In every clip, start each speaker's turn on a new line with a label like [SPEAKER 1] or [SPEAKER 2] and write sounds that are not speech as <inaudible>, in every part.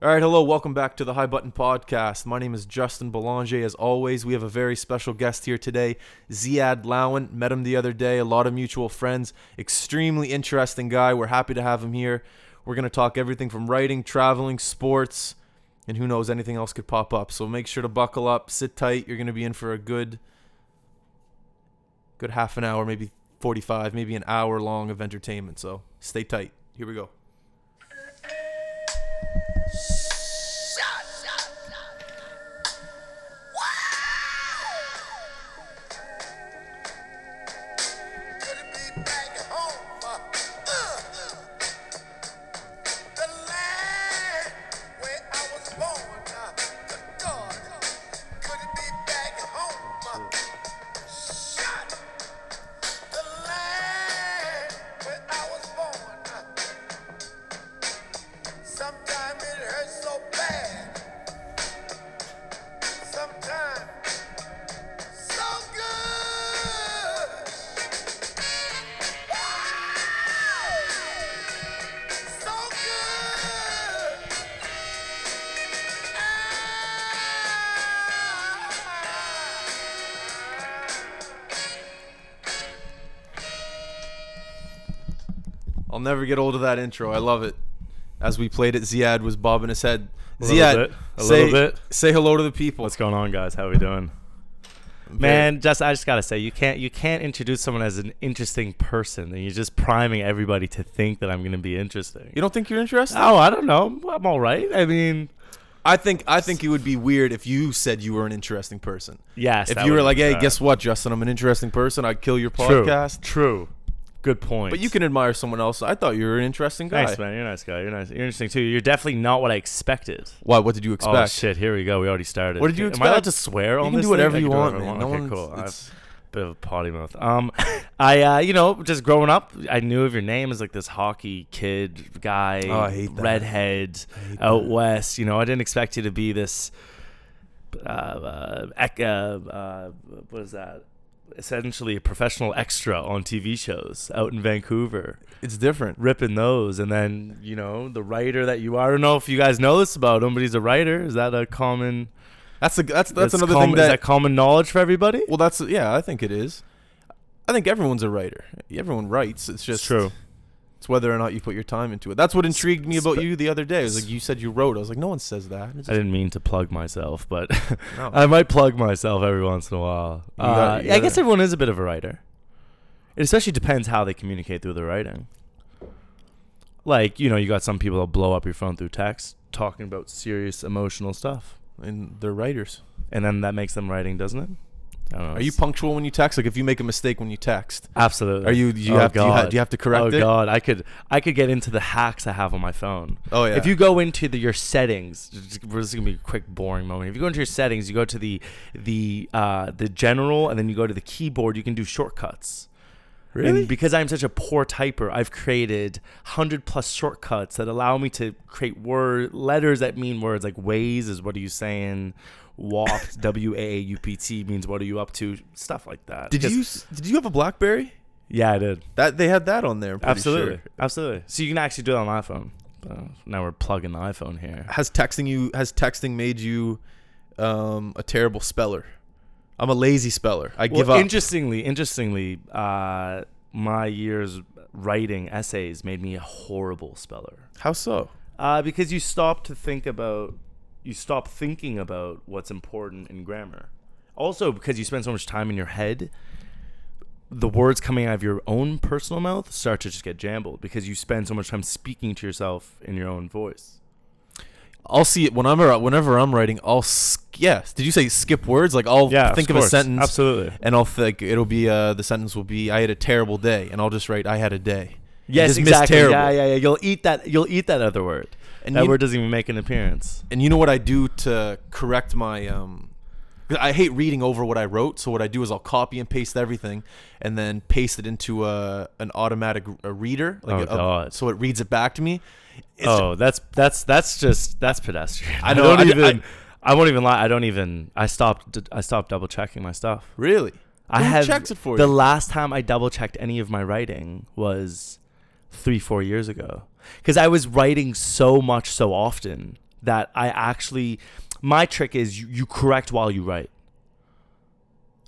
[SPEAKER 1] All right, hello, welcome back to the High Button Podcast. My name is Justin Belanger. As always, we have a very special guest here today, Ziad Lowen. Met him the other day, a lot of mutual friends. Extremely interesting guy. We're happy to have him here. We're going to talk everything from writing, traveling, sports, and who knows, anything else could pop up. So make sure to buckle up, sit tight. You're going to be in for a good, good half an hour, maybe 45, maybe an hour long of entertainment. So stay tight. Here we go.
[SPEAKER 2] Could it be back home? Uh, the land where I was born. Uh, good God, could it be back home? Uh, shot. The land where I was born. Uh, sometimes it hurts so bad. Sometimes so good. So good. Ah!
[SPEAKER 1] I'll never get old of that intro. I love it. As we played it, Ziad was bobbing his head.
[SPEAKER 3] little
[SPEAKER 1] Ziad,
[SPEAKER 3] bit. A
[SPEAKER 1] say,
[SPEAKER 3] little bit.
[SPEAKER 1] say hello to the people.
[SPEAKER 3] What's going on, guys? How we doing? Man, just I just gotta say, you can't you can't introduce someone as an interesting person, and you're just priming everybody to think that I'm gonna be interesting.
[SPEAKER 1] You don't think you're interested?
[SPEAKER 3] oh, I don't know. I'm all right. I mean,
[SPEAKER 1] I think I think it would be weird if you said you were an interesting person.
[SPEAKER 3] yes.
[SPEAKER 1] If
[SPEAKER 3] that
[SPEAKER 1] you were
[SPEAKER 3] would-
[SPEAKER 1] like, "Hey,
[SPEAKER 3] uh,
[SPEAKER 1] guess what, Justin? I'm an interesting person. I'd kill your
[SPEAKER 3] True.
[SPEAKER 1] podcast."
[SPEAKER 3] True. Good point.
[SPEAKER 1] But you can admire someone else. I thought you were an interesting guy.
[SPEAKER 3] Thanks, man. You're a nice guy. You're nice. You're interesting too. You're definitely not what I expected.
[SPEAKER 1] Why? What did you expect?
[SPEAKER 3] Oh shit! Here we go. We already started.
[SPEAKER 1] What did you
[SPEAKER 3] Am I allowed
[SPEAKER 1] expect?
[SPEAKER 3] to swear
[SPEAKER 1] You
[SPEAKER 3] on
[SPEAKER 1] can
[SPEAKER 3] this?
[SPEAKER 1] do
[SPEAKER 3] thing?
[SPEAKER 1] whatever
[SPEAKER 3] I
[SPEAKER 1] you
[SPEAKER 3] do
[SPEAKER 1] want,
[SPEAKER 3] whatever I
[SPEAKER 1] man.
[SPEAKER 3] want.
[SPEAKER 1] No
[SPEAKER 3] okay,
[SPEAKER 1] one's-
[SPEAKER 3] cool. I have
[SPEAKER 1] it's-
[SPEAKER 3] a bit of a potty mouth. Um, I uh, you know, just growing up, I knew of your name as like this hockey kid guy,
[SPEAKER 1] Oh, I hate that.
[SPEAKER 3] redhead
[SPEAKER 1] hate
[SPEAKER 3] out
[SPEAKER 1] that.
[SPEAKER 3] west. You know, I didn't expect you to be this. Uh, uh, ec- uh, uh, what is that? Essentially, a professional extra on TV shows out in Vancouver
[SPEAKER 1] It's different.
[SPEAKER 3] ripping those. And then, you know, the writer that you are. I don't know if you guys know this about him, but he's a writer. Is that a common
[SPEAKER 1] That's a, that's that's another
[SPEAKER 3] common,
[SPEAKER 1] thing
[SPEAKER 3] is that common knowledge for everybody?
[SPEAKER 1] Well, that's yeah. I think it is. I think everyone's a writer. Everyone writes. It's just
[SPEAKER 3] It's true.
[SPEAKER 1] It's whether or not you put your time into it. That's what intrigued me about
[SPEAKER 3] spe-
[SPEAKER 1] you the other day. It was like you said you wrote. I was like, no one says that. It's just-
[SPEAKER 3] I didn't mean to plug myself, but
[SPEAKER 1] No.
[SPEAKER 3] <laughs> I might plug myself every once in a while.
[SPEAKER 1] You got-
[SPEAKER 3] Uh,
[SPEAKER 1] you
[SPEAKER 3] yeah, I guess
[SPEAKER 1] gotta-
[SPEAKER 3] everyone is a bit of a writer. It especially depends how they communicate through their writing. Like, you know, you got some people that blow up your phone through text talking about serious emotional stuff.
[SPEAKER 1] and they're writers.
[SPEAKER 3] And then that makes them writing, doesn't it? I don't know.
[SPEAKER 1] Are you
[SPEAKER 3] it's-
[SPEAKER 1] punctual when you text? Like if you make a mistake when you text,
[SPEAKER 3] Absolutely.
[SPEAKER 1] Are you- do you have to- you ha- do you have to correct
[SPEAKER 3] oh,
[SPEAKER 1] it?
[SPEAKER 3] Oh god, I could I could get into the hacks I have on my phone.
[SPEAKER 1] Oh, yeah.
[SPEAKER 3] If you go into the, your settings, just- this is gonna be a quick boring moment. If you go into your settings, you go to the the uh, the general, and then you go to the keyboard. You can do shortcuts.
[SPEAKER 1] Really?
[SPEAKER 3] And because I'm such a poor typer, I've created hundred plus shortcuts that allow me to create word letters that mean words. Like ways is what are you saying? WAPT W A A U P T means what are you up to? Stuff like that.
[SPEAKER 1] did
[SPEAKER 3] 'Cause-
[SPEAKER 1] you s- did you have a BlackBerry?
[SPEAKER 3] Yeah, I did.
[SPEAKER 1] That they had that on there. I'm pretty
[SPEAKER 3] Absolutely,
[SPEAKER 1] sure.
[SPEAKER 3] absolutely. So you can actually do it on an iPhone. Uh, now we're plugging the
[SPEAKER 1] <sighs>
[SPEAKER 3] iPhone here.
[SPEAKER 1] Has texting you has texting made you um, a terrible speller? I'm a lazy speller. I give
[SPEAKER 3] Well,
[SPEAKER 1] up.
[SPEAKER 3] Interestingly, interestingly, uh, my years writing essays made me a horrible speller
[SPEAKER 1] How so?
[SPEAKER 3] uh, because you stop to think about, you stop thinking about what's important in grammar. Also, because you spend so much time in your head, the words coming out of your own personal mouth start to just get jumbled because you spend so much time speaking to yourself in your own voice.
[SPEAKER 1] I'll see it when I'm whenever I'm writing. I'll sk- yes. Did you say skip words? Like I'll
[SPEAKER 3] Yeah, of
[SPEAKER 1] think of, a
[SPEAKER 3] course.
[SPEAKER 1] sentence
[SPEAKER 3] Absolutely.
[SPEAKER 1] and I'll think it'll be uh, the sentence will be I had a terrible day, and I'll just write I had a day. And
[SPEAKER 3] Yes,
[SPEAKER 1] just miss
[SPEAKER 3] exactly.
[SPEAKER 1] terrible.
[SPEAKER 3] Yeah, yeah, yeah. You'll eat that. You'll eat that other word.
[SPEAKER 1] And
[SPEAKER 3] that
[SPEAKER 1] you-
[SPEAKER 3] word doesn't even make an appearance.
[SPEAKER 1] And you know what I do to correct my um, 'cause I hate reading over what I wrote. So what I do is I'll copy and paste everything, and then paste it into a an automatic a reader.
[SPEAKER 3] Oh,
[SPEAKER 1] a- a-
[SPEAKER 3] God.
[SPEAKER 1] So it reads it back to me. It's
[SPEAKER 3] oh, that's that's that's just that's pedestrian.
[SPEAKER 1] I know,
[SPEAKER 3] <laughs> I don't
[SPEAKER 1] I- I-
[SPEAKER 3] even. I, won't even lie. I don't even. I stopped. I stopped double checking my stuff.
[SPEAKER 1] really.
[SPEAKER 3] I
[SPEAKER 1] Who
[SPEAKER 3] have
[SPEAKER 1] checks it for
[SPEAKER 3] the
[SPEAKER 1] you?
[SPEAKER 3] last time I double checked any of my writing was three four years ago because I was writing so much so often that I actually my trick is you, you correct while you write.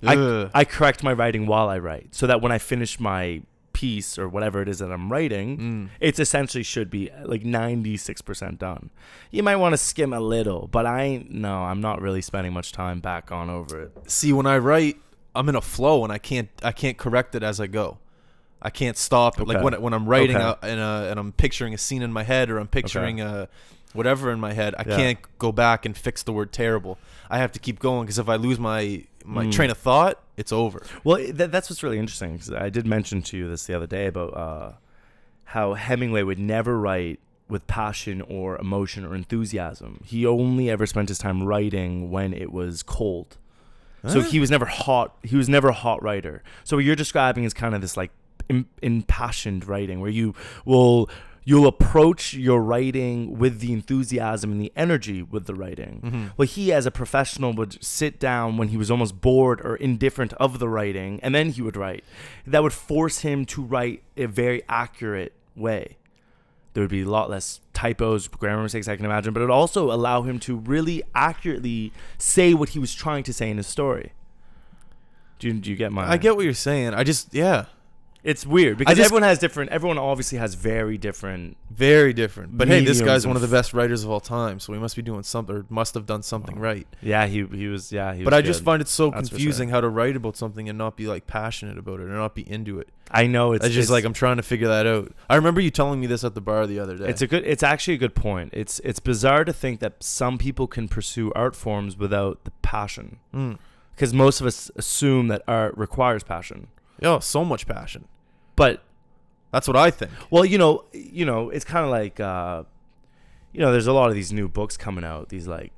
[SPEAKER 3] I,
[SPEAKER 1] Ugh.
[SPEAKER 3] I correct my writing while I write so that when I finish my piece or whatever it is that I'm writing, it's essentially should be uh, like 96% done. You might want to skim a little, but I ain't, no, I'm not really spending much time back on over it.
[SPEAKER 1] see when I write, I'm in a flow and I can't I can't correct it as I go. I can't stop like
[SPEAKER 3] Okay.
[SPEAKER 1] when when I'm writing
[SPEAKER 3] Okay.
[SPEAKER 1] out and uh, and I'm picturing a scene in my head or I'm picturing uh whatever in my head. I
[SPEAKER 3] Yeah.
[SPEAKER 1] can't go back and fix the word terrible. I have to keep going because if I lose my my train of thought, it's over.
[SPEAKER 3] Well, th- that's what's really interesting because I did mention to you this the other day about uh, how Hemingway would never write with passion or emotion or enthusiasm. He only ever spent his time writing when it was cold. So he was never hot. He was never a hot writer. So what you're describing is kind of this like im- impassioned writing where you will you'll approach your writing with the enthusiasm and the energy with the writing. Well, he as a professional would sit down when he was almost bored or indifferent of the writing, and then he would write. That would force him to write a very accurate way there would be a lot less typos, grammar mistakes I can imagine, but it would also allow him to really accurately say what he was trying to say in his story. Do you, do you get my?
[SPEAKER 1] I get what you're saying. I just yeah,
[SPEAKER 3] it's weird because
[SPEAKER 1] just-
[SPEAKER 3] everyone has different. Everyone obviously has very different.
[SPEAKER 1] very different. But hey, this
[SPEAKER 3] Mediums
[SPEAKER 1] guy's one of
[SPEAKER 3] of-
[SPEAKER 1] the best writers of all time, so he must be doing something or must have done something right.
[SPEAKER 3] Yeah, he he was. Yeah, he.
[SPEAKER 1] But
[SPEAKER 3] was
[SPEAKER 1] I just
[SPEAKER 3] good.
[SPEAKER 1] find it so
[SPEAKER 3] That's for sure.
[SPEAKER 1] confusing how to write about something and not be like passionate about it or not be into it.
[SPEAKER 3] I know it's
[SPEAKER 1] It's just
[SPEAKER 3] it's-
[SPEAKER 1] like I'm trying to figure that out. I remember you telling me this at the bar the other day.
[SPEAKER 3] It's a good. It's actually a good point. It's it's bizarre to think that some people can pursue art forms without the passion,
[SPEAKER 1] Mm.
[SPEAKER 3] because most of us assume that art requires passion.
[SPEAKER 1] oh, so much passion.
[SPEAKER 3] But
[SPEAKER 1] That's what I think.
[SPEAKER 3] Well, you know, you know, it's kind of like, uh, you know, there's a lot of these new books coming out, these like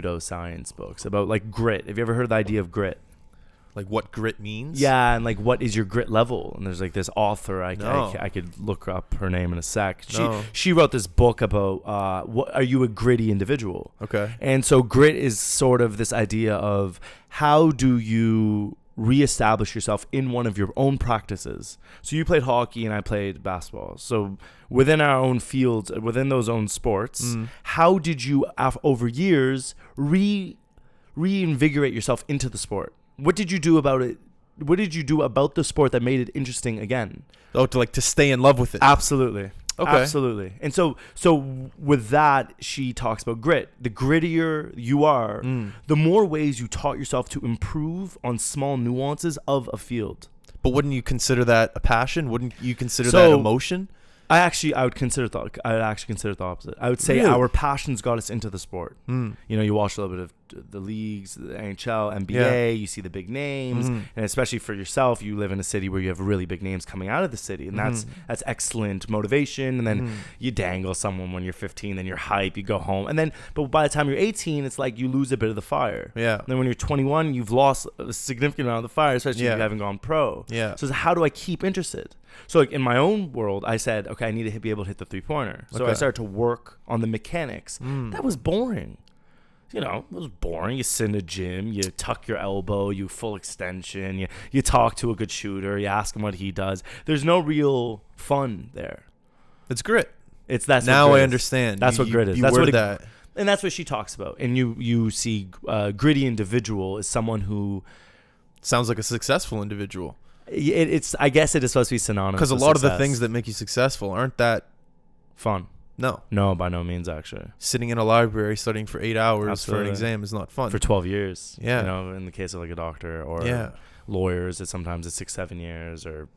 [SPEAKER 3] pseudoscience books about like grit. Have you ever heard the idea of grit?
[SPEAKER 1] Like what grit means.
[SPEAKER 3] Yeah, and like, what is your grit level? And there's like this author, I,
[SPEAKER 1] No.
[SPEAKER 3] I, I could look up her name in a sec. She
[SPEAKER 1] No.
[SPEAKER 3] she wrote this book about uh, what are you a gritty individual?
[SPEAKER 1] Okay.
[SPEAKER 3] And so grit is sort of this idea of how do you reestablish yourself in one of your own practices. So you played hockey and I played basketball. So within our own fields, uh, within those own sports, how did you af- over years re reinvigorate yourself into the sport? What did you do about it? What did you do about the sport that made it interesting again?
[SPEAKER 1] Oh, to like to stay in love with it.
[SPEAKER 3] Absolutely.
[SPEAKER 1] Okay.
[SPEAKER 3] Absolutely. And so so with that she talks about grit. The grittier you are,
[SPEAKER 1] Mm.
[SPEAKER 3] the more ways you taught yourself to improve on small nuances of a field.
[SPEAKER 1] but wouldn't you consider that a passion? Wouldn't you consider that
[SPEAKER 3] So-
[SPEAKER 1] emotion?
[SPEAKER 3] I actually I would consider the I would actually consider it the opposite. I would say
[SPEAKER 1] Really? Hmm.
[SPEAKER 3] our passions got us into the sport. You know, you watch a little bit of the leagues, the NHL, NBA.
[SPEAKER 1] Yeah. Hmm.
[SPEAKER 3] You see the big names, and especially for yourself, you live in a city where you have really big names coming out of the city, and
[SPEAKER 1] Hmm.
[SPEAKER 3] that's that's excellent motivation. And then you dangle someone when you're 15, then you're hype, you go home, and then but by the time you're 18, it's like you lose a bit of the fire.
[SPEAKER 1] Yeah.
[SPEAKER 3] Then when you're 21, you've lost a significant amount of the fire, especially
[SPEAKER 1] Yeah.
[SPEAKER 3] if you haven't gone pro.
[SPEAKER 1] Yeah.
[SPEAKER 3] So it's how do I keep interested? So like in my own world, I said, okay, I need to hit, be able to hit the three pointer. So
[SPEAKER 1] Okay. Hmm.
[SPEAKER 3] I started to work on the mechanics. That was boring. You know, it was boring. You sit in a gym, you tuck your elbow, you full extension, you you talk to a good shooter, you ask him what he does. There's no real fun there.
[SPEAKER 1] It's grit.
[SPEAKER 3] It's that's what
[SPEAKER 1] now
[SPEAKER 3] grit
[SPEAKER 1] I
[SPEAKER 3] is.
[SPEAKER 1] understand.
[SPEAKER 3] That's
[SPEAKER 1] You-
[SPEAKER 3] what grit
[SPEAKER 1] you-
[SPEAKER 3] is.
[SPEAKER 1] You
[SPEAKER 3] that's
[SPEAKER 1] word
[SPEAKER 3] what it-
[SPEAKER 1] that.
[SPEAKER 3] and that's what she talks about. And you you see uh, gritty individual is someone who
[SPEAKER 1] Sounds like a successful individual.
[SPEAKER 3] it, it's I guess it is supposed to be synonymous
[SPEAKER 1] Because a
[SPEAKER 3] with
[SPEAKER 1] lot of the
[SPEAKER 3] success.
[SPEAKER 1] things that make you successful aren't that
[SPEAKER 3] fun.
[SPEAKER 1] no.
[SPEAKER 3] No, by no means actually.
[SPEAKER 1] Sitting in a library studying for eight hours for
[SPEAKER 3] Absolutely.
[SPEAKER 1] an exam is not fun.
[SPEAKER 3] For twelve years.
[SPEAKER 1] Yeah.
[SPEAKER 3] You know, in the case of like a doctor or
[SPEAKER 1] Yeah.
[SPEAKER 3] lawyers, it's sometimes it's six, seven years or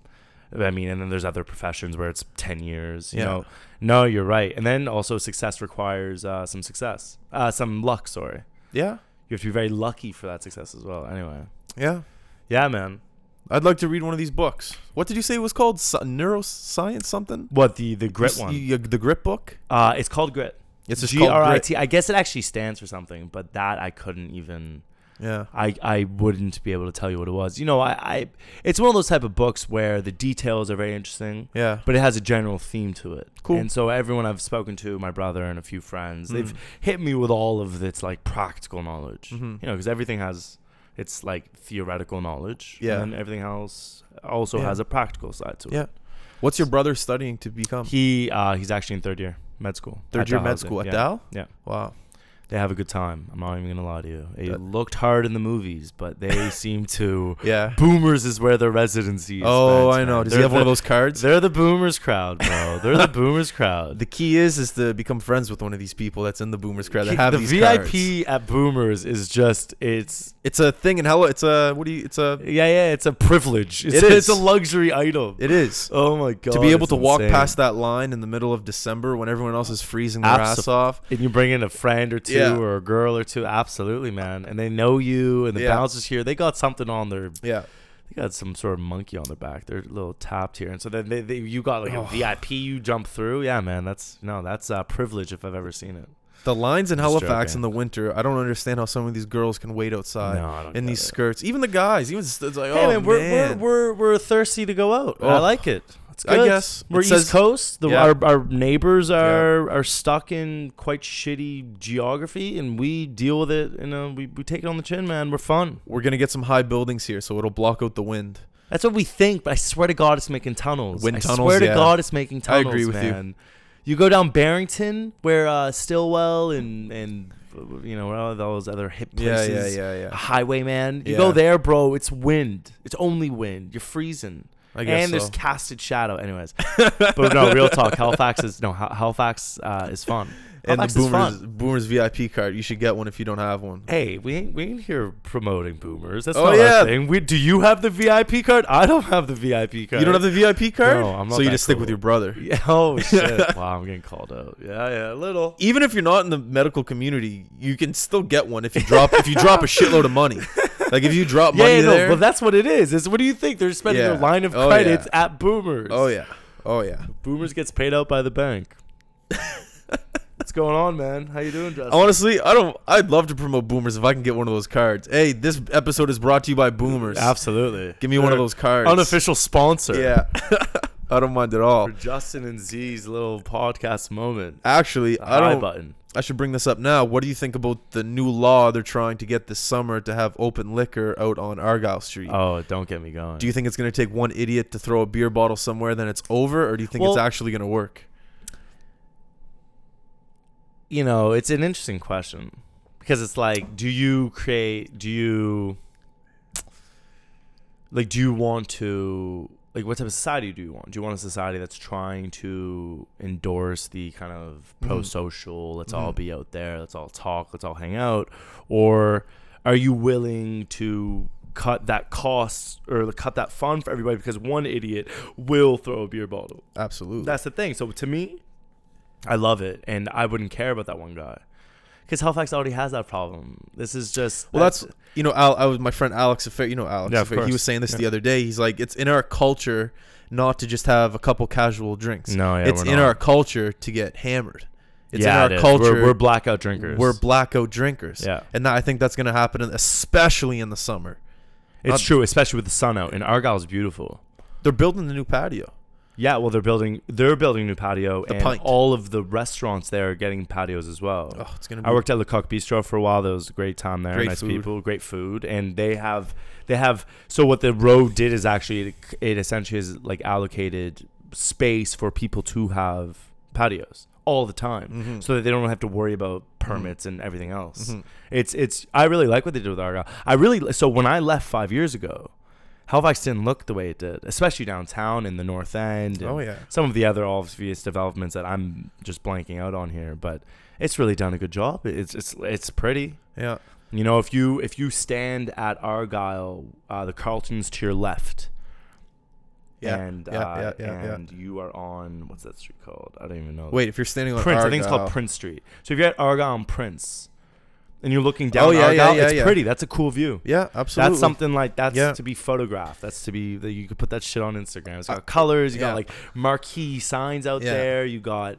[SPEAKER 3] I mean, and then there's other professions where it's ten years. You
[SPEAKER 1] Yeah.
[SPEAKER 3] know. No, you're right. And then also success requires uh, some success. Uh, some luck, sorry.
[SPEAKER 1] yeah.
[SPEAKER 3] You have to be very lucky for that success as well. Anyway.
[SPEAKER 1] Yeah.
[SPEAKER 3] Yeah, man.
[SPEAKER 1] I'd like to read one of these books. What did you say it was called? Sci neuroscience something?
[SPEAKER 3] What the the grit
[SPEAKER 1] S-
[SPEAKER 3] one?
[SPEAKER 1] you- the grip book.
[SPEAKER 3] Uh, it's called grit.
[SPEAKER 1] It's just
[SPEAKER 3] G
[SPEAKER 1] called
[SPEAKER 3] R I
[SPEAKER 1] grit.
[SPEAKER 3] T. I guess it actually stands for something, but that I couldn't even.
[SPEAKER 1] Yeah.
[SPEAKER 3] I, I wouldn't be able to tell you what it was. You know, I, I it's one of those type of books where the details are very interesting,
[SPEAKER 1] Yeah.
[SPEAKER 3] but it has a general theme to it.
[SPEAKER 1] Cool. Mm.
[SPEAKER 3] And so everyone I've spoken to, my brother and a few friends, they've hit me with all of its like practical knowledge.
[SPEAKER 1] Mm-hmm.
[SPEAKER 3] You know, because everything has its like theoretical knowledge.
[SPEAKER 1] Yeah.
[SPEAKER 3] And then everything else also
[SPEAKER 1] Yeah.
[SPEAKER 3] has a practical side to it.
[SPEAKER 1] yeah. What's your brother studying to become?
[SPEAKER 3] He uh, he's actually in third year. med school.
[SPEAKER 1] Third
[SPEAKER 3] At
[SPEAKER 1] year med
[SPEAKER 3] Dalhousie.
[SPEAKER 1] school at
[SPEAKER 3] yeah.
[SPEAKER 1] Dow?
[SPEAKER 3] Yeah.
[SPEAKER 1] Wow.
[SPEAKER 3] They have a good time. I'm not even gonna lie to you. They
[SPEAKER 1] That-
[SPEAKER 3] looked hard in the movies,
[SPEAKER 1] <laughs>
[SPEAKER 3] but they seem to.
[SPEAKER 1] Yeah.
[SPEAKER 3] Boomers is where their residency is.
[SPEAKER 1] Oh,
[SPEAKER 3] spent,
[SPEAKER 1] I know.
[SPEAKER 3] man.
[SPEAKER 1] Does
[SPEAKER 3] They're
[SPEAKER 1] he have one of
[SPEAKER 3] the-
[SPEAKER 1] those cards?
[SPEAKER 3] They're the boomers crowd, bro. They're
[SPEAKER 1] <laughs>
[SPEAKER 3] the boomers crowd.
[SPEAKER 1] The key is is to become friends with one of these people that's in the boomers crowd that
[SPEAKER 3] Ki-
[SPEAKER 1] have
[SPEAKER 3] the
[SPEAKER 1] these
[SPEAKER 3] VIP
[SPEAKER 1] cards.
[SPEAKER 3] at Boomers is just it's
[SPEAKER 1] It's a thing in hello. It's a what do you? It's a.
[SPEAKER 3] yeah yeah it's a privilege. It's,
[SPEAKER 1] It is.
[SPEAKER 3] it's a luxry item.
[SPEAKER 1] It is
[SPEAKER 3] oh my god!
[SPEAKER 1] to be able
[SPEAKER 3] it's
[SPEAKER 1] to walk
[SPEAKER 3] insane.
[SPEAKER 1] past that line in the middle of December when everyone else is freezing their
[SPEAKER 3] Abso-
[SPEAKER 1] ass off.
[SPEAKER 3] and you bring in a friend or two
[SPEAKER 1] Yeah.
[SPEAKER 3] or a girl or two. Absolutely, man. And they know you, and the
[SPEAKER 1] Yeah.
[SPEAKER 3] bouncers here. They got something on their.
[SPEAKER 1] Yeah.
[SPEAKER 3] They got some sort of monkey on their back. They're a little tapped here, and so then they, they you got like a
[SPEAKER 1] Oh.
[SPEAKER 3] VIP. You jump through. Yeah, man. That's no. That's uh, privilege if I've ever seen it.
[SPEAKER 1] The lines in
[SPEAKER 3] Just
[SPEAKER 1] Halifax
[SPEAKER 3] joking.
[SPEAKER 1] in the winter, I don't understand how some of these girls can wait outside
[SPEAKER 3] No, I don't
[SPEAKER 1] in
[SPEAKER 3] get
[SPEAKER 1] these
[SPEAKER 3] it.
[SPEAKER 1] skirts. Even the guys, even it's it's like,
[SPEAKER 3] Hey
[SPEAKER 1] oh
[SPEAKER 3] man, we're,
[SPEAKER 1] man.
[SPEAKER 3] We're, we're we're thirsty to go out. I
[SPEAKER 1] Oh.
[SPEAKER 3] like it. It's
[SPEAKER 1] I
[SPEAKER 3] good.
[SPEAKER 1] guess.
[SPEAKER 3] we're
[SPEAKER 1] It
[SPEAKER 3] East
[SPEAKER 1] says-
[SPEAKER 3] Coast. The,
[SPEAKER 1] Yeah.
[SPEAKER 3] our, our neighbors are are stuck in quite shitty geography, and we deal with it. You know, we we take it on the chin, man. We're fun.
[SPEAKER 1] We're gonna get some high buildings here, so it'll block out the wind.
[SPEAKER 3] That's what we think. But I swear to God, it's making tunnels.
[SPEAKER 1] Wind
[SPEAKER 3] I
[SPEAKER 1] tunnels,
[SPEAKER 3] swear to
[SPEAKER 1] yeah.
[SPEAKER 3] God, it's making
[SPEAKER 1] I
[SPEAKER 3] tunnels.
[SPEAKER 1] agree with you.
[SPEAKER 3] man. you. You go down Barrington, where uh, Stillwell and and uh, you know where all those other hip
[SPEAKER 1] Yeah, yeah,
[SPEAKER 3] places.
[SPEAKER 1] yeah, yeah.
[SPEAKER 3] Highwayman. You
[SPEAKER 1] Yeah.
[SPEAKER 3] go there, bro. It's wind. It's only wind. You're freezing.
[SPEAKER 1] I guess
[SPEAKER 3] and there's
[SPEAKER 1] so.
[SPEAKER 3] casted
[SPEAKER 1] <laughs>
[SPEAKER 3] shadow. Anyways, but no, real talk. Halifax is no Hal- Halifax uh, is fun.
[SPEAKER 1] And
[SPEAKER 3] Halifax
[SPEAKER 1] the
[SPEAKER 3] is
[SPEAKER 1] boomers,
[SPEAKER 3] fun.
[SPEAKER 1] boomers VIP card, you should get one if you don't have one.
[SPEAKER 3] Hey, we ain't, we ain't here promoting boomers. That's
[SPEAKER 1] Oh,
[SPEAKER 3] not
[SPEAKER 1] yeah.
[SPEAKER 3] our thing. We, do you have the VIP card? I don't have the VIP card.
[SPEAKER 1] You don't have the VIP card,
[SPEAKER 3] No, I'm not
[SPEAKER 1] so you
[SPEAKER 3] that
[SPEAKER 1] just stick with
[SPEAKER 3] cool.
[SPEAKER 1] your <laughs> brother.
[SPEAKER 3] Yeah, oh <laughs> shit! wow, I'm getting called out. Yeah, yeah, a little.
[SPEAKER 1] Even if you're not in the medical community, you can still get one if you drop if you
[SPEAKER 3] <laughs>
[SPEAKER 1] drop a shitload of money. Like if you drop
[SPEAKER 3] Yeah,
[SPEAKER 1] money
[SPEAKER 3] yeah no,
[SPEAKER 1] there.
[SPEAKER 3] but that's what it is. It's what do you think? They're spending
[SPEAKER 1] Yeah.
[SPEAKER 3] their line of
[SPEAKER 1] Oh,
[SPEAKER 3] credits
[SPEAKER 1] yeah.
[SPEAKER 3] at Boomers.
[SPEAKER 1] oh yeah, oh yeah.
[SPEAKER 3] Boomers gets paid out by
[SPEAKER 1] <laughs>
[SPEAKER 3] the bank. What's going on, man? How you doing, Justin?
[SPEAKER 1] Honestly, I don't. I'd love to promote Boomers if I can get one of those cards. Hey, this episode is brought to you by Boomers.
[SPEAKER 3] Absolutely.
[SPEAKER 1] Give me one of
[SPEAKER 3] They're
[SPEAKER 1] those cards.
[SPEAKER 3] Unofficial sponsor.
[SPEAKER 1] Yeah, <laughs> I don't mind at all.
[SPEAKER 3] For Justin and Z's little podcast moment.
[SPEAKER 1] Actually, I
[SPEAKER 3] High
[SPEAKER 1] don't.
[SPEAKER 3] button.
[SPEAKER 1] I should bring this up now. What do you think about the new law they're trying to get this summer to have open liquor out on Argyle Street?
[SPEAKER 3] Oh, don't get me going.
[SPEAKER 1] do you think it's going to take one idiot to throw a beer bottle somewhere, then it's over, or do you think it's
[SPEAKER 3] Well-
[SPEAKER 1] actually going to work?
[SPEAKER 3] you know, it's an interesting question because it's like, do you create, do you, like, do you want to, like, what type of society do you want? Do you want a society that's trying to endorse the kind of pro social, let's all be out there, let's all talk, let's all hang out? Or are you willing to cut that cost or cut that fun for everybody because one idiot will throw a beer bottle?
[SPEAKER 1] Absolutely.
[SPEAKER 3] That's the thing. So to me, I love it, and I wouldn't care about that one guy because Halifax already has that problem. This is just
[SPEAKER 1] well, that's you know, Al, I was my friend Alex Affair. You know, Alex
[SPEAKER 3] Yeah, of
[SPEAKER 1] Affair. He
[SPEAKER 3] course.
[SPEAKER 1] was saying this
[SPEAKER 3] Yeah.
[SPEAKER 1] the other day. He's like, it's in our culture not to just have a couple casual drinks.
[SPEAKER 3] No, yeah,
[SPEAKER 1] it's
[SPEAKER 3] we're
[SPEAKER 1] in
[SPEAKER 3] not.
[SPEAKER 1] our culture to get hammered. It's
[SPEAKER 3] yeah,
[SPEAKER 1] in our
[SPEAKER 3] it is.
[SPEAKER 1] culture.
[SPEAKER 3] We're, we're blackout drinkers.
[SPEAKER 1] we're blackout drinkers.
[SPEAKER 3] Yeah.
[SPEAKER 1] and that, I think that's going to happen, in, especially in the summer.
[SPEAKER 3] it's
[SPEAKER 1] not-
[SPEAKER 3] true, especially with the sun out. And Argyle's beautiful.
[SPEAKER 1] They're building the new patio.
[SPEAKER 3] Yeah, well, they're building they're building new patio, and
[SPEAKER 1] Pint.
[SPEAKER 3] all of the restaurants there are getting patios as well.
[SPEAKER 1] Oh, it's gonna
[SPEAKER 3] I
[SPEAKER 1] be-
[SPEAKER 3] worked at Lecoq Bistro for a while. That was a great time there.
[SPEAKER 1] Great
[SPEAKER 3] nice
[SPEAKER 1] food.
[SPEAKER 3] people, great food, and they have they have. So what the road did is actually it, it essentially is like allocated space for people to have patios all the time,
[SPEAKER 1] Mm-hmm.
[SPEAKER 3] so that they don't have to worry about permits and everything else. It's it's. I really like what they did with Argyle. I really so when I left five years ago. Halifax didn't look the way it did, especially downtown in the North End. and
[SPEAKER 1] Oh, yeah.
[SPEAKER 3] some of the other obvious developments that I'm just blanking out on here, but it's really done a good job. It's it's it's pretty.
[SPEAKER 1] Yeah.
[SPEAKER 3] You know, if you if you stand at Argyle, uh, the Carlton's to your left,
[SPEAKER 1] Yeah.
[SPEAKER 3] and
[SPEAKER 1] yeah,
[SPEAKER 3] uh,
[SPEAKER 1] yeah, yeah, yeah.
[SPEAKER 3] and you are on what's that street called? I don't even know.
[SPEAKER 1] Wait, if you're standing on uh,
[SPEAKER 3] Prince. I think it's
[SPEAKER 1] Argyle-
[SPEAKER 3] called Prince Street. So if you're at Argyle on Prince, and you're looking down
[SPEAKER 1] Oh, yeah, yeah,
[SPEAKER 3] Argyle,
[SPEAKER 1] yeah,
[SPEAKER 3] it's
[SPEAKER 1] yeah.
[SPEAKER 3] pretty. That's a cool view.
[SPEAKER 1] Yeah, absolutely.
[SPEAKER 3] That's something like that's
[SPEAKER 1] Yeah.
[SPEAKER 3] to be photographed. That's to be that you could put that shit on Instagram. It's got colors. You
[SPEAKER 1] Uh, yeah.
[SPEAKER 3] got like marquee signs out
[SPEAKER 1] Yeah.
[SPEAKER 3] there. You got,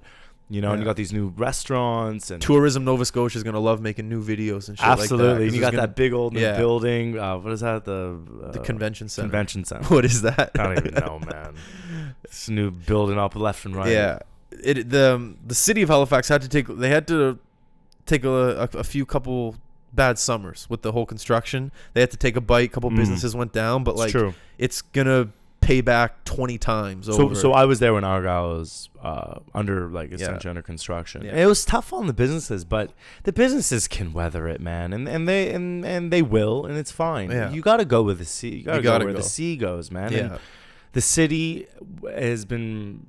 [SPEAKER 3] you know, and you
[SPEAKER 1] Yeah.
[SPEAKER 3] got these new restaurants and
[SPEAKER 1] Tourism Nova Scotia is gonna love making new videos and shit
[SPEAKER 3] absolutely.
[SPEAKER 1] like that. 'cause
[SPEAKER 3] and you
[SPEAKER 1] there's
[SPEAKER 3] got
[SPEAKER 1] gonna-
[SPEAKER 3] that big old new
[SPEAKER 1] yeah.
[SPEAKER 3] building. Uh, what is that? The uh,
[SPEAKER 1] the convention center.
[SPEAKER 3] convention center.
[SPEAKER 1] <laughs> What is that?
[SPEAKER 3] I don't even know, man.
[SPEAKER 1] <laughs>
[SPEAKER 3] This new building up left and right.
[SPEAKER 1] Yeah, it the um, the city of Halifax had to take they had to take a, a, a few couple bad summers with the whole construction. They had to take a bite. couple
[SPEAKER 3] Mm.
[SPEAKER 1] businesses went down, but
[SPEAKER 3] It's
[SPEAKER 1] like
[SPEAKER 3] true.
[SPEAKER 1] it's gonna payback 20 times
[SPEAKER 3] So,
[SPEAKER 1] over.
[SPEAKER 3] so I was there when Argyle was uh, under like essentially
[SPEAKER 1] Yeah.
[SPEAKER 3] under construction.
[SPEAKER 1] Yeah.
[SPEAKER 3] And It was tough on the businesses, but the businesses can weather it, man, and and they and, and they will, and it's fine.
[SPEAKER 1] Yeah.
[SPEAKER 3] You got to go with the sea. You got to go
[SPEAKER 1] gotta
[SPEAKER 3] where
[SPEAKER 1] go.
[SPEAKER 3] the sea goes, man. And
[SPEAKER 1] Yeah.
[SPEAKER 3] the city has been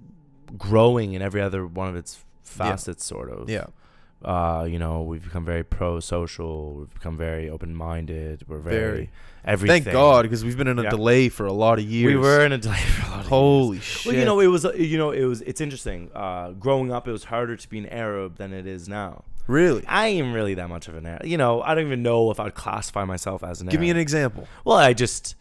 [SPEAKER 3] growing in every other one of its facets, sort of.
[SPEAKER 1] yeah.
[SPEAKER 3] Uh, you know, we've become very pro-social. We've become very open-minded. We're very,
[SPEAKER 1] Very.
[SPEAKER 3] everything.
[SPEAKER 1] Thank God, because we've been in a
[SPEAKER 3] Yeah.
[SPEAKER 1] delay for a lot of years.
[SPEAKER 3] we were in a <laughs> delay for a lot of years.
[SPEAKER 1] Holy shit.
[SPEAKER 3] Well, you know, it was uh, you know, it was it's interesting. Uh, growing up, it was harder to be an Arab than it is now.
[SPEAKER 1] really?
[SPEAKER 3] I ain't really that much of an Arab. You know, I don't even know if I'd classify myself as an
[SPEAKER 1] Give
[SPEAKER 3] Arab.
[SPEAKER 1] me an example.
[SPEAKER 3] Well, I just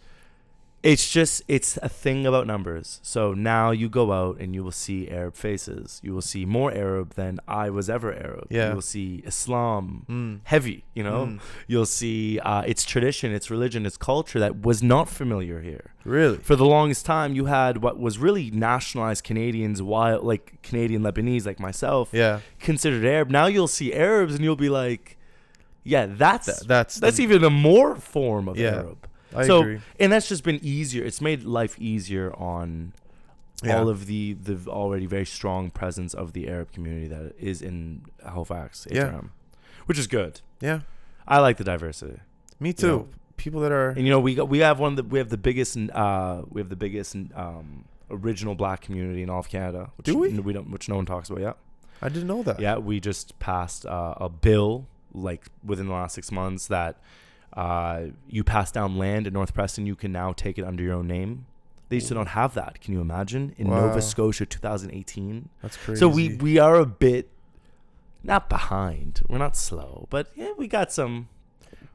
[SPEAKER 3] it's just it's a thing about numbers. So now you go out and you will see Arab faces. You will see more Arab than I was ever Arab.
[SPEAKER 1] Yeah. Mm.
[SPEAKER 3] You will see Islam heavy, you know. You'll see uh, its tradition, its religion, its culture that was not familiar here.
[SPEAKER 1] Really?
[SPEAKER 3] For the longest time you had what was really nationalized Canadians while like Canadian Lebanese like myself
[SPEAKER 1] Yeah.
[SPEAKER 3] considered Arab. Now you'll see Arabs and you'll be like, yeah, that's
[SPEAKER 1] Th- that's
[SPEAKER 3] that's
[SPEAKER 1] the-
[SPEAKER 3] even a more form of
[SPEAKER 1] Yeah,
[SPEAKER 3] Arab.
[SPEAKER 1] I
[SPEAKER 3] so,
[SPEAKER 1] agree.
[SPEAKER 3] and that's just been easier. It's made life easier on
[SPEAKER 1] Yeah.
[SPEAKER 3] all of the the already very strong presence of the Arab community that is in Halifax,
[SPEAKER 1] Yeah.
[SPEAKER 3] HRM, which is good.
[SPEAKER 1] Yeah.
[SPEAKER 3] I like the diversity.
[SPEAKER 1] Me too.
[SPEAKER 3] know.
[SPEAKER 1] People that are.
[SPEAKER 3] And you know, we got, we have one of the we have the biggest uh, we have the biggest um, original black community in all of Canada. Which
[SPEAKER 1] Do we?
[SPEAKER 3] n- We don't, which no one talks about yet.
[SPEAKER 1] I didn't know that.
[SPEAKER 3] Yeah, we just passed uh, a bill like within the last six months that uh, you pass down land in North Preston, you can now take it under your own name. They used to not have that. Can you imagine in
[SPEAKER 1] Wow.
[SPEAKER 3] Nova Scotia, 2018?
[SPEAKER 1] That's crazy.
[SPEAKER 3] So we we are a bit not behind. We're not slow, but yeah, we got some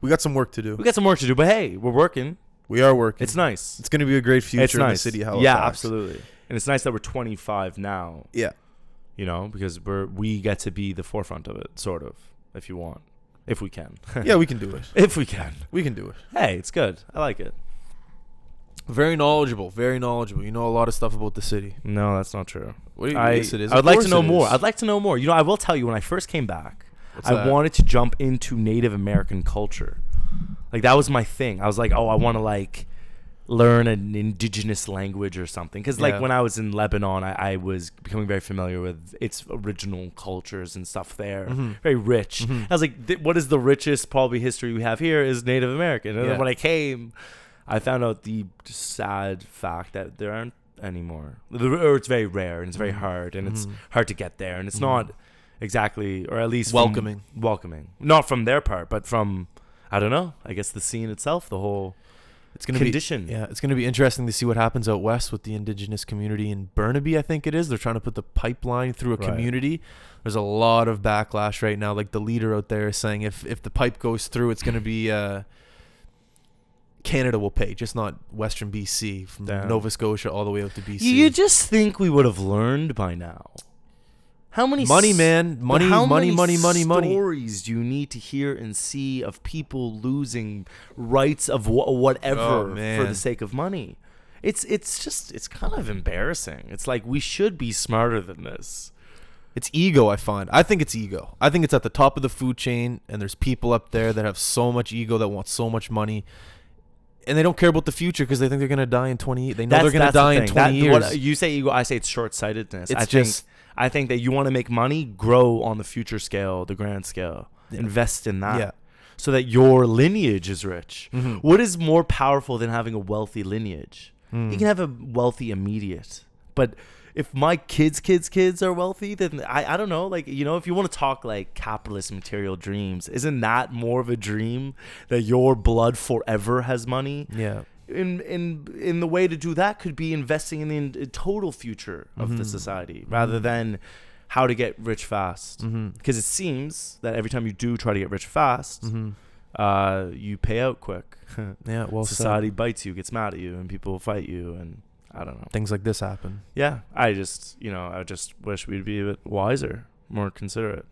[SPEAKER 1] we got some work to do.
[SPEAKER 3] we got some work to do. But hey, we're working.
[SPEAKER 1] We are working.
[SPEAKER 3] It's nice.
[SPEAKER 1] It's going to be a great future
[SPEAKER 3] it's
[SPEAKER 1] in
[SPEAKER 3] nice.
[SPEAKER 1] the city of Halifax.
[SPEAKER 3] yeah, absolutely. And it's nice that we're 25 now.
[SPEAKER 1] Yeah.
[SPEAKER 3] you know, because we're we get to be the forefront of it, sort of, if you want, if we can.
[SPEAKER 1] Yeah, we can do it.
[SPEAKER 3] <laughs> if we can.
[SPEAKER 1] We can do it.
[SPEAKER 3] Hey, it's good. I like it.
[SPEAKER 1] Very knowledgeable. Very knowledgeable. You know a lot of stuff about the city.
[SPEAKER 3] No, that's not true.
[SPEAKER 1] What do you-
[SPEAKER 3] I,
[SPEAKER 1] yes, it is.
[SPEAKER 3] I
[SPEAKER 1] Of
[SPEAKER 3] would like to
[SPEAKER 1] course
[SPEAKER 3] know
[SPEAKER 1] it
[SPEAKER 3] more.
[SPEAKER 1] is.
[SPEAKER 3] I'd like to know more. You know, I will tell you when I first came back,
[SPEAKER 1] What's
[SPEAKER 3] I
[SPEAKER 1] that?
[SPEAKER 3] wanted to jump into Native American culture. Like that was my thing. I was like, oh, I want to like learn an indigenous language or something. Because like
[SPEAKER 1] Yeah.
[SPEAKER 3] when I was in Lebanon, I, I was becoming very familiar with its original cultures and stuff there.
[SPEAKER 1] Mm-hmm.
[SPEAKER 3] Very rich. I was like, th- what is the richest probably history we have here is Native American. And
[SPEAKER 1] Yeah.
[SPEAKER 3] then when I came, I found out the sad fact that there aren't anymore, The- or it's very rare and it's very hard and it's hard to get there and it's not exactly or at least from-
[SPEAKER 1] Welcoming.
[SPEAKER 3] welcoming, not from their part, but from I don't know. I guess the scene itself, the whole
[SPEAKER 1] It's going to
[SPEAKER 3] condition.
[SPEAKER 1] Be, yeah, it's going to be interesting to see what happens out west with the indigenous community in Burnaby. I think it is. They're trying to put the pipeline through a
[SPEAKER 3] Right.
[SPEAKER 1] community. There's a lot of backlash right now. Like the leader out there is saying, if if the pipe goes through, it's going to be uh, Canada will pay, just not Western BC from
[SPEAKER 3] Damn.
[SPEAKER 1] Nova Scotia all the way out to BC.
[SPEAKER 3] You, you just think we would have learned by now. How many
[SPEAKER 1] money,
[SPEAKER 3] s-
[SPEAKER 1] man,
[SPEAKER 3] but
[SPEAKER 1] money,
[SPEAKER 3] how
[SPEAKER 1] money, money,
[SPEAKER 3] many
[SPEAKER 1] money, money.
[SPEAKER 3] Stories do you need to hear and see of people losing rights of wha- whatever
[SPEAKER 1] Oh,
[SPEAKER 3] for
[SPEAKER 1] man.
[SPEAKER 3] the sake of money. It's it's just it's kind of embarrassing. It's like we should be smarter than this.
[SPEAKER 1] It's ego, I find. I think it's ego. I think it's at the top of the food chain, and there's people up there that have so much ego that want so much money, and they don't care about the future because they think they're gonna die in 20. They know they're gonna
[SPEAKER 3] the
[SPEAKER 1] die in
[SPEAKER 3] thing.
[SPEAKER 1] 20
[SPEAKER 3] That-
[SPEAKER 1] years.
[SPEAKER 3] what- you say ego, I say it's short sightedness.
[SPEAKER 1] It's
[SPEAKER 3] I
[SPEAKER 1] just-
[SPEAKER 3] think I think that you want to make money, grow on the future scale, the grand scale. Invest in that.
[SPEAKER 1] Yeah. Mm-hmm.
[SPEAKER 3] So that your lineage is rich. What is more powerful than having a wealthy lineage?
[SPEAKER 1] Mm.
[SPEAKER 3] You can have a wealthy immediate. But if my kids, kids, kids are wealthy, then I, I don't know. Like, you know, if you want to talk like capitalist material dreams, isn't that more of a dream that your blood forever has money?
[SPEAKER 1] yeah,
[SPEAKER 3] in in in the way to do that could be investing in the in- total future of the society rather than how to get rich fast because
[SPEAKER 1] Mm-hmm.
[SPEAKER 3] it seems that every time you do try to get rich fast uh, you pay out quick
[SPEAKER 1] Mm-hmm. <laughs> yeah. Well, said.
[SPEAKER 3] society bites you gets mad at you and people fight you and i don't know
[SPEAKER 1] things like this happen.
[SPEAKER 3] yeah i just you know i just wish we'd be a bit wiser more considerate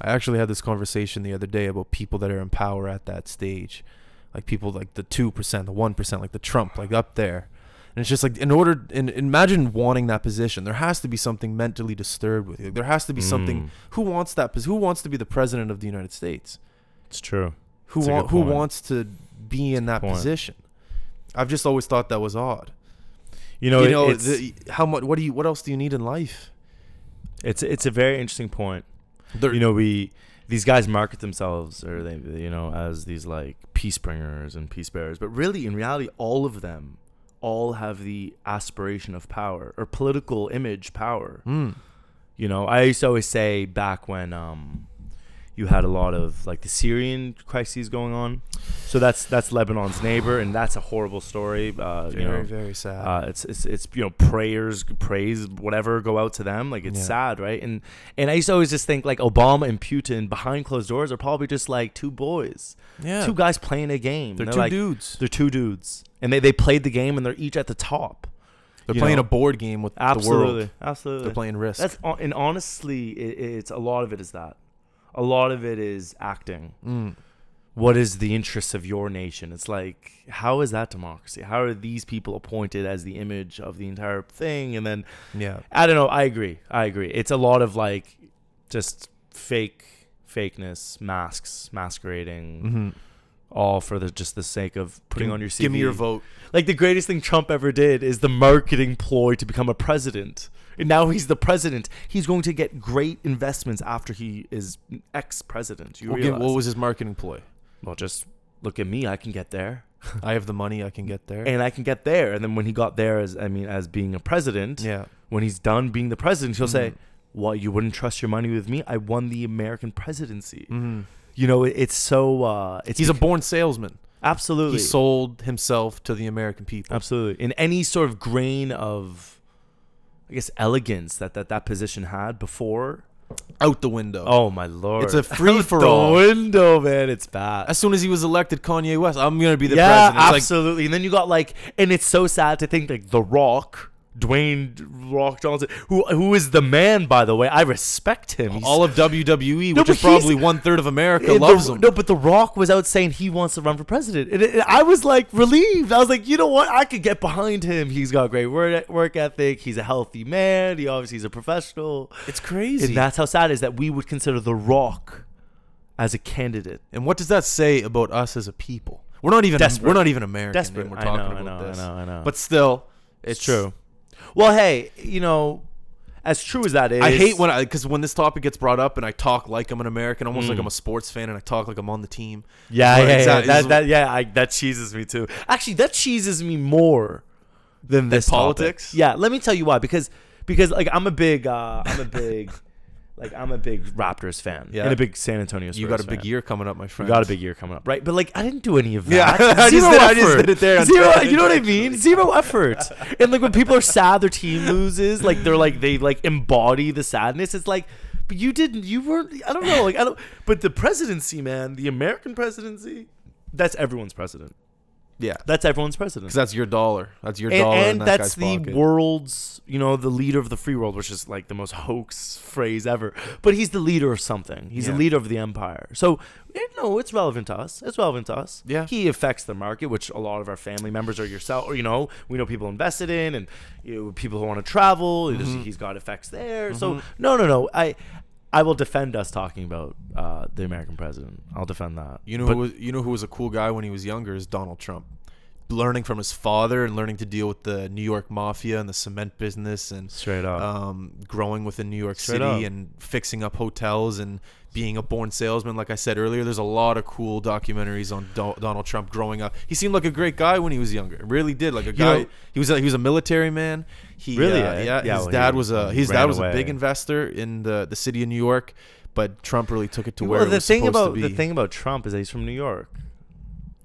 [SPEAKER 1] I actually had this conversation the other day about people that are in power at that stage, like people like the two percent, the one percent, like the Trump, like up there. And it's just like in order, and imagine wanting that position. There has to be something mentally disturbed with you. There has to be something.
[SPEAKER 3] Mm.
[SPEAKER 1] Who wants that? pos- Who wants to be the president of the United States?
[SPEAKER 3] it's true
[SPEAKER 1] Who
[SPEAKER 3] That's a
[SPEAKER 1] wa-
[SPEAKER 3] good
[SPEAKER 1] Who
[SPEAKER 3] point.
[SPEAKER 1] wants to be in that
[SPEAKER 3] point.
[SPEAKER 1] position? I've just always thought that was odd.
[SPEAKER 3] You know,
[SPEAKER 1] you
[SPEAKER 3] it-
[SPEAKER 1] know,
[SPEAKER 3] it's,
[SPEAKER 1] the, how much? What do you? What else do you need in life?
[SPEAKER 3] it's it's a very interesting point.
[SPEAKER 1] They're-
[SPEAKER 3] you know, we these guys market themselves or they you know as these like peace bringers and peace bearers, but really in reality, all of them all have the aspiration of power or political image power.
[SPEAKER 1] Mm.
[SPEAKER 3] You know, I used to always say back when um, you had a lot of like the Syrian crises going on. So that's that's Lebanon's neighbor, and that's a horrible story. Uh, you
[SPEAKER 1] Very,
[SPEAKER 3] know,
[SPEAKER 1] very sad.
[SPEAKER 3] Uh, it's it's it's you know prayers, praise, whatever go out to them. Like it's
[SPEAKER 1] Yeah.
[SPEAKER 3] sad, right? And and I used to always just think like Obama and Putin behind closed doors are probably just like two boys,
[SPEAKER 1] Yeah.
[SPEAKER 3] two guys playing a game.
[SPEAKER 1] They're two
[SPEAKER 3] like-
[SPEAKER 1] dudes.
[SPEAKER 3] They're two dudes, and they they played the game, and they're each at the top.
[SPEAKER 1] They're
[SPEAKER 3] you
[SPEAKER 1] playing
[SPEAKER 3] know,
[SPEAKER 1] a board game with
[SPEAKER 3] Absolutely,
[SPEAKER 1] the world.
[SPEAKER 3] absolutely.
[SPEAKER 1] They're playing Risk.
[SPEAKER 3] That's hon- and honestly, it, it's a lot of it is that. A lot of it is acting. Mm. What is the interests of your nation? It's like, how is that democracy? How are these people appointed as the image of the entire thing? And then,
[SPEAKER 1] yeah.
[SPEAKER 3] I don't know. I agree. I agree. It's a lot of like, just fake fakeness, masks, masquerading, all for the just the sake of putting on your CV.
[SPEAKER 1] Give me your vote.
[SPEAKER 3] Like the greatest thing Trump ever did is the marketing ploy to become a president. And now he's the president. He's going to get great investments after he is ex-president. You
[SPEAKER 1] We'll get-
[SPEAKER 3] realize?
[SPEAKER 1] what was his marketing ploy?
[SPEAKER 3] well, just look at me. I can get there,
[SPEAKER 1] I have the money. I can get there.
[SPEAKER 3] and I can get there. And then when he got there, as I mean, as being a president,
[SPEAKER 1] yeah.
[SPEAKER 3] when he's done being the president, he'll say, "Well, you wouldn't trust your money with me. I won the American presidency." You know, it, it's so uh, it's
[SPEAKER 1] He's a
[SPEAKER 3] bec-
[SPEAKER 1] born salesman.
[SPEAKER 3] absolutely
[SPEAKER 1] He sold himself to the American people.
[SPEAKER 3] Absolutely. In any sort of grain of, I guess, elegance that that, that position had before.
[SPEAKER 1] Out the window.
[SPEAKER 3] Oh, my Lord.
[SPEAKER 1] It's a free-for-all.
[SPEAKER 3] <laughs> The window, man. It's bad.
[SPEAKER 1] As soon as he was elected, Kanye West, I'm gonna be the
[SPEAKER 3] yeah,
[SPEAKER 1] president. It's like,
[SPEAKER 3] absolutely. and then you got like, and it's so sad to think like The Rock, Dwayne "The Rock Johnson, who who is the man, by the way. I respect him. He's-
[SPEAKER 1] all of WWE,
[SPEAKER 3] No,
[SPEAKER 1] which
[SPEAKER 3] but
[SPEAKER 1] is probably
[SPEAKER 3] he's-
[SPEAKER 1] one third of America,
[SPEAKER 3] and The-
[SPEAKER 1] loves him.
[SPEAKER 3] No, but The Rock was out saying he wants to run for president, and, it- and I was like relieved. I was like, you know what? I could get behind him. He's got great work, work ethic. He's a healthy man. He obviously is a professional.
[SPEAKER 1] It's crazy.
[SPEAKER 3] And that's how sad it is that we would consider The Rock as a candidate.
[SPEAKER 1] And what does that say about us as a people? We're not even
[SPEAKER 3] Desperate.
[SPEAKER 1] we're not even American.
[SPEAKER 3] Desperate.
[SPEAKER 1] when We're
[SPEAKER 3] I
[SPEAKER 1] talking
[SPEAKER 3] know, I
[SPEAKER 1] about
[SPEAKER 3] know, I
[SPEAKER 1] this.
[SPEAKER 3] know, I know.
[SPEAKER 1] But still, it's
[SPEAKER 3] Well, hey, you know, as true as that is,
[SPEAKER 1] I hate when I because when this topic gets brought up and I talk like I'm an American, almost like I'm a sports fan, and I talk like I'm on the team.
[SPEAKER 3] Yeah,
[SPEAKER 1] But
[SPEAKER 3] yeah, yeah.
[SPEAKER 1] exactly,
[SPEAKER 3] That,
[SPEAKER 1] this
[SPEAKER 3] that, yeah, I, that cheeses me too. Actually, that cheeses me more than this topic.
[SPEAKER 1] politics?
[SPEAKER 3] Yeah, let me tell you why. Because because like I'm a big uh, I'm a big like I'm a big Raptors fan
[SPEAKER 1] Yeah.
[SPEAKER 3] and a big San Antonio. Spurs
[SPEAKER 1] you got a big
[SPEAKER 3] fan.
[SPEAKER 1] year coming up, my friend.
[SPEAKER 3] You got a big year coming up, right? But like I didn't do any of that.
[SPEAKER 1] Yeah, <laughs> I just
[SPEAKER 3] Zero
[SPEAKER 1] did-
[SPEAKER 3] effort.
[SPEAKER 1] I just did it there on
[SPEAKER 3] Zero.
[SPEAKER 1] Twitter.
[SPEAKER 3] You know what I mean? Zero effort. and like when people are sad, their team loses. Like they're like they like embody the sadness. It's like. But you didn't. You weren't. I don't know. Like I don't. But the presidency, man, the American presidency, that's everyone's president.
[SPEAKER 1] <laughs> yeah.
[SPEAKER 3] That's everyone's president.
[SPEAKER 1] Because that's your dollar. That's your
[SPEAKER 3] And,
[SPEAKER 1] dollar. in
[SPEAKER 3] and
[SPEAKER 1] that guy's
[SPEAKER 3] that's the
[SPEAKER 1] pocket.
[SPEAKER 3] world's, you know, the leader of the free world, which is like the most hoax phrase ever. But he's the leader of something. He's
[SPEAKER 1] Yeah.
[SPEAKER 3] the leader of the empire. So eh, no, it's relevant to us. It's relevant to us.
[SPEAKER 1] Yeah.
[SPEAKER 3] He affects the market, which a lot of our family members or yourself, or you know, we know people invested in, and you know, people who want to travel. there's-
[SPEAKER 1] Mm-hmm.
[SPEAKER 3] He's got effects there. So no, no, no. I. I will defend us talking about uh, the American president. I'll defend that.
[SPEAKER 1] You know,
[SPEAKER 3] But-
[SPEAKER 1] who was, you know who was a cool guy when he was younger is Donald Trump. Learning from his father and learning to deal with the New York mafia and the cement business and
[SPEAKER 3] Straight up.
[SPEAKER 1] um, growing within New York
[SPEAKER 3] Straight
[SPEAKER 1] City
[SPEAKER 3] up.
[SPEAKER 1] and fixing up hotels and being a born salesman. Like I said earlier, there's a lot of cool documentaries on Do- Donald Trump growing up. He seemed like a great guy when he was younger. Really did like a guy.
[SPEAKER 3] know-
[SPEAKER 1] he was a, he was a military man. He
[SPEAKER 3] Really,
[SPEAKER 1] uh,
[SPEAKER 3] eh?
[SPEAKER 1] yeah.
[SPEAKER 3] Yeah,
[SPEAKER 1] his
[SPEAKER 3] well,
[SPEAKER 1] dad
[SPEAKER 3] he
[SPEAKER 1] was a his
[SPEAKER 3] ran
[SPEAKER 1] dad was a
[SPEAKER 3] away.
[SPEAKER 1] big investor in the the city of New York. But Trump really took it to where
[SPEAKER 3] well,
[SPEAKER 1] it
[SPEAKER 3] the
[SPEAKER 1] was
[SPEAKER 3] thing
[SPEAKER 1] supposed
[SPEAKER 3] about
[SPEAKER 1] to be.
[SPEAKER 3] the thing about Trump is that he's from New York,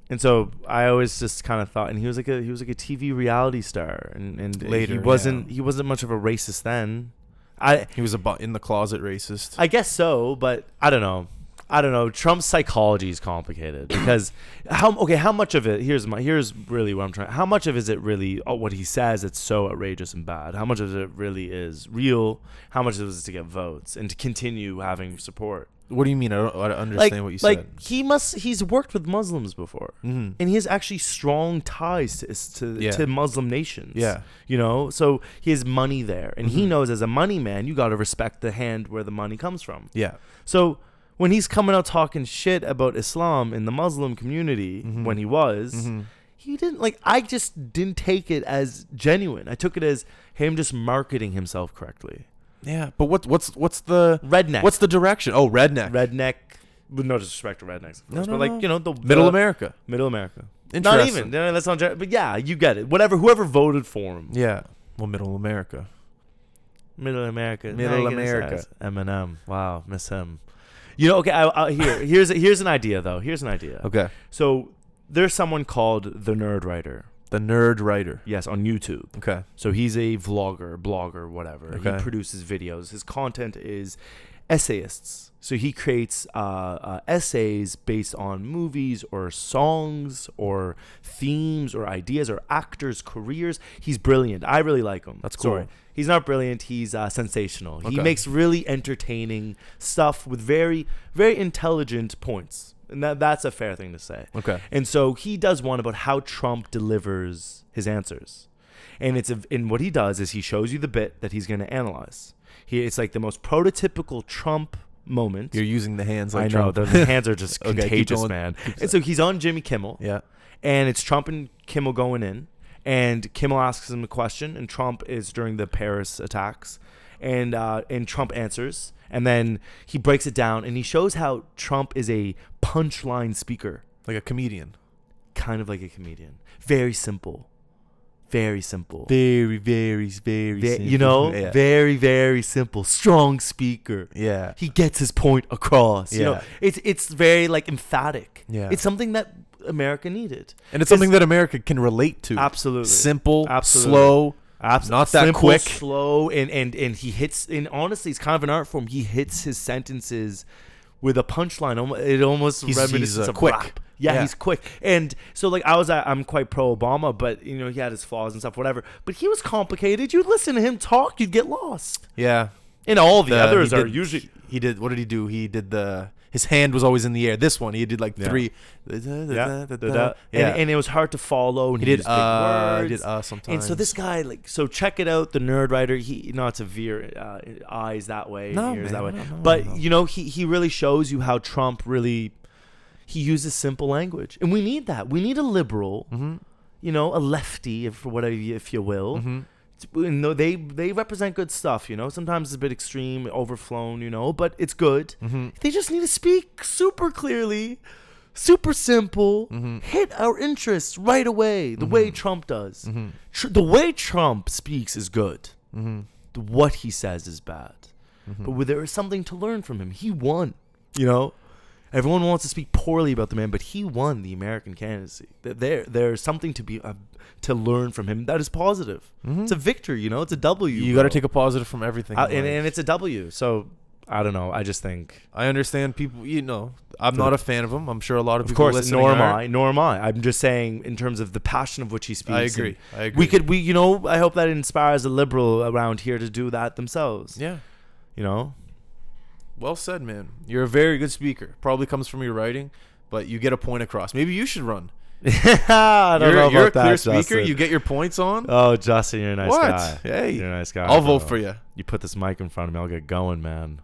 [SPEAKER 3] and so I always just kind of thought, and he was like a he was like a TV reality star, and and
[SPEAKER 1] Later,
[SPEAKER 3] he
[SPEAKER 1] yeah.
[SPEAKER 3] wasn't he wasn't much of a racist then. I
[SPEAKER 1] He was a bu- in the closet racist.
[SPEAKER 3] I guess so, but I don't know. I don't know. Trump's psychology
[SPEAKER 1] <coughs>
[SPEAKER 3] is complicated because how okay? How much of it? Here's my here's really what I'm trying. How much of is it really oh, what he says? It's so outrageous and bad. How much of it really is real? How much of it is to get votes and to continue having support?
[SPEAKER 1] what do you mean? I don't, I don't understand what you said.
[SPEAKER 3] he must he's worked with Muslims before,
[SPEAKER 1] Mhm.
[SPEAKER 3] and he has actually strong ties to is- to,
[SPEAKER 1] Yeah.
[SPEAKER 3] to Muslim nations.
[SPEAKER 1] Yeah. Mm-hmm.
[SPEAKER 3] you know, so he has money there, and he knows as a money man, you got to respect the hand where the money comes from.
[SPEAKER 1] Yeah.
[SPEAKER 3] So
[SPEAKER 1] Mm-hmm.
[SPEAKER 3] when he's coming out talking shit about Islam in the Muslim community, when he was, he didn't like I just didn't take it as genuine. I took it as him just marketing himself correctly.
[SPEAKER 1] Yeah, but what what's what's the
[SPEAKER 3] Redneck.
[SPEAKER 1] What's the direction? Oh, redneck.
[SPEAKER 3] Redneck with no disrespect to rednecks, of course,
[SPEAKER 1] no,
[SPEAKER 3] but like,
[SPEAKER 1] no.
[SPEAKER 3] you know, the
[SPEAKER 1] Middle
[SPEAKER 3] the-
[SPEAKER 1] America.
[SPEAKER 3] Middle America. Not
[SPEAKER 1] Interesting.
[SPEAKER 3] even. No, that's not gen- but yeah, you get it. Whatever whoever voted for him.
[SPEAKER 1] Yeah. Well, Middle America.
[SPEAKER 3] Middle America.
[SPEAKER 1] Middle
[SPEAKER 3] Now you get his
[SPEAKER 1] America.
[SPEAKER 3] ass. Eminem. Wow, miss him. You know, okay, I, I, here here's here's an idea though. Here's an idea.
[SPEAKER 1] Okay.
[SPEAKER 3] So there's someone called the Nerd Writer.
[SPEAKER 1] The nerd writer.
[SPEAKER 3] Yes, on YouTube.
[SPEAKER 1] Okay.
[SPEAKER 3] So he's a vlogger, blogger, whatever.
[SPEAKER 1] Okay.
[SPEAKER 3] He produces videos. His content is essayists. So he creates uh, uh, essays based on movies or songs or themes or ideas or actors' careers. He's brilliant. I really like him.
[SPEAKER 1] That's cool.
[SPEAKER 3] He's not brilliant. He's uh, sensational. He
[SPEAKER 1] Okay.
[SPEAKER 3] makes really entertaining stuff with very, very intelligent points. And that, that's a fair thing to say.
[SPEAKER 1] Okay.
[SPEAKER 3] And so he does one about how Trump delivers his answers. And it's a, and what he does is he shows you the bit that he's going to analyze. He it's like the most prototypical Trump moment.
[SPEAKER 1] You're using the hands like
[SPEAKER 3] I know
[SPEAKER 1] Trump.
[SPEAKER 3] the
[SPEAKER 1] <laughs>
[SPEAKER 3] the hands are just
[SPEAKER 1] Okay, keep
[SPEAKER 3] contagious,
[SPEAKER 1] going.
[SPEAKER 3] man.
[SPEAKER 1] Keep
[SPEAKER 3] And so he's on Jimmy Kimmel
[SPEAKER 1] yeah.
[SPEAKER 3] and it's Trump and Kimmel going in, and Kimmel asks him a question, and Trump is during the Paris attacks, and uh, and Trump answers, and then he breaks it down, and he shows how Trump is a punchline speaker,
[SPEAKER 1] Like a comedian.
[SPEAKER 3] kind of like a comedian, very simple, very simple,
[SPEAKER 1] Very, very, very.
[SPEAKER 3] Ve- you know,
[SPEAKER 1] Yeah.
[SPEAKER 3] very very simple, strong speaker.
[SPEAKER 1] yeah.
[SPEAKER 3] He gets his point across. You know,
[SPEAKER 1] Yeah.
[SPEAKER 3] it's it's very like emphatic.
[SPEAKER 1] Yeah.
[SPEAKER 3] it's something that America needed,
[SPEAKER 1] and it's something that America can relate to.
[SPEAKER 3] Absolutely.
[SPEAKER 1] Simple.
[SPEAKER 3] Absolutely.
[SPEAKER 1] Slow.
[SPEAKER 3] Abs-
[SPEAKER 1] Not that
[SPEAKER 3] simple,
[SPEAKER 1] quick.
[SPEAKER 3] slow, and and and he hits. And honestly, it's kind of an art form. He hits his sentences with a punchline. Almo- It almost
[SPEAKER 1] He's-
[SPEAKER 3] reminisces
[SPEAKER 1] he's, uh,
[SPEAKER 3] of
[SPEAKER 1] quick.
[SPEAKER 3] rap. Yeah,
[SPEAKER 1] Yeah.
[SPEAKER 3] he's quick. And so, like, I was, uh, I'm quite pro Obama, but you know, he had his flaws and stuff, whatever. But he was complicated. You listen to him talk, you'd get lost.
[SPEAKER 1] Yeah.
[SPEAKER 3] And all the,
[SPEAKER 1] The-
[SPEAKER 3] others
[SPEAKER 1] he
[SPEAKER 3] are
[SPEAKER 1] did-
[SPEAKER 3] usually.
[SPEAKER 1] He did. What did he do? He did the. His hand was always in the air. This one, he did like
[SPEAKER 3] Yeah.
[SPEAKER 1] three. Yeah.
[SPEAKER 3] And, and it was hard to follow. And he,
[SPEAKER 1] He did,
[SPEAKER 3] used big
[SPEAKER 1] uh, he
[SPEAKER 3] words.
[SPEAKER 1] did, uh,
[SPEAKER 3] And so this
[SPEAKER 1] sometimes.
[SPEAKER 3] guy, like, so check it out. The nerd writer, he not to veer uh, eyes that way,
[SPEAKER 1] No,
[SPEAKER 3] ears that way,
[SPEAKER 1] man, no, no,
[SPEAKER 3] but
[SPEAKER 1] no.
[SPEAKER 3] you know, he he really shows you how Trump really he uses simple language, and we need that. We need a liberal,
[SPEAKER 1] Mm-hmm.
[SPEAKER 3] you know, a lefty, if for whatever you, if you will.
[SPEAKER 1] Mm-hmm.
[SPEAKER 3] And no, they they represent good stuff, you know. Sometimes it's a bit extreme, overflown, you know, but it's good.
[SPEAKER 1] Mm-hmm.
[SPEAKER 3] They just need to speak super clearly, super simple,
[SPEAKER 1] Mm-hmm.
[SPEAKER 3] hit our interests right away. The way Trump does,
[SPEAKER 1] Mm-hmm.
[SPEAKER 3] Tr- the way Trump speaks is good. The- What he says is bad,
[SPEAKER 1] Mm-hmm.
[SPEAKER 3] but where there is something to learn from him. He won, you know. Everyone wants to speak poorly about the man, but he won the American candidacy. Th- There, there's something to be uh, to learn from him that is positive. It's a victory, you know. It's a W.
[SPEAKER 1] Mm-hmm. you got to
[SPEAKER 3] bro.
[SPEAKER 1] take a positive from everything.
[SPEAKER 3] Uh,
[SPEAKER 1] in
[SPEAKER 3] and,
[SPEAKER 1] life.
[SPEAKER 3] and it's a W. So I don't know. I just think,
[SPEAKER 1] I understand people. You know, I'm not a fan of him. I'm sure a lot of
[SPEAKER 3] of
[SPEAKER 1] people.
[SPEAKER 3] course,
[SPEAKER 1] listening
[SPEAKER 3] nor am
[SPEAKER 1] aren't.
[SPEAKER 3] I. Nor am I. I'm just saying in terms of the passion of which he speaks.
[SPEAKER 1] I
[SPEAKER 3] and
[SPEAKER 1] agree. I agree.
[SPEAKER 3] We could, we you know, I hope that inspires a liberal around here to do that themselves.
[SPEAKER 1] Yeah.
[SPEAKER 3] You
[SPEAKER 1] <laughs>
[SPEAKER 3] know.
[SPEAKER 1] Well said, man. You're a very good speaker. Probably comes from your writing, but you get a point across. Maybe you should run.
[SPEAKER 3] I don't
[SPEAKER 1] you're
[SPEAKER 3] know about
[SPEAKER 1] you're a
[SPEAKER 3] that,
[SPEAKER 1] clear speaker.
[SPEAKER 3] Justin.
[SPEAKER 1] You get your points on.
[SPEAKER 3] Oh, Justin, you're a nice
[SPEAKER 1] What?
[SPEAKER 3] guy.
[SPEAKER 1] Hey,
[SPEAKER 3] you're a nice guy.
[SPEAKER 1] I'll vote
[SPEAKER 3] bro.
[SPEAKER 1] for you.
[SPEAKER 3] You put this mic in front of me, I'll get going, man.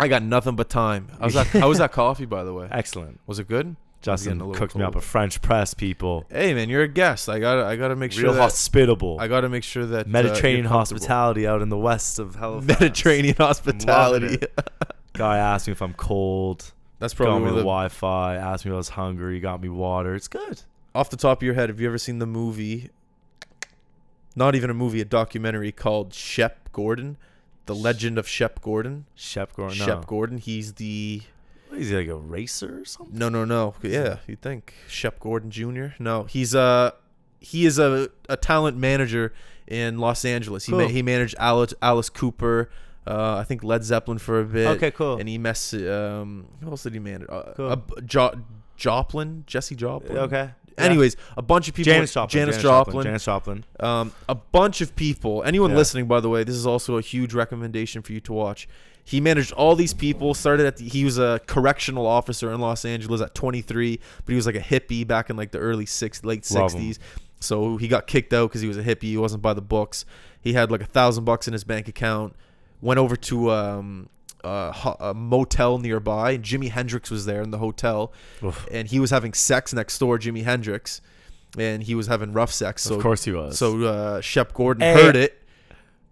[SPEAKER 1] I got nothing but time. I was at, how was
[SPEAKER 3] <laughs>
[SPEAKER 1] that coffee, by the way?
[SPEAKER 3] Excellent.
[SPEAKER 1] Was it good?
[SPEAKER 3] Justin
[SPEAKER 1] getting a little
[SPEAKER 3] cooked me up a
[SPEAKER 1] cold.
[SPEAKER 3] French press, people.
[SPEAKER 1] Hey, man, you're a guest. I gotta I gotta make sure.
[SPEAKER 3] Real
[SPEAKER 1] that-
[SPEAKER 3] hospitable.
[SPEAKER 1] I gotta make sure that uh, you're
[SPEAKER 3] Mediterranean
[SPEAKER 1] comfortable.
[SPEAKER 3] <laughs> hospitality out in the west of Halifax.
[SPEAKER 1] Mediterranean hospitality.
[SPEAKER 3] it. Guy asked me if I'm cold.
[SPEAKER 1] That's
[SPEAKER 3] Got
[SPEAKER 1] probably
[SPEAKER 3] me
[SPEAKER 1] one
[SPEAKER 3] the
[SPEAKER 1] of the,
[SPEAKER 3] Wi-Fi. Asked me if I was hungry. Got me water. It's good.
[SPEAKER 1] off the top of your head. Have you ever seen the movie? Not even a movie, a documentary called Shep Gordon, the Legend of Shep Gordon.
[SPEAKER 3] Shep Gordon. No.
[SPEAKER 1] Shep Gordon. He's the
[SPEAKER 3] Is he like a racer or something?
[SPEAKER 1] no, no, no. Yeah, you'd think Shep Gordon Jr. No, he's a he is a, a talent manager in Los Angeles. He ma-
[SPEAKER 3] Cool.
[SPEAKER 1] he managed Alice, Alice Cooper. Uh, I think Led Zeppelin for a bit.
[SPEAKER 3] Okay, cool.
[SPEAKER 1] And he mess. Um, who else did he manage? Uh,
[SPEAKER 3] Cool.
[SPEAKER 1] uh, jo- Joplin, Jesse Joplin.
[SPEAKER 3] Okay.
[SPEAKER 1] Anyways, a bunch of people.
[SPEAKER 3] Janice Joplin.
[SPEAKER 1] Janis Joplin.
[SPEAKER 3] Janis Joplin.
[SPEAKER 1] Um, a bunch of people. Anyone
[SPEAKER 3] Yeah.
[SPEAKER 1] listening, by the way, this is also a huge recommendation for you to watch. He managed all these people. Started at the, he was a correctional officer in Los Angeles at 23, but he was like a hippie back in like the early six late
[SPEAKER 3] Love him.
[SPEAKER 1] 60s. So he got kicked out because he was a hippie. He wasn't by the books. He had like a thousand bucks in his bank account. Went over to um, uh, ho- a motel nearby. Jimi Hendrix was there in the hotel,
[SPEAKER 3] Oof.
[SPEAKER 1] and he was having sex next door. Jimi Hendrix, and he was having rough sex. So
[SPEAKER 3] Of course he was.
[SPEAKER 1] So uh, Shep Gordon
[SPEAKER 3] Hey.
[SPEAKER 1] heard it.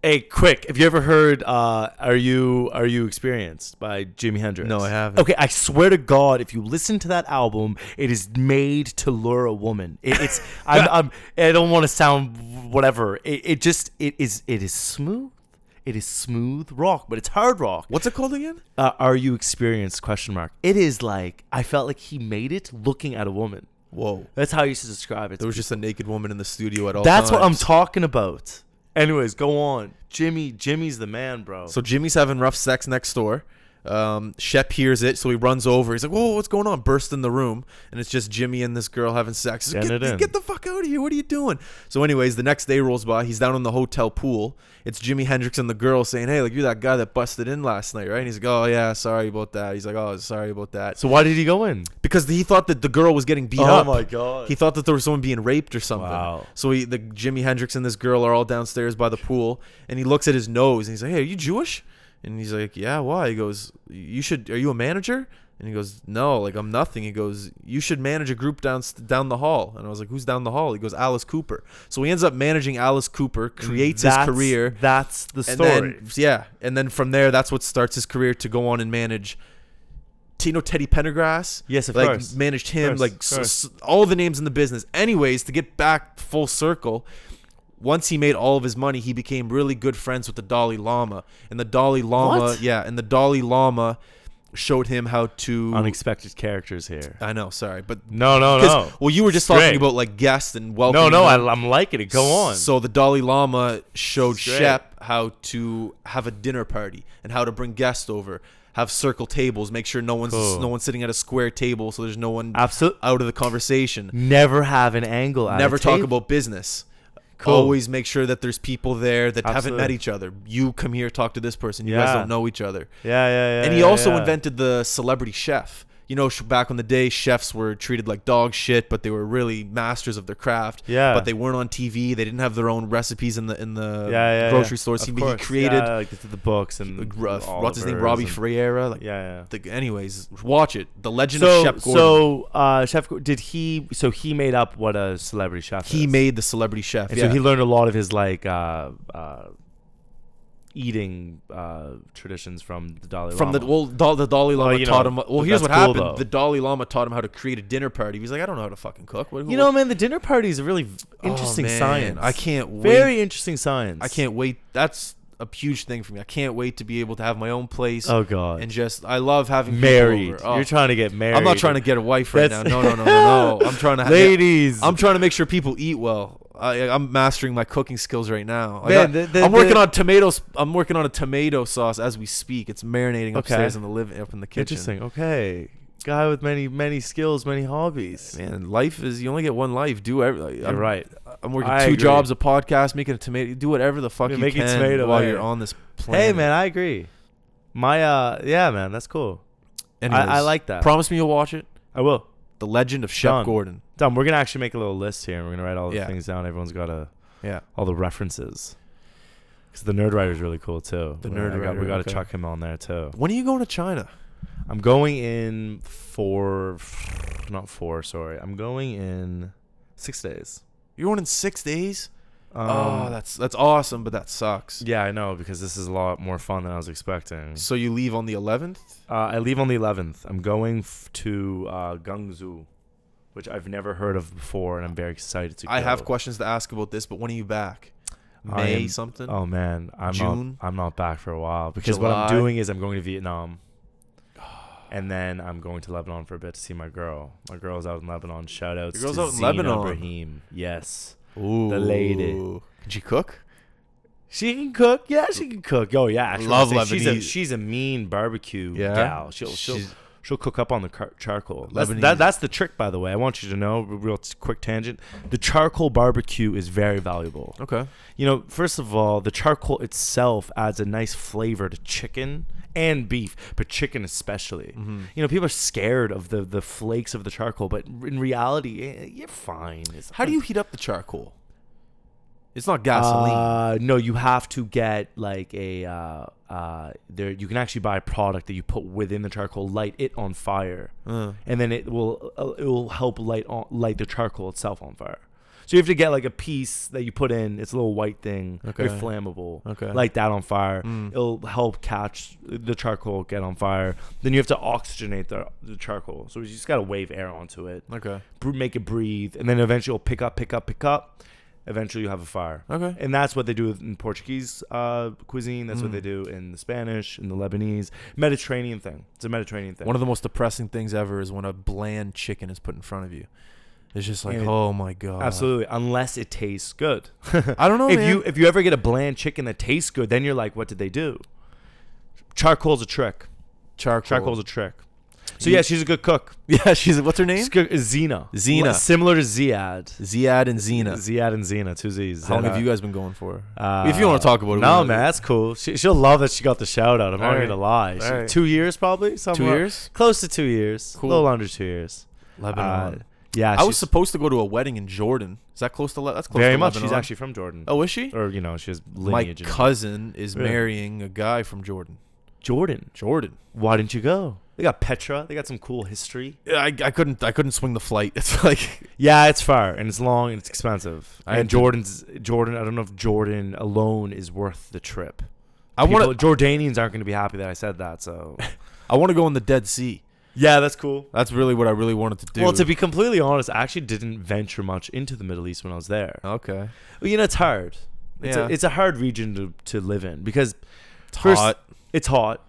[SPEAKER 3] Hey, quick! Have you ever heard uh, "Are You Are You Experienced" by Jimi Hendrix?
[SPEAKER 1] No, I haven't.
[SPEAKER 3] Okay, I swear to God, if you listen to that album, it is made to lure a woman. It, <laughs> it's I'm, I'm I don't want to sound whatever. It, it just it is it is smooth. It is smooth rock, but it's hard rock.
[SPEAKER 1] What's it called again?
[SPEAKER 3] Uh, are you experienced? Question mark. It is like I felt like he made it looking at a woman.
[SPEAKER 1] Whoa,
[SPEAKER 3] That's how I used to describe it.
[SPEAKER 1] there was just a naked woman in the studio at all.
[SPEAKER 3] That's what I'm
[SPEAKER 1] times.
[SPEAKER 3] talking about. Anyways, go on. Jimmy, Jimmy's the man, bro.
[SPEAKER 1] So Jimmy's having rough sex next door. Um, Shep hears it, so he runs over. He's like, "Whoa, what's going on?" Bursts in the room, and it's just Jimmy and this girl having sex. He's like,
[SPEAKER 3] Getting
[SPEAKER 1] get,
[SPEAKER 3] it in.
[SPEAKER 1] get the fuck out of here! What are you doing? So, anyways, the next day rolls by. He's down in the hotel pool. It's Jimi Hendrix and the girl saying, "Hey, like you're that guy that busted in last night, right?" And he's like, "Oh yeah, sorry about that." He's like, "Oh, sorry about that."
[SPEAKER 3] So why did he go in?
[SPEAKER 1] because he thought that the girl was getting beat
[SPEAKER 3] Oh
[SPEAKER 1] up.
[SPEAKER 3] my God.
[SPEAKER 1] He thought that there was someone being raped or something.
[SPEAKER 3] Wow.
[SPEAKER 1] So he, the Jimi Hendrix and this girl are all downstairs by the pool, and he looks at his nose and he's like, "Hey, are you Jewish?" And he's like, "Yeah, why?" He goes, "You should. Are you a manager?" And he goes, "No, like I'm nothing." He goes, "You should manage a group down down the hall." And I was like, "Who's down the hall?" He goes, "Alice Cooper." So he ends up managing Alice Cooper, creates his
[SPEAKER 3] That's-
[SPEAKER 1] career,
[SPEAKER 3] That's the
[SPEAKER 1] and
[SPEAKER 3] story.
[SPEAKER 1] then yeah, and then from there, that's what starts his career to go on and manage. T- You know Teddy Pendergrass?
[SPEAKER 3] Yes, of
[SPEAKER 1] like,
[SPEAKER 3] course.
[SPEAKER 1] Managed him,
[SPEAKER 3] Course,
[SPEAKER 1] like s-
[SPEAKER 3] course.
[SPEAKER 1] s- all the names in the business. Anyways, to get back full circle, once he made all of his money, he became really good friends with the Dalai Lama, and the Dalai Lama,
[SPEAKER 3] What?
[SPEAKER 1] yeah, and the Dalai Lama showed him how to.
[SPEAKER 3] Unexpected characters here.
[SPEAKER 1] I know, sorry, but
[SPEAKER 3] Uh, No, no,
[SPEAKER 1] 'cause-
[SPEAKER 3] no.
[SPEAKER 1] well, you were just
[SPEAKER 3] Straight.
[SPEAKER 1] talking about like guests and welcome.
[SPEAKER 3] No, no, I, I'm liking it. Go on.
[SPEAKER 1] So the Dalai Lama showed
[SPEAKER 3] Straight.
[SPEAKER 1] Shep how to have a dinner party and how to bring guests over, have circle tables, make sure no one's
[SPEAKER 3] Cool.
[SPEAKER 1] no one's sitting at a square table, so there's no one
[SPEAKER 3] Absol-
[SPEAKER 1] out of the conversation.
[SPEAKER 3] never have an angle. At
[SPEAKER 1] Never
[SPEAKER 3] a
[SPEAKER 1] talk
[SPEAKER 3] table.
[SPEAKER 1] about business.
[SPEAKER 3] Cool.
[SPEAKER 1] Always make sure that there's people there that haven't met
[SPEAKER 3] Absolutely.
[SPEAKER 1] each other. You come here, talk to this person. You guys
[SPEAKER 3] Yeah.
[SPEAKER 1] don't know each other.
[SPEAKER 3] Yeah, yeah, yeah.
[SPEAKER 1] And he
[SPEAKER 3] yeah,
[SPEAKER 1] also
[SPEAKER 3] yeah.
[SPEAKER 1] invented the celebrity chef. You know, sh- back in the day, chefs were treated like dog shit, but they were really masters of their craft.
[SPEAKER 3] Yeah.
[SPEAKER 1] But they weren't on TV. They didn't have their own recipes in the in the
[SPEAKER 3] yeah, yeah,
[SPEAKER 1] grocery
[SPEAKER 3] yeah.
[SPEAKER 1] stores. He,
[SPEAKER 3] Of
[SPEAKER 1] he
[SPEAKER 3] course.
[SPEAKER 1] created
[SPEAKER 3] yeah, like the, the books and
[SPEAKER 1] like, r- uh,
[SPEAKER 3] Oliver's
[SPEAKER 1] what's his name, Robbie
[SPEAKER 3] and-
[SPEAKER 1] Ferreira. Like,
[SPEAKER 3] Yeah, yeah.
[SPEAKER 1] the- anyways, watch it. The Legend
[SPEAKER 3] so,
[SPEAKER 1] of Shep Gordon.
[SPEAKER 3] so uh, Chef, Gor- did he? So he made up what a celebrity chef.
[SPEAKER 1] he
[SPEAKER 3] is.
[SPEAKER 1] made the celebrity chef.
[SPEAKER 3] And
[SPEAKER 1] yeah.
[SPEAKER 3] so he learned a lot of his like uh, uh, eating uh, traditions from the Dalai
[SPEAKER 1] from
[SPEAKER 3] Lama.
[SPEAKER 1] the well, Dal- the Dalai Lama
[SPEAKER 3] you
[SPEAKER 1] taught
[SPEAKER 3] know,
[SPEAKER 1] him. Well,
[SPEAKER 3] but
[SPEAKER 1] here's what
[SPEAKER 3] that's cool,
[SPEAKER 1] happened:
[SPEAKER 3] though.
[SPEAKER 1] the Dalai Lama taught him how to create a dinner party. He's like, I don't know how to fucking cook. What, who-
[SPEAKER 3] you know, man, the dinner party is a really v-
[SPEAKER 1] Oh,
[SPEAKER 3] interesting
[SPEAKER 1] man,
[SPEAKER 3] science.
[SPEAKER 1] I can't wait.
[SPEAKER 3] Very interesting science.
[SPEAKER 1] I can't wait. That's a huge thing for me. I can't wait to be able to have my own place.
[SPEAKER 3] Oh, God.
[SPEAKER 1] And just I love having people
[SPEAKER 3] married.
[SPEAKER 1] over. Oh,
[SPEAKER 3] You're trying to get married.
[SPEAKER 1] I'm not trying to get a wife right now.
[SPEAKER 3] That's-
[SPEAKER 1] No, no, no, no,
[SPEAKER 3] <laughs>
[SPEAKER 1] no. I'm trying to.
[SPEAKER 3] Ladies.
[SPEAKER 1] I'm trying to make sure people eat well. I, I'm mastering my cooking skills right now. I
[SPEAKER 3] Man,
[SPEAKER 1] got-
[SPEAKER 3] the- the-
[SPEAKER 1] I'm working
[SPEAKER 3] the-
[SPEAKER 1] on tomatoes. I'm working on a tomato sauce as we speak. It's marinating upstairs in the living up in the kitchen.
[SPEAKER 3] Interesting. Okay, guy with many many skills, many hobbies.
[SPEAKER 1] Man, life is you only get one life. Do every.
[SPEAKER 3] You're right.
[SPEAKER 1] I'm working
[SPEAKER 3] I
[SPEAKER 1] two
[SPEAKER 3] agree.
[SPEAKER 1] jobs, a podcast, making a tomato. Do whatever the fuck
[SPEAKER 3] Yeah,
[SPEAKER 1] you
[SPEAKER 3] making
[SPEAKER 1] can
[SPEAKER 3] tomato,
[SPEAKER 1] while
[SPEAKER 3] yeah.
[SPEAKER 1] you're on this planet.
[SPEAKER 3] Hey, man, I agree. My uh, yeah, man, that's cool.
[SPEAKER 1] Anyways,
[SPEAKER 3] I like that.
[SPEAKER 1] Promise me you'll watch it.
[SPEAKER 3] I will.
[SPEAKER 1] The Legend of Shep
[SPEAKER 3] Done.
[SPEAKER 1] Gordon.
[SPEAKER 3] Dom, we're gonna actually make a little list here, and we're gonna write all the
[SPEAKER 1] Yeah.
[SPEAKER 3] things down. Everyone's got a
[SPEAKER 1] Yeah.
[SPEAKER 3] all the references. Because the Nerd Rider's really cool too.
[SPEAKER 1] The
[SPEAKER 3] We-
[SPEAKER 1] Nerd
[SPEAKER 3] I got-
[SPEAKER 1] Rider,
[SPEAKER 3] we got to
[SPEAKER 1] okay.
[SPEAKER 3] chuck him on there too.
[SPEAKER 1] When are you going to China?
[SPEAKER 3] I'm going in four, <sighs> not four. Sorry, I'm going in six days.
[SPEAKER 1] You're going in six days.
[SPEAKER 3] Um,
[SPEAKER 1] oh, that's that's awesome, but that sucks.
[SPEAKER 3] yeah, I know because this is a lot more fun than I was expecting.
[SPEAKER 1] So you leave on the 11th.
[SPEAKER 3] Uh, I leave on the 11th. I'm going f- to uh, Guangzhou, which I've never heard of before, and I'm very excited to.
[SPEAKER 1] I
[SPEAKER 3] go.
[SPEAKER 1] have questions to ask about this, but when are you back?
[SPEAKER 3] I
[SPEAKER 1] May
[SPEAKER 3] am-
[SPEAKER 1] something.
[SPEAKER 3] Oh man, I'm
[SPEAKER 1] June?
[SPEAKER 3] not. I'm not back for a while because
[SPEAKER 1] July?
[SPEAKER 3] what I'm doing is I'm going to Vietnam,
[SPEAKER 1] <sighs>
[SPEAKER 3] and then I'm going to Lebanon for a bit to see my girl. My girl's out in Lebanon. Shout outs.
[SPEAKER 1] Your girl's
[SPEAKER 3] to
[SPEAKER 1] out in
[SPEAKER 3] Zena
[SPEAKER 1] Lebanon.
[SPEAKER 3] Brahim. Yes,
[SPEAKER 1] Ooh,
[SPEAKER 3] the lady.
[SPEAKER 1] Did you cook?
[SPEAKER 3] she can cook. Yeah, she can cook. Oh yeah, actually,
[SPEAKER 1] Love
[SPEAKER 3] she's a,
[SPEAKER 1] Lebanese.
[SPEAKER 3] she's a mean barbecue
[SPEAKER 1] Yeah?
[SPEAKER 3] gal. She'll she'll.
[SPEAKER 1] She's-
[SPEAKER 3] She'll cook up on the car- charcoal. That's,
[SPEAKER 1] Lebanese.
[SPEAKER 3] that, that's the trick, by the way. I want you to know, real t- quick tangent. The charcoal barbecue is very valuable.
[SPEAKER 1] Okay.
[SPEAKER 3] You know, first of all, the charcoal itself adds a nice flavor to chicken and beef, but chicken especially.
[SPEAKER 1] Mm-hmm.
[SPEAKER 3] You know, people are scared of the the flakes of the charcoal, but in reality, eh, you're fine. It's
[SPEAKER 1] How do you heat up the charcoal? It's not gasoline.
[SPEAKER 3] Uh, no, you have to get like a uh, uh, there you can actually buy a product that you put within the charcoal, light it on fire,
[SPEAKER 1] Hmm.
[SPEAKER 3] and then it will uh, it will help light on light the charcoal itself on fire. So you have to get like a piece that you put in. It's a little white thing, very
[SPEAKER 1] Okay.
[SPEAKER 3] flammable.
[SPEAKER 1] Okay. Hmm.
[SPEAKER 3] light that on fire. It'll help catch the charcoal get on fire. Then you have to oxygenate the, the charcoal. So you just gotta wave air onto it,
[SPEAKER 1] Okay.
[SPEAKER 3] br- make it breathe, and then eventually it'll pick up, pick up, pick up. Eventually you have a fire.
[SPEAKER 1] Okay.
[SPEAKER 3] And that's what they do in Portuguese uh, cuisine. That's what they
[SPEAKER 1] Mm.
[SPEAKER 3] do in the Spanish, in the Lebanese, Mediterranean thing. It's a Mediterranean thing.
[SPEAKER 1] One of the most depressing things ever is when a bland chicken is put in front of you. It's just like,
[SPEAKER 3] Yeah.
[SPEAKER 1] oh my god.
[SPEAKER 3] Absolutely, unless it tastes good. <laughs>
[SPEAKER 1] I don't know,
[SPEAKER 3] if
[SPEAKER 1] man.
[SPEAKER 3] you if you ever get a bland chicken that tastes good, then you're like, what did they do? Charcoal's a trick.
[SPEAKER 1] charcoal.
[SPEAKER 3] Charcoal's a trick. So
[SPEAKER 1] You-
[SPEAKER 3] yeah, she's a good cook.
[SPEAKER 1] <laughs> Yeah, she's what's her name?
[SPEAKER 3] She's good. Zena.
[SPEAKER 1] Zena.
[SPEAKER 3] Li- Similar to Ziad.
[SPEAKER 1] Ziad and Zena.
[SPEAKER 3] Ziad and Zena, two Z's.
[SPEAKER 1] How long have
[SPEAKER 3] Zena.
[SPEAKER 1] you guys been going for?
[SPEAKER 3] Uh,
[SPEAKER 1] if you want to talk about it, we
[SPEAKER 3] No,
[SPEAKER 1] can-
[SPEAKER 3] man, that's cool. She, she'll love that she got the shout out. I'm not
[SPEAKER 1] Alright.
[SPEAKER 3] gonna lie. She-
[SPEAKER 1] Alright.
[SPEAKER 3] Two years probably. Something like-
[SPEAKER 1] years?
[SPEAKER 3] Close to two years.
[SPEAKER 1] Cool.
[SPEAKER 3] A little under two years. Uh,
[SPEAKER 1] Lebanon.
[SPEAKER 3] yeah,
[SPEAKER 1] I was
[SPEAKER 3] she's
[SPEAKER 1] supposed to go to a wedding in Jordan. Is that close to? Le- that's close
[SPEAKER 3] very
[SPEAKER 1] to
[SPEAKER 3] much.
[SPEAKER 1] Lebanon.
[SPEAKER 3] She's actually from Jordan.
[SPEAKER 1] Oh, is she?
[SPEAKER 3] or you know, she has
[SPEAKER 1] My
[SPEAKER 3] lineage. in
[SPEAKER 1] cousin is
[SPEAKER 3] Really?
[SPEAKER 1] marrying a guy from Jordan.
[SPEAKER 3] Jordan.
[SPEAKER 1] Jordan.
[SPEAKER 3] Why didn't you go? They got Petra. They got some cool history.
[SPEAKER 1] Yeah, I, I couldn't. I couldn't swing the flight. <laughs> It's like
[SPEAKER 3] Yeah, it's far and it's long and it's expensive.
[SPEAKER 1] I had
[SPEAKER 3] and
[SPEAKER 1] to-
[SPEAKER 3] Jordan's Jordan. I don't know if Jordan alone is worth the trip.
[SPEAKER 1] I want to.
[SPEAKER 3] People- Jordanians aren't going to be happy that I said that. So
[SPEAKER 1] I want to go in the Dead Sea.
[SPEAKER 3] <laughs> yeah, that's cool.
[SPEAKER 1] That's really what I really wanted to do.
[SPEAKER 3] Well, to be completely honest, I actually didn't venture much into the Middle East when I was there.
[SPEAKER 1] okay.
[SPEAKER 3] Well, you know, it's hard. It's,
[SPEAKER 1] Oh. Yeah.
[SPEAKER 3] a, it's a hard region to, to live in because it's
[SPEAKER 1] hot.
[SPEAKER 3] It's hot.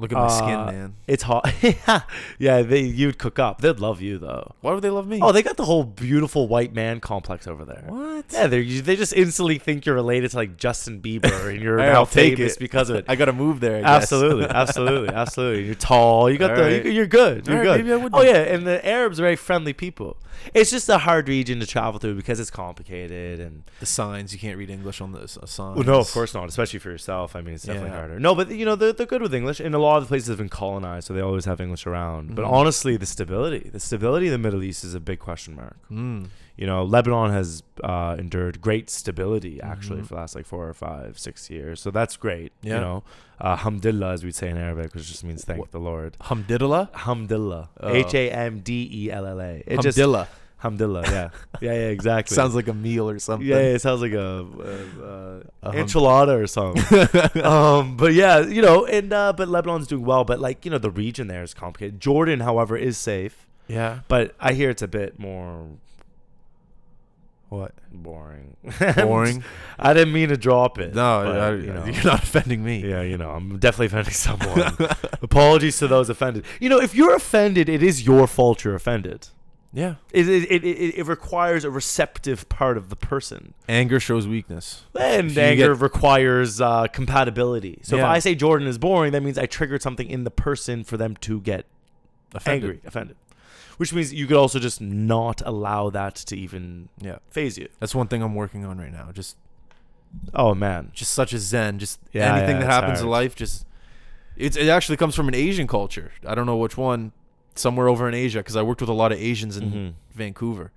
[SPEAKER 1] Look at my skin,
[SPEAKER 3] Uh,
[SPEAKER 1] man.
[SPEAKER 3] It's hot. <laughs> yeah, they you'd cook up. They'd love you though.
[SPEAKER 1] Why would they love me?
[SPEAKER 3] Oh, they got the whole beautiful white man complex over there.
[SPEAKER 1] What?
[SPEAKER 3] Yeah, they they just instantly think you're related to like Justin Bieber and
[SPEAKER 1] <laughs>
[SPEAKER 3] you're
[SPEAKER 1] Hey,
[SPEAKER 3] now
[SPEAKER 1] I'll take
[SPEAKER 3] famous
[SPEAKER 1] it.
[SPEAKER 3] because of it.
[SPEAKER 1] I gotta move there. I guess. <laughs>
[SPEAKER 3] Absolutely, <laughs> absolutely, absolutely. You're tall. You got
[SPEAKER 1] All
[SPEAKER 3] the.
[SPEAKER 1] right.
[SPEAKER 3] You, you're good.
[SPEAKER 1] All
[SPEAKER 3] You're
[SPEAKER 1] right,
[SPEAKER 3] good.
[SPEAKER 1] maybe I would
[SPEAKER 3] oh
[SPEAKER 1] do.
[SPEAKER 3] yeah, and the Arabs are very friendly people. It's just a hard region to travel through because it's complicated and.
[SPEAKER 1] the signs you can't read English on the s- signs.
[SPEAKER 3] Well, no, of course not. Especially for yourself. I mean, it's definitely
[SPEAKER 1] Yeah.
[SPEAKER 3] harder. No, but you know they're, they're good with English, and a lot of the places have been colonized, so they always have English around. But honestly, the stability, the stability of the Middle East is a big question mark.
[SPEAKER 1] Mm.
[SPEAKER 3] You know, Lebanon has uh, endured great stability actually for the last like four or five, six years. So that's great.
[SPEAKER 1] Yeah.
[SPEAKER 3] You know, uh, hamdillah, as we'd say in Arabic, which just means thank the Lord.
[SPEAKER 1] Hamdillah.
[SPEAKER 3] Hamdillah.
[SPEAKER 1] Oh.
[SPEAKER 3] H A M D E L L A. It just-
[SPEAKER 1] Hamdillah <laughs>
[SPEAKER 3] Hamdillah. Yeah. <laughs> yeah. Yeah. Exactly.
[SPEAKER 1] sounds like a meal or something.
[SPEAKER 3] Yeah, yeah, it sounds like a, uh
[SPEAKER 1] A
[SPEAKER 3] uh
[SPEAKER 1] hum-
[SPEAKER 3] enchilada or <laughs>
[SPEAKER 1] <laughs>
[SPEAKER 3] something. um, but yeah, you know, and uh, but Lebanon's doing well, but like you know, the region there is complicated. Jordan, however, is safe,
[SPEAKER 1] Yeah.
[SPEAKER 3] but I hear it's a bit more
[SPEAKER 1] What?
[SPEAKER 3] boring. <laughs>
[SPEAKER 1] Boring?
[SPEAKER 3] I didn't mean to drop it.
[SPEAKER 1] No,
[SPEAKER 3] but,
[SPEAKER 1] I-
[SPEAKER 3] you know.
[SPEAKER 1] you're not offending me.
[SPEAKER 3] Yeah, you know, I'm definitely
[SPEAKER 1] <laughs>
[SPEAKER 3] offending <laughs> someone. Apologies to those offended. You know, if you're offended, it is your fault you're offended.
[SPEAKER 1] Yeah.
[SPEAKER 3] It, it, it, it, it requires a receptive part of the person.
[SPEAKER 1] Anger shows weakness.
[SPEAKER 3] And
[SPEAKER 1] If you
[SPEAKER 3] anger
[SPEAKER 1] get-
[SPEAKER 3] requires uh, compatibility. So
[SPEAKER 1] Yeah.
[SPEAKER 3] if I say Jordan is boring, that means I triggered something in the person for them to get
[SPEAKER 1] Offended.
[SPEAKER 3] angry, offended. Which means you could also just not allow that to even
[SPEAKER 1] Yeah.
[SPEAKER 3] phase you.
[SPEAKER 1] That's one thing I'm working on right now. Just
[SPEAKER 3] Oh man,
[SPEAKER 1] just such a zen. Just
[SPEAKER 3] Yeah,
[SPEAKER 1] anything
[SPEAKER 3] yeah,
[SPEAKER 1] that
[SPEAKER 3] it's
[SPEAKER 1] happens in
[SPEAKER 3] hard.
[SPEAKER 1] life, just it's, it actually comes from an Asian culture. I don't know which one, somewhere over in Asia, because I worked with a lot of Asians in
[SPEAKER 3] Mhm.
[SPEAKER 1] Vancouver,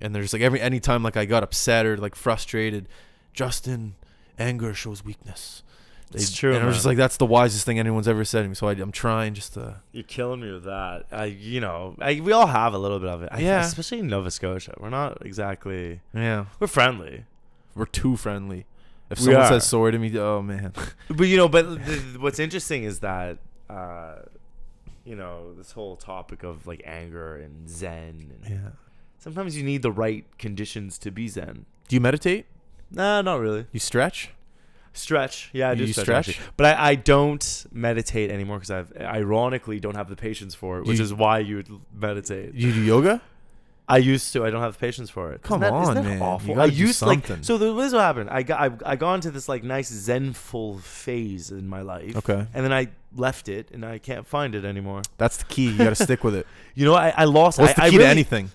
[SPEAKER 1] and there's like every anytime like I got upset or like frustrated, Justin, anger shows weakness.
[SPEAKER 3] It's true,
[SPEAKER 1] and I was just
[SPEAKER 3] man.
[SPEAKER 1] like, that's the wisest thing anyone's ever said to me. So I, I'm trying just to.
[SPEAKER 3] you're killing me with that. I, you know, I, we all have a little bit of it. I,
[SPEAKER 1] Yeah.
[SPEAKER 3] especially in Nova Scotia, we're not exactly
[SPEAKER 1] Yeah,
[SPEAKER 3] we're friendly.
[SPEAKER 1] we're too friendly. If
[SPEAKER 3] We
[SPEAKER 1] someone
[SPEAKER 3] are.
[SPEAKER 1] says sorry to me, oh
[SPEAKER 3] <laughs>
[SPEAKER 1] man,
[SPEAKER 3] But you know, but th- what's interesting is that uh, you know this whole topic of like anger and zen. And
[SPEAKER 1] yeah.
[SPEAKER 3] Sometimes you need the right conditions to be zen.
[SPEAKER 1] Do you meditate?
[SPEAKER 3] Nah, not really.
[SPEAKER 1] You stretch?
[SPEAKER 3] Stretch, yeah, I do
[SPEAKER 1] You
[SPEAKER 3] stretch,
[SPEAKER 1] stretch?
[SPEAKER 3] actually. but I, I don't meditate anymore because I've ironically don't have the patience for it, which
[SPEAKER 1] You-
[SPEAKER 3] is why you would meditate.
[SPEAKER 1] You do yoga?
[SPEAKER 3] I used to. I don't have the patience for it.
[SPEAKER 1] Come
[SPEAKER 3] isn't that-
[SPEAKER 1] on,
[SPEAKER 3] isn't that
[SPEAKER 1] man. You
[SPEAKER 3] Awful.
[SPEAKER 1] gotta
[SPEAKER 3] I
[SPEAKER 1] do
[SPEAKER 3] used like
[SPEAKER 1] something.
[SPEAKER 3] so. The, this is what happened. I got I, I got into this like nice zenful phase in my life.
[SPEAKER 1] Okay.
[SPEAKER 3] and then I left it, and I can't find it anymore.
[SPEAKER 1] That's the key. You got to stick with it.
[SPEAKER 3] <laughs> You know, I, I lost.
[SPEAKER 1] What's
[SPEAKER 3] I,
[SPEAKER 1] the key
[SPEAKER 3] I
[SPEAKER 1] to
[SPEAKER 3] really-
[SPEAKER 1] anything?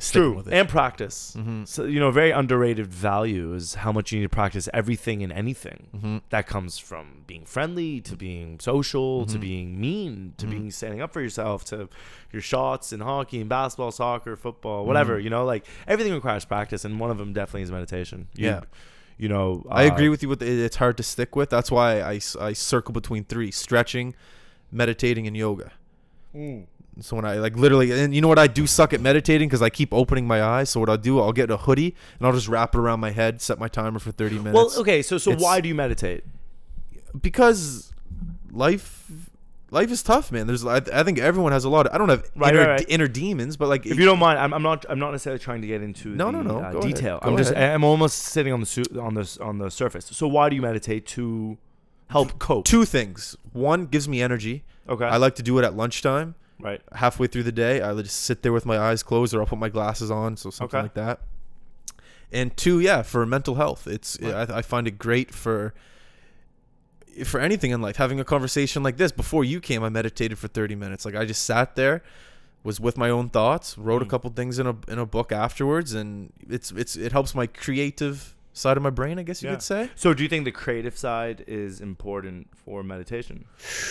[SPEAKER 1] Sticking
[SPEAKER 3] True,
[SPEAKER 1] with it. Mm-hmm.
[SPEAKER 3] and practice. So you know, very underrated value is how much you need to practice everything and anything.
[SPEAKER 1] Mm-hmm.
[SPEAKER 3] That comes from being friendly to being social
[SPEAKER 1] Mm-hmm.
[SPEAKER 3] to being mean to being standing up for yourself to your shots in hockey and basketball,
[SPEAKER 1] Mm-hmm.
[SPEAKER 3] soccer, football, whatever. You know, like everything requires practice, and one of them definitely is meditation. You-
[SPEAKER 1] Yeah.
[SPEAKER 3] you know,
[SPEAKER 1] I
[SPEAKER 3] uh,
[SPEAKER 1] agree with you. With it, it's hard to stick with. That's why I, s- I circle between three: stretching, meditating, and yoga. So when I like literally, and you know what, I do suck at meditating because I keep opening my eyes. So what I'll do, I'll get a hoodie and I'll just wrap it around my head, set my timer for thirty minutes.
[SPEAKER 3] Well, okay, so so
[SPEAKER 1] it's-
[SPEAKER 3] why do you meditate?
[SPEAKER 1] because life life is tough, man. There's I, I think everyone has a lot. Of, I don't have
[SPEAKER 3] Right,
[SPEAKER 1] inner,
[SPEAKER 3] right, right.
[SPEAKER 1] inner demons, but like
[SPEAKER 3] If you don't mind, I'm, I'm not I'm not necessarily trying to get into
[SPEAKER 1] No,
[SPEAKER 3] the,
[SPEAKER 1] no, no,
[SPEAKER 3] uh,
[SPEAKER 1] go ahead,
[SPEAKER 3] detail.
[SPEAKER 1] go
[SPEAKER 3] I'm just
[SPEAKER 1] ahead.
[SPEAKER 3] I'm almost sitting on the su- on the on the surface. So why do you meditate to help cope?
[SPEAKER 1] two things. One gives me energy.
[SPEAKER 3] Okay.
[SPEAKER 1] I like to do it at lunchtime.
[SPEAKER 3] right.
[SPEAKER 1] halfway through the day, I just sit there with my eyes closed, or I'll put my glasses on, so something
[SPEAKER 3] Okay.
[SPEAKER 1] like that. And two, yeah, for mental health, it's I, I find it great for for anything in life. Having a conversation like this before you came, I meditated for thirty minutes. Like I just sat there, was with my own thoughts, wrote
[SPEAKER 3] Hmm.
[SPEAKER 1] a couple things in a in a book afterwards, and it's it's it helps my creative side of my brain, I guess you
[SPEAKER 3] Yeah.
[SPEAKER 1] could say.
[SPEAKER 3] So do you think the creative side is important for meditation?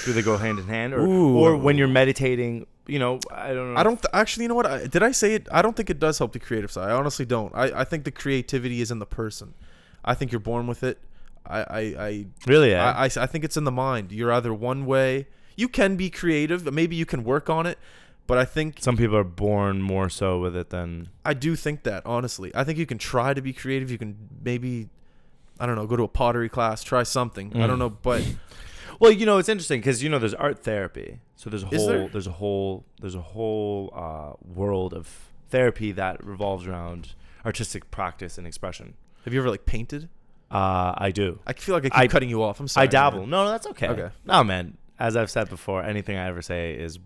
[SPEAKER 3] Do they go hand in hand, or
[SPEAKER 1] Ooh.
[SPEAKER 3] or when you're meditating, you know, I don't know.
[SPEAKER 1] I don't th- actually. You know what? I, did I say it? I don't think it does help the creative side. I honestly don't. I, I think the creativity is in the person. I think you're born with it. I I I,
[SPEAKER 3] really. eh?
[SPEAKER 1] I, I, I think it's in the mind. You're either one way. You can be creative, but maybe you can work on it. But I think
[SPEAKER 3] Some people are born more so with it than
[SPEAKER 1] I do think that honestly. I think you can try to be creative. You can maybe I don't know. Go to a pottery class. Try something. I
[SPEAKER 3] Mm.
[SPEAKER 1] don't know. But
[SPEAKER 3] Well, you know, it's interesting because you know there's art therapy. So there's a
[SPEAKER 1] Is
[SPEAKER 3] whole
[SPEAKER 1] there?
[SPEAKER 3] there's a whole there's a whole uh, world of therapy that revolves around artistic practice and expression.
[SPEAKER 1] have you ever like painted?
[SPEAKER 3] Uh, I do.
[SPEAKER 1] I feel like I keep
[SPEAKER 3] I-
[SPEAKER 1] cutting you off. I'm sorry.
[SPEAKER 3] I
[SPEAKER 1] man.
[SPEAKER 3] dabble. No, no, that's okay.
[SPEAKER 1] Okay.
[SPEAKER 3] No, man. As I've said before, anything I ever say is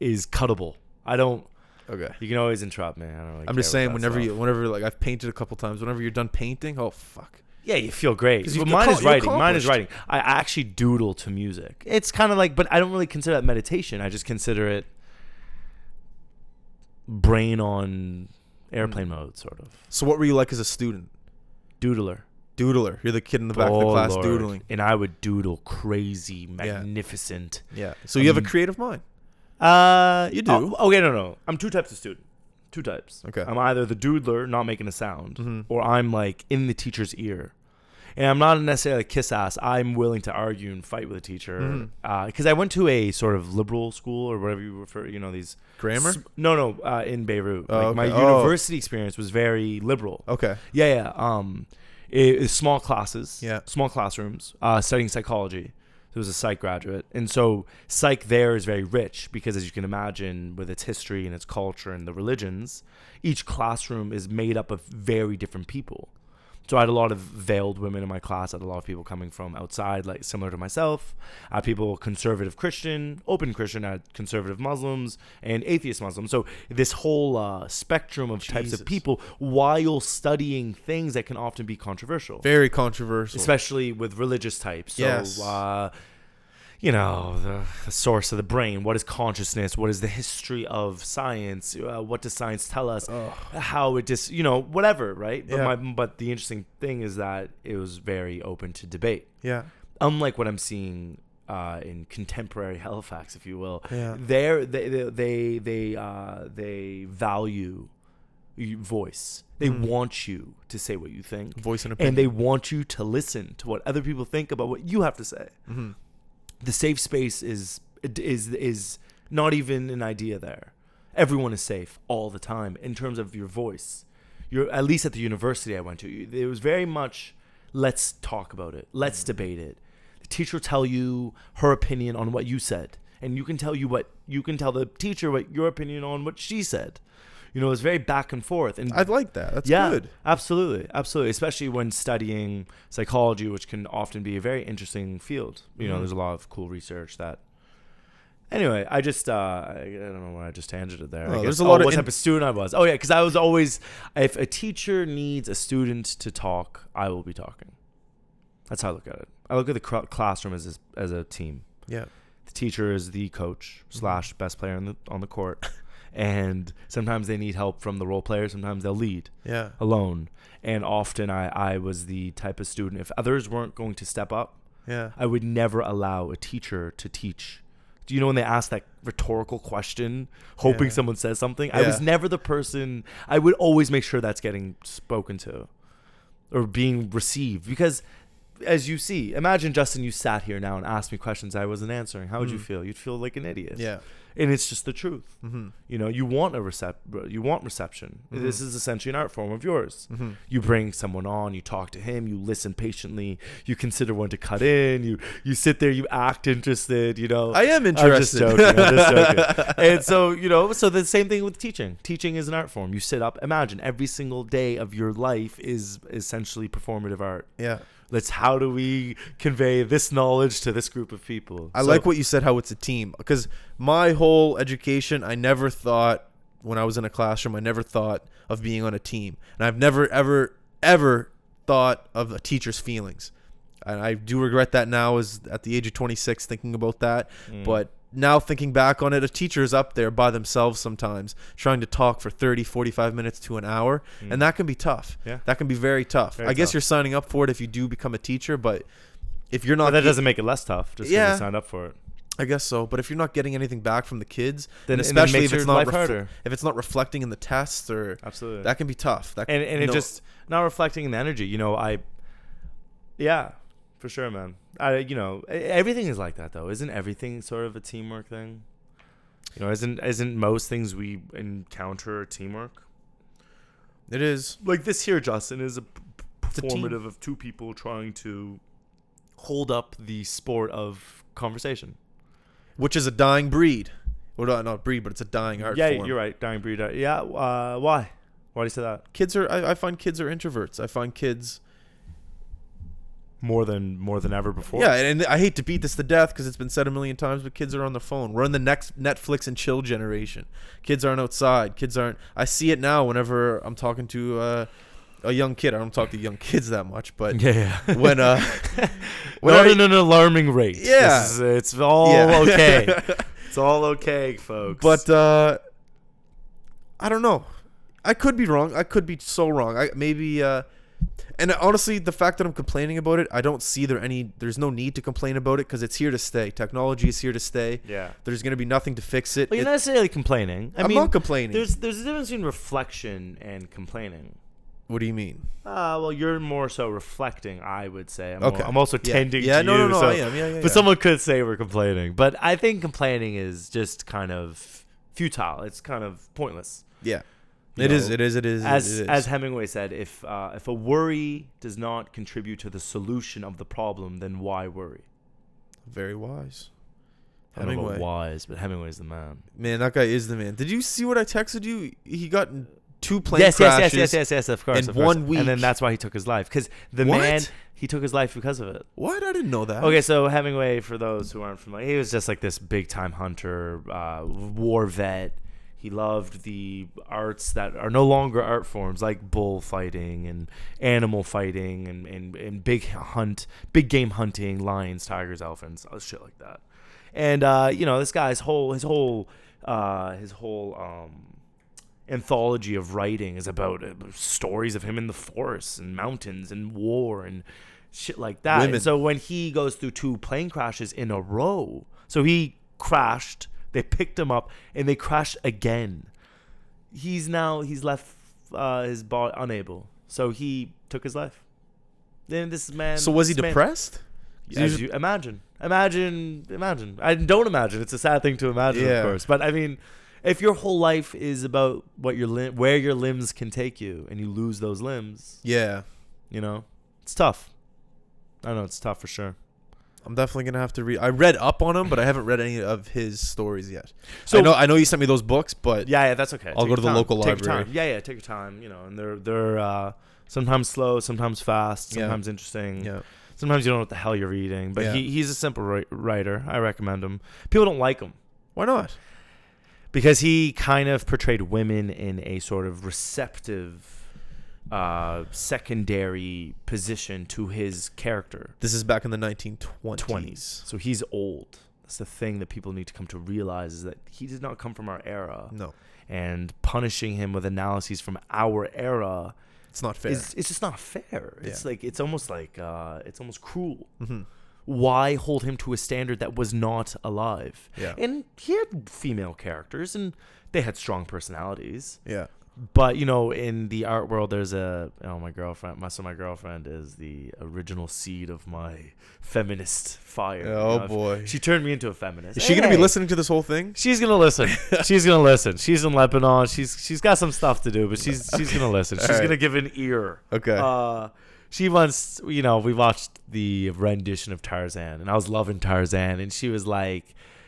[SPEAKER 3] is cuttable. I don't.
[SPEAKER 1] Okay.
[SPEAKER 3] You can always interrupt me. I don't really
[SPEAKER 1] I'm
[SPEAKER 3] care
[SPEAKER 1] just
[SPEAKER 3] about
[SPEAKER 1] saying,
[SPEAKER 3] that
[SPEAKER 1] whenever
[SPEAKER 3] stuff.
[SPEAKER 1] you, whenever like I've painted a couple times, whenever you're done painting, oh fuck,
[SPEAKER 3] Yeah, you feel great.
[SPEAKER 1] 'Cause you
[SPEAKER 3] But
[SPEAKER 1] feel
[SPEAKER 3] mine
[SPEAKER 1] acco-
[SPEAKER 3] is
[SPEAKER 1] you're
[SPEAKER 3] writing. Mine is writing.
[SPEAKER 1] accomplished.
[SPEAKER 3] I I actually doodle to music. It's kind of like, but I don't really consider that meditation. I just consider it brain on
[SPEAKER 1] Mm.
[SPEAKER 3] airplane mode, sort of
[SPEAKER 1] So what were you like as a student?
[SPEAKER 3] doodler.
[SPEAKER 1] Doodler. You're the kid in the back of the
[SPEAKER 3] Oh,
[SPEAKER 1] class
[SPEAKER 3] Lord.
[SPEAKER 1] doodling.
[SPEAKER 3] and I would doodle crazy, magnificent.
[SPEAKER 1] Yeah. So you have a creative mind.
[SPEAKER 3] Uh,
[SPEAKER 1] You do.
[SPEAKER 3] Oh, okay, no, no. I'm two types of student. Two types.
[SPEAKER 1] Okay. Mm-hmm.
[SPEAKER 3] I'm either the doodler, not making a sound, or I'm like in the teacher's ear. And I'm not necessarily a kiss ass. I'm willing to argue and fight with a teacher
[SPEAKER 1] Mm-hmm.
[SPEAKER 3] because I went to a sort of liberal school or whatever you refer. You know these
[SPEAKER 1] Grammar?
[SPEAKER 3] s- no, no, uh, in Beirut.
[SPEAKER 1] Oh,
[SPEAKER 3] like My
[SPEAKER 1] okay. Oh.
[SPEAKER 3] university experience was very liberal.
[SPEAKER 1] Okay.
[SPEAKER 3] Yeah, yeah. Um, it, it's small classes.
[SPEAKER 1] Yeah.
[SPEAKER 3] Small classrooms. Uh, studying psychology. So it was a psych graduate, and so psych there is very rich because, as you can imagine, with its history and its culture and the religions, each classroom is made up of very different people. So I had a lot of veiled women in my class. I had a lot of people coming from outside, like similar to myself. I had people conservative Christian, open Christian. I had conservative Muslims and atheist Muslims. So this whole uh, spectrum of types
[SPEAKER 1] Jesus.
[SPEAKER 3] of people, while studying things that can often be controversial,
[SPEAKER 1] Very controversial.
[SPEAKER 3] especially with religious types. So,
[SPEAKER 1] Yes.
[SPEAKER 3] uh, you know, the, the source of the brain. What is consciousness? What is the history of science? Uh, what does science tell us? How it just, you know, whatever, right? But,
[SPEAKER 1] Yeah.
[SPEAKER 3] my, but the interesting thing is that it was very open to debate
[SPEAKER 1] yeah.
[SPEAKER 3] unlike what I'm seeing uh, in contemporary <laughs> Halifax, if you will.
[SPEAKER 1] Yeah.
[SPEAKER 3] There, they they they they, uh, they value your voice. They want you to say what you think,
[SPEAKER 1] Mm. Voice and
[SPEAKER 3] and they want you to listen to what other people think about what you have to say. The safe space is is is not even an idea there. Everyone is safe all the time in terms of your voice. You're at least at the university I went to. you- It was very much let's talk about it, let's debate it. The teacher will tell you her opinion on what you said, and you can tell you what you can tell the teacher what your opinion on what she said. You know, it's very back and forth. And
[SPEAKER 1] I like that. That's good.
[SPEAKER 3] Absolutely, absolutely. Especially when studying psychology, which can often be a very interesting field. You
[SPEAKER 1] Mm-hmm.
[SPEAKER 3] know, there's a lot of cool research that. Anyway, I just uh, I I don't know where I just tangent it there. I
[SPEAKER 1] Oh,
[SPEAKER 3] guess.
[SPEAKER 1] there's a lot
[SPEAKER 3] oh,
[SPEAKER 1] of
[SPEAKER 3] what
[SPEAKER 1] in-
[SPEAKER 3] type of student I was. Oh yeah, because I was always if a teacher needs a student to talk, I will be talking. That's how I look at it. I look at the cr- classroom as a, as a team.
[SPEAKER 1] Yeah.
[SPEAKER 3] The teacher is the coach
[SPEAKER 1] Mm-hmm.
[SPEAKER 3] slash best player on the on the court, <laughs> and sometimes they need help from the role players. Sometimes they'll lead
[SPEAKER 1] Yeah.
[SPEAKER 3] alone. And often I, I was the type of student, if others weren't going to step up,
[SPEAKER 1] Yeah.
[SPEAKER 3] I would never allow a teacher to teach. Do you know when they ask that rhetorical question, hoping
[SPEAKER 1] Yeah.
[SPEAKER 3] someone says something? I was
[SPEAKER 1] Yeah.
[SPEAKER 3] never the person, I would always make sure that's getting spoken to. or being received because as you see imagine justin you sat here now and asked me questions i wasn't answering how would you feel you'd feel like an idiot
[SPEAKER 1] Hmm. Yeah.
[SPEAKER 3] and it's just the truth you know you want a recept you want reception
[SPEAKER 1] Mm-hmm.
[SPEAKER 3] this is essentially an art form of yours you bring someone on you talk to him you listen patiently you consider when to cut in you you sit there you act interested you know
[SPEAKER 1] I am
[SPEAKER 3] I'm just
[SPEAKER 1] interested.
[SPEAKER 3] joking. I'm just
[SPEAKER 1] <laughs>
[SPEAKER 3] joking. and so you know, so the same thing with teaching. Teaching is an art form. You sit up. Imagine every single day of your life is essentially performative art.
[SPEAKER 1] Yeah.
[SPEAKER 3] Let's how do we convey this knowledge to this group of people?
[SPEAKER 1] I like what you said how it's a team because my whole education I never thought when I was in a classroom I never thought of being on a team and I've never ever ever thought of a teacher's feelings and I do regret that now as at the age of 26 thinking about that
[SPEAKER 3] Mm.
[SPEAKER 1] but now thinking back on it a teacher is up there by themselves sometimes trying to talk for 30 45 minutes to an hour and that can be tough
[SPEAKER 3] Mm. Yeah.
[SPEAKER 1] that can be very tough
[SPEAKER 3] Very
[SPEAKER 1] I guess
[SPEAKER 3] tough.
[SPEAKER 1] you're signing up for it if you do become a teacher but if you're not
[SPEAKER 3] But that
[SPEAKER 1] get-
[SPEAKER 3] doesn't make it less tough. Just
[SPEAKER 1] Yeah.
[SPEAKER 3] because you signed up for it.
[SPEAKER 1] I guess so, but if you're not getting anything back from the kids, then
[SPEAKER 3] Then- and it
[SPEAKER 1] especially
[SPEAKER 3] makes
[SPEAKER 1] if
[SPEAKER 3] your
[SPEAKER 1] it's not
[SPEAKER 3] life
[SPEAKER 1] refle-
[SPEAKER 3] harder.
[SPEAKER 1] if it's not reflecting in the tests or
[SPEAKER 3] Absolutely.
[SPEAKER 1] that can be tough. That
[SPEAKER 3] and and it
[SPEAKER 1] no-
[SPEAKER 3] just not reflecting in the energy. You know, I, yeah, for sure, man. I you know e- everything is like that though, isn't everything sort of a teamwork thing? You know, isn't isn't most things we encounter teamwork?
[SPEAKER 1] it is
[SPEAKER 3] Like this here, Justin is a p-
[SPEAKER 1] a team.
[SPEAKER 3] performative of two people trying to hold up the sport of conversation.
[SPEAKER 1] which is a dying breed. Well, not, not breed, but it's a dying art
[SPEAKER 3] yeah,
[SPEAKER 1] form.
[SPEAKER 3] you're right, dying breed. uh, Yeah, uh, why? Why do you say that?
[SPEAKER 1] Kids are. I, I find kids are introverts. I find kids.
[SPEAKER 3] More than more than ever before.
[SPEAKER 1] Yeah, and, and I hate to beat this to death because it's been said a million times, but kids are on their phone. We're in the next Netflix and chill generation. Kids aren't outside. Kids aren't. I see it now whenever I'm talking to uh, a young kid. I don't talk to young kids that much, but
[SPEAKER 3] <laughs> <laughs> yeah. yeah.
[SPEAKER 1] when
[SPEAKER 3] <laughs>
[SPEAKER 1] uh, when
[SPEAKER 3] not
[SPEAKER 1] I-
[SPEAKER 3] at an alarming rate.
[SPEAKER 1] Yeah.
[SPEAKER 3] This is- uh, it's all
[SPEAKER 1] Yeah. <laughs>
[SPEAKER 3] <laughs> okay. it's all okay, folks.
[SPEAKER 1] But uh, I don't know. I could be wrong. I could be so wrong. I maybe. Uh, and honestly, the fact that I'm complaining about it, I don't see there any. There's no need to complain about it because it's here to stay. Technology is here to stay.
[SPEAKER 3] Yeah.
[SPEAKER 1] There's gonna be nothing to fix it.
[SPEAKER 3] Well, you're
[SPEAKER 1] It-
[SPEAKER 3] not necessarily complaining. I
[SPEAKER 1] I'm
[SPEAKER 3] mean,
[SPEAKER 1] not complaining.
[SPEAKER 3] There's there's a difference between reflection and complaining.
[SPEAKER 1] what do you mean?
[SPEAKER 3] Uh, well, you're more so reflecting, I would say. I'm
[SPEAKER 1] Okay.
[SPEAKER 3] More, I'm also
[SPEAKER 1] Yeah.
[SPEAKER 3] tending
[SPEAKER 1] Yeah,
[SPEAKER 3] to
[SPEAKER 1] no,
[SPEAKER 3] you.
[SPEAKER 1] no, no,
[SPEAKER 3] so-
[SPEAKER 1] I am. Yeah, yeah,
[SPEAKER 3] But
[SPEAKER 1] yeah.
[SPEAKER 3] someone could say we're complaining. But I think complaining is just kind of futile. It's kind of pointless.
[SPEAKER 1] Yeah.
[SPEAKER 3] You
[SPEAKER 1] It is.
[SPEAKER 3] know,
[SPEAKER 1] It is. It is.
[SPEAKER 3] as
[SPEAKER 1] it is.
[SPEAKER 3] as Hemingway said, if uh, if a worry does not contribute to the solution of the problem, then why worry?
[SPEAKER 1] very wise.
[SPEAKER 3] I don't know about
[SPEAKER 1] Hemingway.
[SPEAKER 3] wise, but Hemingway's the man.
[SPEAKER 1] Man, that guy is the man. Did you see what I texted you? He got in two plane
[SPEAKER 3] Yes, yes,
[SPEAKER 1] crashes.
[SPEAKER 3] yes, yes, yes, yes, of course.
[SPEAKER 1] in
[SPEAKER 3] of course.
[SPEAKER 1] one
[SPEAKER 3] and then
[SPEAKER 1] week.
[SPEAKER 3] that's why he took his life because the
[SPEAKER 1] What?
[SPEAKER 3] man he took his life because of it.
[SPEAKER 1] What? I didn't know that.
[SPEAKER 3] Okay, so Hemingway, for those who aren't familiar, he was just like this big time hunter, uh, war vet. He loved the arts that are no longer art forms, like bullfighting and animal fighting and, and, and big hunt, big game hunting, lions, tigers, elephants, uh, shit like that. And uh, you know, this guy's whole his whole uh, his whole um, anthology of writing is about uh, stories of him in the forests and mountains and war and shit like that. And
[SPEAKER 1] Women.
[SPEAKER 3] so when he goes through two plane crashes in a row, so he crashed, they picked him up, and they crashed again. He's now he's left uh, his body unable, so he took his life. Then this man.
[SPEAKER 1] So was he
[SPEAKER 3] this man-
[SPEAKER 1] depressed?
[SPEAKER 3] as you imagine, imagine, imagine. I don't imagine. It's a sad thing to imagine,
[SPEAKER 1] Yeah.
[SPEAKER 3] of course. But I mean, if your whole life is about what your lim- where your limbs can take you, and you lose those limbs,
[SPEAKER 1] yeah.
[SPEAKER 3] you know, it's tough. I know it's tough for sure.
[SPEAKER 1] I'm definitely gonna have to read. I read up on him, but I haven't read any of his stories yet. So
[SPEAKER 3] So-
[SPEAKER 1] I know I know you sent me those books, but
[SPEAKER 3] Yeah, yeah, that's okay.
[SPEAKER 1] I'll go
[SPEAKER 3] your
[SPEAKER 1] to the
[SPEAKER 3] time.
[SPEAKER 1] local
[SPEAKER 3] Take your
[SPEAKER 1] library.
[SPEAKER 3] time. Yeah, yeah, take your time. You know, and they're they're uh, sometimes slow, sometimes fast,
[SPEAKER 1] Yeah.
[SPEAKER 3] sometimes interesting.
[SPEAKER 1] yeah,
[SPEAKER 3] Sometimes you don't know what the hell you're reading. But
[SPEAKER 1] Yeah.
[SPEAKER 3] he, he's a simple ri- writer. I recommend him. People don't like him.
[SPEAKER 1] why not?
[SPEAKER 3] because he kind of portrayed women in a sort of receptive uh secondary position to his character
[SPEAKER 1] This is back in the 1920s.
[SPEAKER 3] 20s so he's old that's the thing that people need to come to realize is that he did not come from our era
[SPEAKER 1] No,
[SPEAKER 3] and punishing him with analyses from our era
[SPEAKER 1] it's not fair.
[SPEAKER 3] is it's just not fair it's
[SPEAKER 1] Yeah. Mm-hmm.
[SPEAKER 3] like it's almost like uh it's almost cruel why hold him to a standard that was not alive
[SPEAKER 1] Yeah.
[SPEAKER 3] and he had female characters and they had strong personalities
[SPEAKER 1] yeah,
[SPEAKER 3] But you know, in the art world, there's a oh my girlfriend. My so my girlfriend is the original seed of my feminist fire. you
[SPEAKER 1] Oh,
[SPEAKER 3] know, if-
[SPEAKER 1] boy.
[SPEAKER 3] she turned me into a feminist.
[SPEAKER 1] Is she gonna be
[SPEAKER 3] Hey.
[SPEAKER 1] listening to this whole thing?
[SPEAKER 3] She's gonna listen. she's gonna listen. She's in Lebanon. She's she's got some stuff to do, but she's she's gonna
[SPEAKER 1] <laughs>
[SPEAKER 3] listen. She's
[SPEAKER 1] All right.
[SPEAKER 3] gonna give an ear.
[SPEAKER 1] Okay.
[SPEAKER 3] Uh, she once, you know, we watched the rendition of Tarzan, and I was loving Tarzan, and she was like,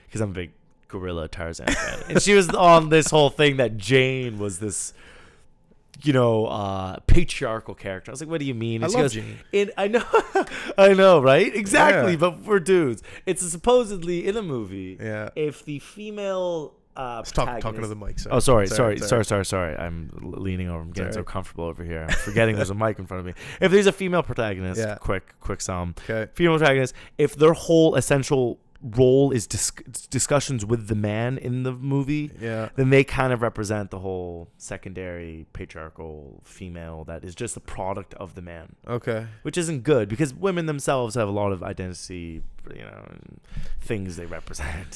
[SPEAKER 3] because I'm a big gorilla Tarzan fan, and she was on this whole thing that Jane was this. You know, uh, patriarchal character. I was like, "What do you mean?" And
[SPEAKER 1] I
[SPEAKER 3] she
[SPEAKER 1] love
[SPEAKER 3] goes,
[SPEAKER 1] Jane.
[SPEAKER 3] "In I know, <laughs> I know, right? Exactly."
[SPEAKER 1] Yeah.
[SPEAKER 3] But for dudes, it's supposedly in a movie
[SPEAKER 1] Yeah.
[SPEAKER 3] if the female uh
[SPEAKER 1] Talk, talking to
[SPEAKER 3] protagonist-
[SPEAKER 1] the mic. Sorry.
[SPEAKER 3] Oh, sorry,
[SPEAKER 1] It's all
[SPEAKER 3] sorry,
[SPEAKER 1] right, it's all
[SPEAKER 3] sorry,
[SPEAKER 1] right.
[SPEAKER 3] sorry, sorry. I'm l- leaning over. I'm getting
[SPEAKER 1] all
[SPEAKER 3] so
[SPEAKER 1] right.
[SPEAKER 3] comfortting comfortable over here. I'm forgetting there's a mic in front of
[SPEAKER 1] <laughs>
[SPEAKER 3] me. If there's a female protagonist,
[SPEAKER 1] Yeah.
[SPEAKER 3] quick, quick sum.
[SPEAKER 1] Okay.
[SPEAKER 3] Female protagonist. If their whole essential role is dis- discussions with the man in the movie,
[SPEAKER 1] Yeah.
[SPEAKER 3] then they kind of represent the whole secondary patriarchal female that is just the product of the man,
[SPEAKER 1] Okay.
[SPEAKER 3] which isn't good because women themselves have a lot of identity, you know, and things they represent.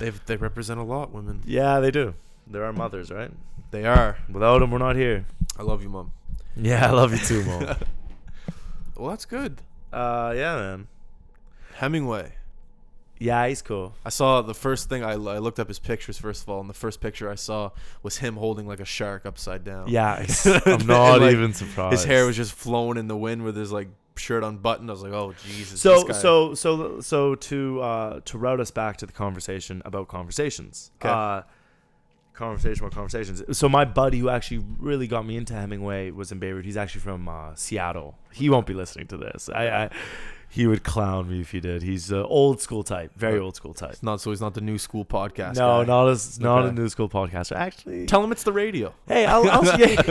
[SPEAKER 1] They they represent a lot, women.
[SPEAKER 3] Yeah, they do. They're our mothers, right?
[SPEAKER 1] They are.
[SPEAKER 3] Without them, we're not here.
[SPEAKER 1] I love you, mom.
[SPEAKER 3] Yeah, I love you too, Mo.
[SPEAKER 1] Well, that's good.
[SPEAKER 3] <laughs> uh, yeah, man.
[SPEAKER 1] Hemingway.
[SPEAKER 3] Yeah, he's cool.
[SPEAKER 1] I saw the first thing I, I looked up his pictures first of all, and the first picture I saw was him holding like a shark upside down. <laughs>
[SPEAKER 3] Yeah, <laughs>
[SPEAKER 1] And,
[SPEAKER 3] I'm not
[SPEAKER 1] like,
[SPEAKER 3] even surprised.
[SPEAKER 1] His hair was just flowing in the wind with his like shirt unbuttoned. I was like, oh Jesus.
[SPEAKER 3] <laughs> so
[SPEAKER 1] this guy-
[SPEAKER 3] so so so to uh, to route us back to the conversation about conversations.
[SPEAKER 1] 'Kay.
[SPEAKER 3] Uh, conversation about conversations. So my buddy who actually really got me into Hemingway was in Beirut. He's actually from uh, Seattle. He won't be listening to this. I. I he would clown me if he did. He's an old school type, very old school type.
[SPEAKER 1] It's not so he's not the new school podcast.
[SPEAKER 3] No,
[SPEAKER 1] guy.
[SPEAKER 3] not as not a
[SPEAKER 1] Okay.
[SPEAKER 3] new school podcaster. Actually,
[SPEAKER 1] Tell him it's the radio. <laughs>
[SPEAKER 3] Hey, I'll, I'll yeah.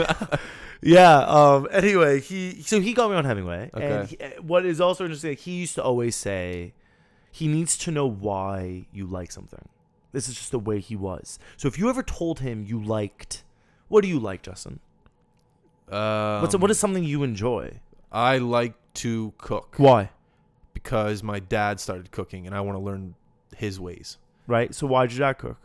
[SPEAKER 3] yeah. Um. Anyway, he so he got me on Hemingway, and
[SPEAKER 1] Okay.
[SPEAKER 3] he, uh, what is also interesting, he used to always say, he needs to know why you like something. This is just the way he was. So if you ever told him you liked, what do you like, Justin?
[SPEAKER 1] Um,
[SPEAKER 3] What's what is something you enjoy?
[SPEAKER 1] I like to cook
[SPEAKER 3] Why?
[SPEAKER 1] because my dad started cooking, and I want to learn his ways.
[SPEAKER 3] Right. So why did your dad cook?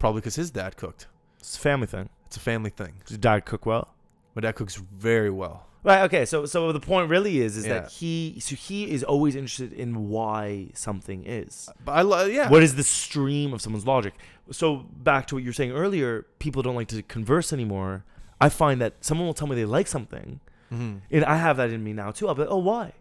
[SPEAKER 1] Probably because his dad cooked.
[SPEAKER 3] It's a family thing.
[SPEAKER 1] It's a family thing.
[SPEAKER 3] Did your dad cook well?
[SPEAKER 1] My dad cooks very well.
[SPEAKER 3] Right. Okay. So, so the point really is, is
[SPEAKER 1] Yeah.
[SPEAKER 3] that he, so he is always interested in why something is.
[SPEAKER 1] But I love yeah.
[SPEAKER 3] What is the stream of someone's logic? So back to what you were saying earlier, people don't like to converse anymore. I find that someone will tell me they like something,
[SPEAKER 1] Mm-hmm.
[SPEAKER 3] and I have that in me now too. I'll be like, oh, why?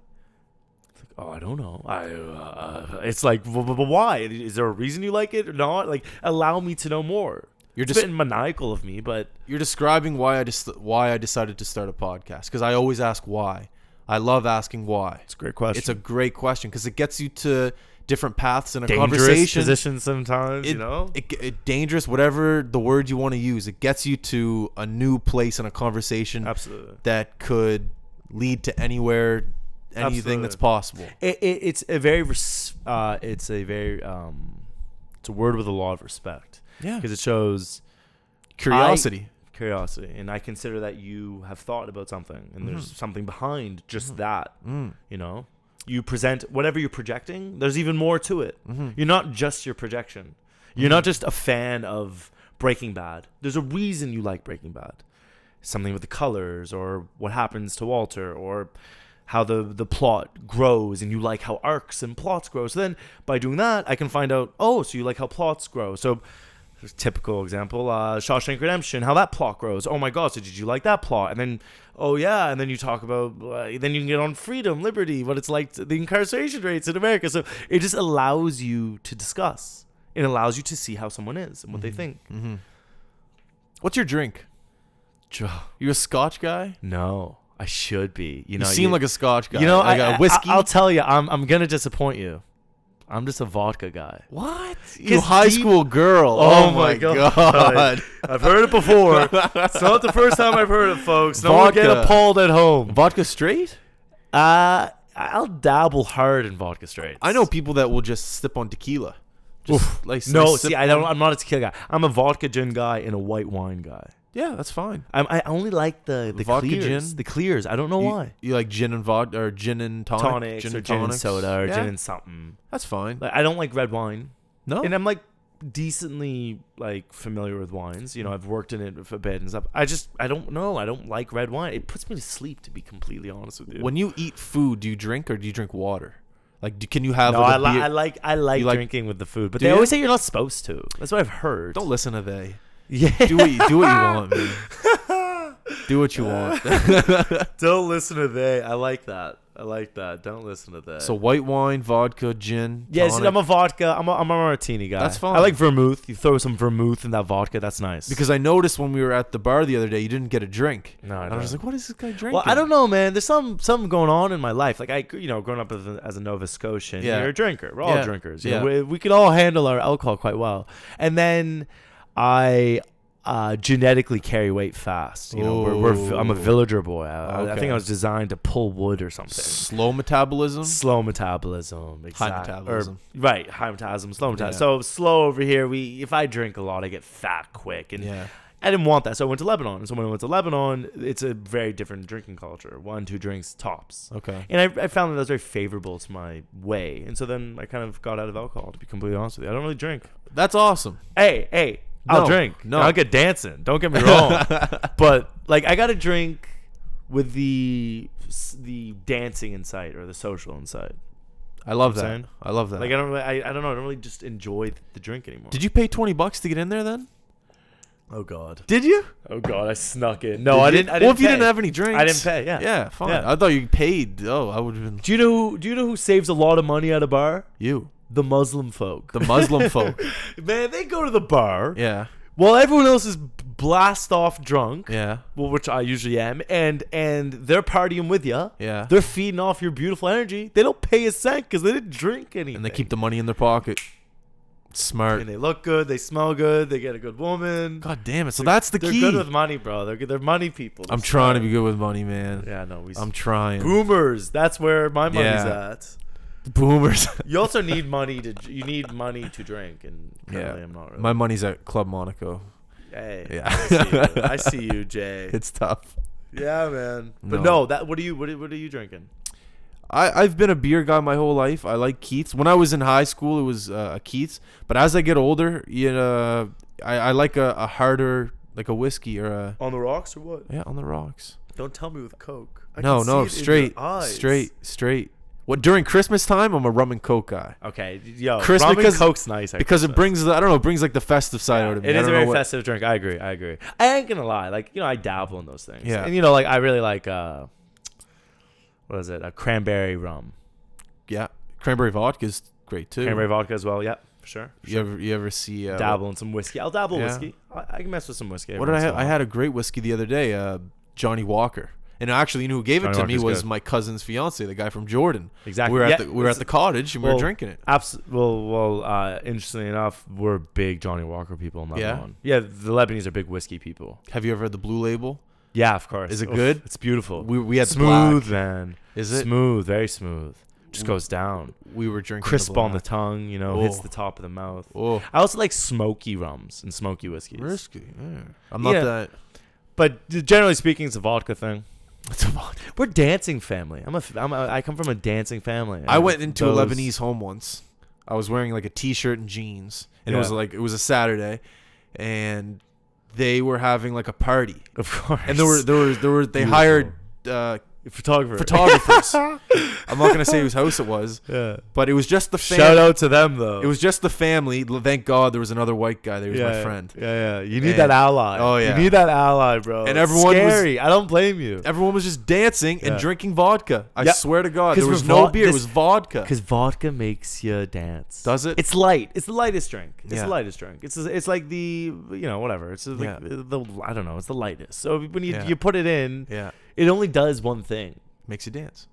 [SPEAKER 3] It's like, oh, I don't know. I, uh, it's like, well, but but why? Is there a reason you like it or not? Like, allow me to know more.
[SPEAKER 1] You're
[SPEAKER 3] It's a
[SPEAKER 1] just-
[SPEAKER 3] bit maniacal of me, but
[SPEAKER 1] You're describing why I just why I decided to start a podcast because I always ask why. I love asking why.
[SPEAKER 3] it's a great question.
[SPEAKER 1] It's a great question because it gets you to different paths in a
[SPEAKER 3] dangerous
[SPEAKER 1] conversation.
[SPEAKER 3] position sometimes,
[SPEAKER 1] It,
[SPEAKER 3] you know.
[SPEAKER 1] it, it- dangerous, whatever the word you want to use, it gets you to a new place in a conversation
[SPEAKER 3] Absolutely.
[SPEAKER 1] that could lead to anywhere, anything that's
[SPEAKER 3] Absolutely.
[SPEAKER 1] possible.
[SPEAKER 3] it, it, it's a very res- uh, it's a very um, it's a word with a lot of respect
[SPEAKER 1] Yeah.
[SPEAKER 3] because it shows
[SPEAKER 1] Curiosity.
[SPEAKER 3] curiosity and i consider that you have thought about something and
[SPEAKER 1] Mm-hmm.
[SPEAKER 3] there's something behind just that
[SPEAKER 1] Mm.
[SPEAKER 3] you know you present whatever you're projecting there's even more to it
[SPEAKER 1] Mm-hmm.
[SPEAKER 3] you're not just your projection you're not just a fan of breaking bad there's a reason you like breaking bad something with the colors or what happens to walter or how the the plot grows and you like how arcs and plots grow so then by doing that i can find out oh so you like how plots grow so typical example uh shawshank redemption how that plot grows oh my god so did you like that plot and then oh yeah and then you talk about uh, then you can get on freedom liberty what it's like to, the incarceration rates in america so it just allows you to discuss it allows you to see how someone is and what
[SPEAKER 1] Mm-hmm.
[SPEAKER 3] they think
[SPEAKER 1] What's your drink? You a Scotch guy?
[SPEAKER 3] no i should be you
[SPEAKER 1] You
[SPEAKER 3] know
[SPEAKER 1] seem like a Scotch guy.
[SPEAKER 3] you know
[SPEAKER 1] like a
[SPEAKER 3] I, I-
[SPEAKER 1] whiskey.
[SPEAKER 3] I, will tell you i'm, I'm gonna disappoint you i'm just a vodka guy
[SPEAKER 1] what? You
[SPEAKER 3] 'Cause
[SPEAKER 1] high
[SPEAKER 3] deep-
[SPEAKER 1] school girl. Oh, my god.
[SPEAKER 3] I've heard it before. it's not the first time I've heard it, folks. No one get
[SPEAKER 1] Vodka.
[SPEAKER 3] appalled at home.
[SPEAKER 1] Vodka straight?
[SPEAKER 3] Uh, I'll dabble hard in vodka straight.
[SPEAKER 1] I know people that will just sip on tequila. Just like
[SPEAKER 3] No,
[SPEAKER 1] sip
[SPEAKER 3] see, I
[SPEAKER 1] on-
[SPEAKER 3] don't. I'm not a tequila guy. I'm a vodka gin guy and a white wine guy.
[SPEAKER 1] Yeah, that's fine.
[SPEAKER 3] I'm, I only like the the
[SPEAKER 1] Vodka
[SPEAKER 3] clears.
[SPEAKER 1] gin?
[SPEAKER 3] The clears. I don't know
[SPEAKER 1] You-
[SPEAKER 3] why.
[SPEAKER 1] You, like gin and vodka or gin and tonic,
[SPEAKER 3] Tonics
[SPEAKER 1] gin
[SPEAKER 3] or
[SPEAKER 1] and
[SPEAKER 3] gin and
[SPEAKER 1] tonics.
[SPEAKER 3] soda or
[SPEAKER 1] Yeah,
[SPEAKER 3] gin and something.
[SPEAKER 1] That's fine.
[SPEAKER 3] Like I don't like red wine.
[SPEAKER 1] no,
[SPEAKER 3] And I'm like, decently like familiar with wines. You know, I've worked in it for a bit and stuff. I just I don't know. I don't like red wine. It puts me to sleep, to be completely honest with you.
[SPEAKER 1] When you eat food, do you drink or do you drink water? Like, do, can you have?
[SPEAKER 3] no,
[SPEAKER 1] like, a
[SPEAKER 3] I, li-
[SPEAKER 1] beer-
[SPEAKER 3] I like I like
[SPEAKER 1] You like-
[SPEAKER 3] drinking with the food, but
[SPEAKER 1] Do
[SPEAKER 3] they
[SPEAKER 1] you?
[SPEAKER 3] always say you're not supposed to. That's what I've heard.
[SPEAKER 1] Don't listen to they.
[SPEAKER 3] <laughs> yeah.
[SPEAKER 1] Do what you, do what you want, man.
[SPEAKER 3] <laughs>
[SPEAKER 1] Do what you want.
[SPEAKER 3] Don't listen to they. I like that. I like that. Don't listen to they.
[SPEAKER 1] so white wine, vodka, gin.
[SPEAKER 3] yeah, see,
[SPEAKER 1] tonic.
[SPEAKER 3] I'm a vodka. I'm a, I'm a martini guy.
[SPEAKER 1] That's
[SPEAKER 3] I
[SPEAKER 1] fine.
[SPEAKER 3] like vermouth. You throw some vermouth in that vodka. That's nice.
[SPEAKER 1] because I noticed when we were at the bar the other day, you didn't get a drink.
[SPEAKER 3] No, I
[SPEAKER 1] and I was
[SPEAKER 3] don't.
[SPEAKER 1] like, what is this guy drinking?
[SPEAKER 3] well, I don't know, man. There's some something going on in my life. Like I, you know, growing up as a, as a Nova Scotian,
[SPEAKER 1] Yeah.
[SPEAKER 3] you're a drinker. We're all
[SPEAKER 1] Yeah.
[SPEAKER 3] drinkers. You know,
[SPEAKER 1] Yeah.
[SPEAKER 3] we, we could all handle our alcohol quite well. And then I uh, genetically carry weight fast. You know, we're, we're, I'm a
[SPEAKER 1] Ooh.
[SPEAKER 3] villager boy. I, I think
[SPEAKER 1] Okay.
[SPEAKER 3] I was designed to pull wood or something.
[SPEAKER 1] Slow metabolism.
[SPEAKER 3] slow metabolism, exact-
[SPEAKER 1] metabolism.
[SPEAKER 3] or, right? High metabolism, slow metabolism.
[SPEAKER 1] Yeah.
[SPEAKER 3] So slow over here. We if I drink a lot, I get fat quick, and
[SPEAKER 1] Yeah.
[SPEAKER 3] I didn't want that, so I went to Lebanon. And so when I went to Lebanon, it's a very different drinking culture. One, two drinks tops.
[SPEAKER 1] Okay.
[SPEAKER 3] And I, I found that that was very favorable to my way, and so then I kind of got out of alcohol. To be completely honest with you, I don't really drink.
[SPEAKER 1] That's awesome.
[SPEAKER 3] Hey, hey, I'll
[SPEAKER 1] No,
[SPEAKER 3] drink.
[SPEAKER 1] no.
[SPEAKER 3] No, I'll get dancing. Don't get me
[SPEAKER 1] <laughs>
[SPEAKER 3] wrong, but like I gotta drink with the the dancing insight or the social insight.
[SPEAKER 1] I love
[SPEAKER 3] what
[SPEAKER 1] that.
[SPEAKER 3] I'm saying?
[SPEAKER 1] I love that.
[SPEAKER 3] Like I don't, really, I, I don't know. I don't really just enjoy th- the drink anymore.
[SPEAKER 1] Did you pay twenty bucks to get in there then?
[SPEAKER 3] Oh God.
[SPEAKER 1] Did you?
[SPEAKER 3] Oh God. I snuck in.
[SPEAKER 1] Did
[SPEAKER 3] No, Oh, I
[SPEAKER 1] you?
[SPEAKER 3] didn't. I didn't.
[SPEAKER 1] well, if you
[SPEAKER 3] pay.
[SPEAKER 1] didn't have any drinks,
[SPEAKER 3] I didn't pay. Yeah.
[SPEAKER 1] Yeah, fine.
[SPEAKER 3] Yeah.
[SPEAKER 1] I thought you paid. Oh, I would have been
[SPEAKER 3] Do you know? Who, do you know who saves a lot of money at a bar?
[SPEAKER 1] you,
[SPEAKER 3] The Muslim folk.
[SPEAKER 1] the
[SPEAKER 3] <laughs>
[SPEAKER 1] Muslim folk.
[SPEAKER 3] Man, they go to the bar
[SPEAKER 1] Yeah,
[SPEAKER 3] while everyone else is blast off drunk.
[SPEAKER 1] yeah,
[SPEAKER 3] Well, which I usually am, and and they're partying with you.
[SPEAKER 1] Yeah.
[SPEAKER 3] They're feeding off your beautiful energy. They don't pay a cent because they didn't drink anything.
[SPEAKER 1] and they keep the money in their pocket. Smart.
[SPEAKER 3] And they look good. They smell good. They get a good woman.
[SPEAKER 1] God damn it! So that's the
[SPEAKER 3] they're
[SPEAKER 1] key.
[SPEAKER 3] good with money, bro. They're good. They're money people.
[SPEAKER 1] I'm trying to be good with money, man.
[SPEAKER 3] Yeah, no, we.
[SPEAKER 1] I'm trying.
[SPEAKER 3] boomers. That's where my money's
[SPEAKER 1] Yeah.
[SPEAKER 3] at.
[SPEAKER 1] Boomers.
[SPEAKER 3] You also need money to. You need money to drink, and
[SPEAKER 1] yeah,
[SPEAKER 3] currently I'm not really.
[SPEAKER 1] my money's at Club Monaco.
[SPEAKER 3] hey,
[SPEAKER 1] Yeah.
[SPEAKER 3] I see
[SPEAKER 1] <laughs>
[SPEAKER 3] you. I see you, Jay.
[SPEAKER 1] It's tough.
[SPEAKER 3] yeah, man. But
[SPEAKER 1] No.
[SPEAKER 3] no, that. What are you? What are, what are you drinking?
[SPEAKER 1] I, I've been a beer guy my whole life. I like Keats. When I was in high school, it was uh, a Keats. But as I get older, you know, I, I like a, a harder, like a whiskey or a
[SPEAKER 3] On the rocks or what?
[SPEAKER 1] yeah on the rocks.
[SPEAKER 3] Don't tell me with Coke. I
[SPEAKER 1] no,
[SPEAKER 3] can
[SPEAKER 1] no,
[SPEAKER 3] see it in your
[SPEAKER 1] straight,
[SPEAKER 3] eyes.
[SPEAKER 1] straight, straight. What during Christmas time? I'm a rum and coke guy
[SPEAKER 3] Okay, yo,
[SPEAKER 1] Chris,
[SPEAKER 3] rum and
[SPEAKER 1] because-
[SPEAKER 3] Coke's nice. I
[SPEAKER 1] because
[SPEAKER 3] guess,
[SPEAKER 1] it brings the I don't know, it brings like the festive side out of me.
[SPEAKER 3] It
[SPEAKER 1] I
[SPEAKER 3] is
[SPEAKER 1] don't
[SPEAKER 3] a
[SPEAKER 1] know
[SPEAKER 3] very
[SPEAKER 1] what-
[SPEAKER 3] festive drink. I agree. I agree. I ain't gonna lie. Like you know, I dabble in those things.
[SPEAKER 1] Yeah.
[SPEAKER 3] And you know, like I really like uh, what is it? A cranberry rum,
[SPEAKER 1] Yeah, cranberry vodka is great too.
[SPEAKER 3] cranberry vodka as well. Yep, for sure.
[SPEAKER 1] you ever you ever see uh,
[SPEAKER 3] Dabble in some whiskey. I'll dabble
[SPEAKER 1] Yeah.
[SPEAKER 3] whiskey. I, I can mess with some whiskey.
[SPEAKER 1] What did I have? I had a great whiskey the other day, uh, Johnny Walker. And actually, you know who gave it
[SPEAKER 3] Johnny
[SPEAKER 1] to me
[SPEAKER 3] Walker's
[SPEAKER 1] was
[SPEAKER 3] good.
[SPEAKER 1] my cousin's fiance, the guy from Jordan.
[SPEAKER 3] Exactly.
[SPEAKER 1] We were
[SPEAKER 3] Yeah,
[SPEAKER 1] at the we were
[SPEAKER 3] this
[SPEAKER 1] at the cottage and we were drinking it.
[SPEAKER 3] Absolutely. Well, well. Uh, interestingly enough, we're big Johnny Walker people in
[SPEAKER 1] Yeah?
[SPEAKER 3] Lebanon. Yeah. The Lebanese are big whiskey people.
[SPEAKER 1] Have you ever had the Blue Label?
[SPEAKER 3] Yeah, of course.
[SPEAKER 1] Is it
[SPEAKER 3] Oof,
[SPEAKER 1] good?
[SPEAKER 3] It's beautiful.
[SPEAKER 1] We- we had
[SPEAKER 3] smooth,
[SPEAKER 1] black.
[SPEAKER 3] man.
[SPEAKER 1] Is it?
[SPEAKER 3] smooth? Very smooth. Just goes down.
[SPEAKER 1] We were drinking
[SPEAKER 3] crisp on the
[SPEAKER 1] black.
[SPEAKER 3] tongue, you know, hits
[SPEAKER 1] Oh.
[SPEAKER 3] the top of the mouth.
[SPEAKER 1] Oh.
[SPEAKER 3] I also like smoky rums and smoky whiskeys.
[SPEAKER 1] Risky. Yeah. I'm not
[SPEAKER 3] Yeah. <laughs>
[SPEAKER 1] that.
[SPEAKER 3] But d- generally speaking, it's a vodka thing.
[SPEAKER 1] It's a vodka.
[SPEAKER 3] We're dancing family. I'm a, f- I'm a I come from a dancing family.
[SPEAKER 1] I
[SPEAKER 3] and
[SPEAKER 1] went into a
[SPEAKER 3] those-
[SPEAKER 1] Lebanese home once. I was wearing like a t-shirt and jeans, and it
[SPEAKER 3] Yeah.
[SPEAKER 1] was like it was a Saturday, and they were having like a party,
[SPEAKER 3] of course,
[SPEAKER 1] and there
[SPEAKER 3] <laughs>
[SPEAKER 1] were there were there were they
[SPEAKER 3] Beautiful.
[SPEAKER 1] hired uh,
[SPEAKER 3] photographer.
[SPEAKER 1] photographers. I'm not gonna say whose house it was,
[SPEAKER 3] <laughs> yeah.
[SPEAKER 1] but it was just the family.
[SPEAKER 3] Shout out to them though.
[SPEAKER 1] It was just the family. L- Thank God there was another white guy there. He was
[SPEAKER 3] yeah,
[SPEAKER 1] my friend.
[SPEAKER 3] Yeah, yeah. You need
[SPEAKER 1] And-
[SPEAKER 3] that ally.
[SPEAKER 1] Oh, yeah.
[SPEAKER 3] You need that ally, bro.
[SPEAKER 1] And
[SPEAKER 3] It's
[SPEAKER 1] everyone was-
[SPEAKER 3] scary. I don't blame you.
[SPEAKER 1] Everyone was just dancing and
[SPEAKER 3] Yeah.
[SPEAKER 1] drinking vodka. I
[SPEAKER 3] Yeah.
[SPEAKER 1] swear to God, there
[SPEAKER 3] 'Cause
[SPEAKER 1] was
[SPEAKER 3] we're
[SPEAKER 1] no
[SPEAKER 3] vo-
[SPEAKER 1] beer.
[SPEAKER 3] this-
[SPEAKER 1] it was vodka.
[SPEAKER 3] Because vodka makes you dance.
[SPEAKER 1] Does it?
[SPEAKER 3] It's light. It's the lightest drink. It's
[SPEAKER 1] Yeah.
[SPEAKER 3] the lightest drink. It's it's like the you know whatever. It's like
[SPEAKER 1] Yeah.
[SPEAKER 3] the I don't know. It's the lightest. So when you
[SPEAKER 1] Yeah.
[SPEAKER 3] you put it in,
[SPEAKER 1] Yeah,
[SPEAKER 3] it only does one thing.
[SPEAKER 1] makes you dance.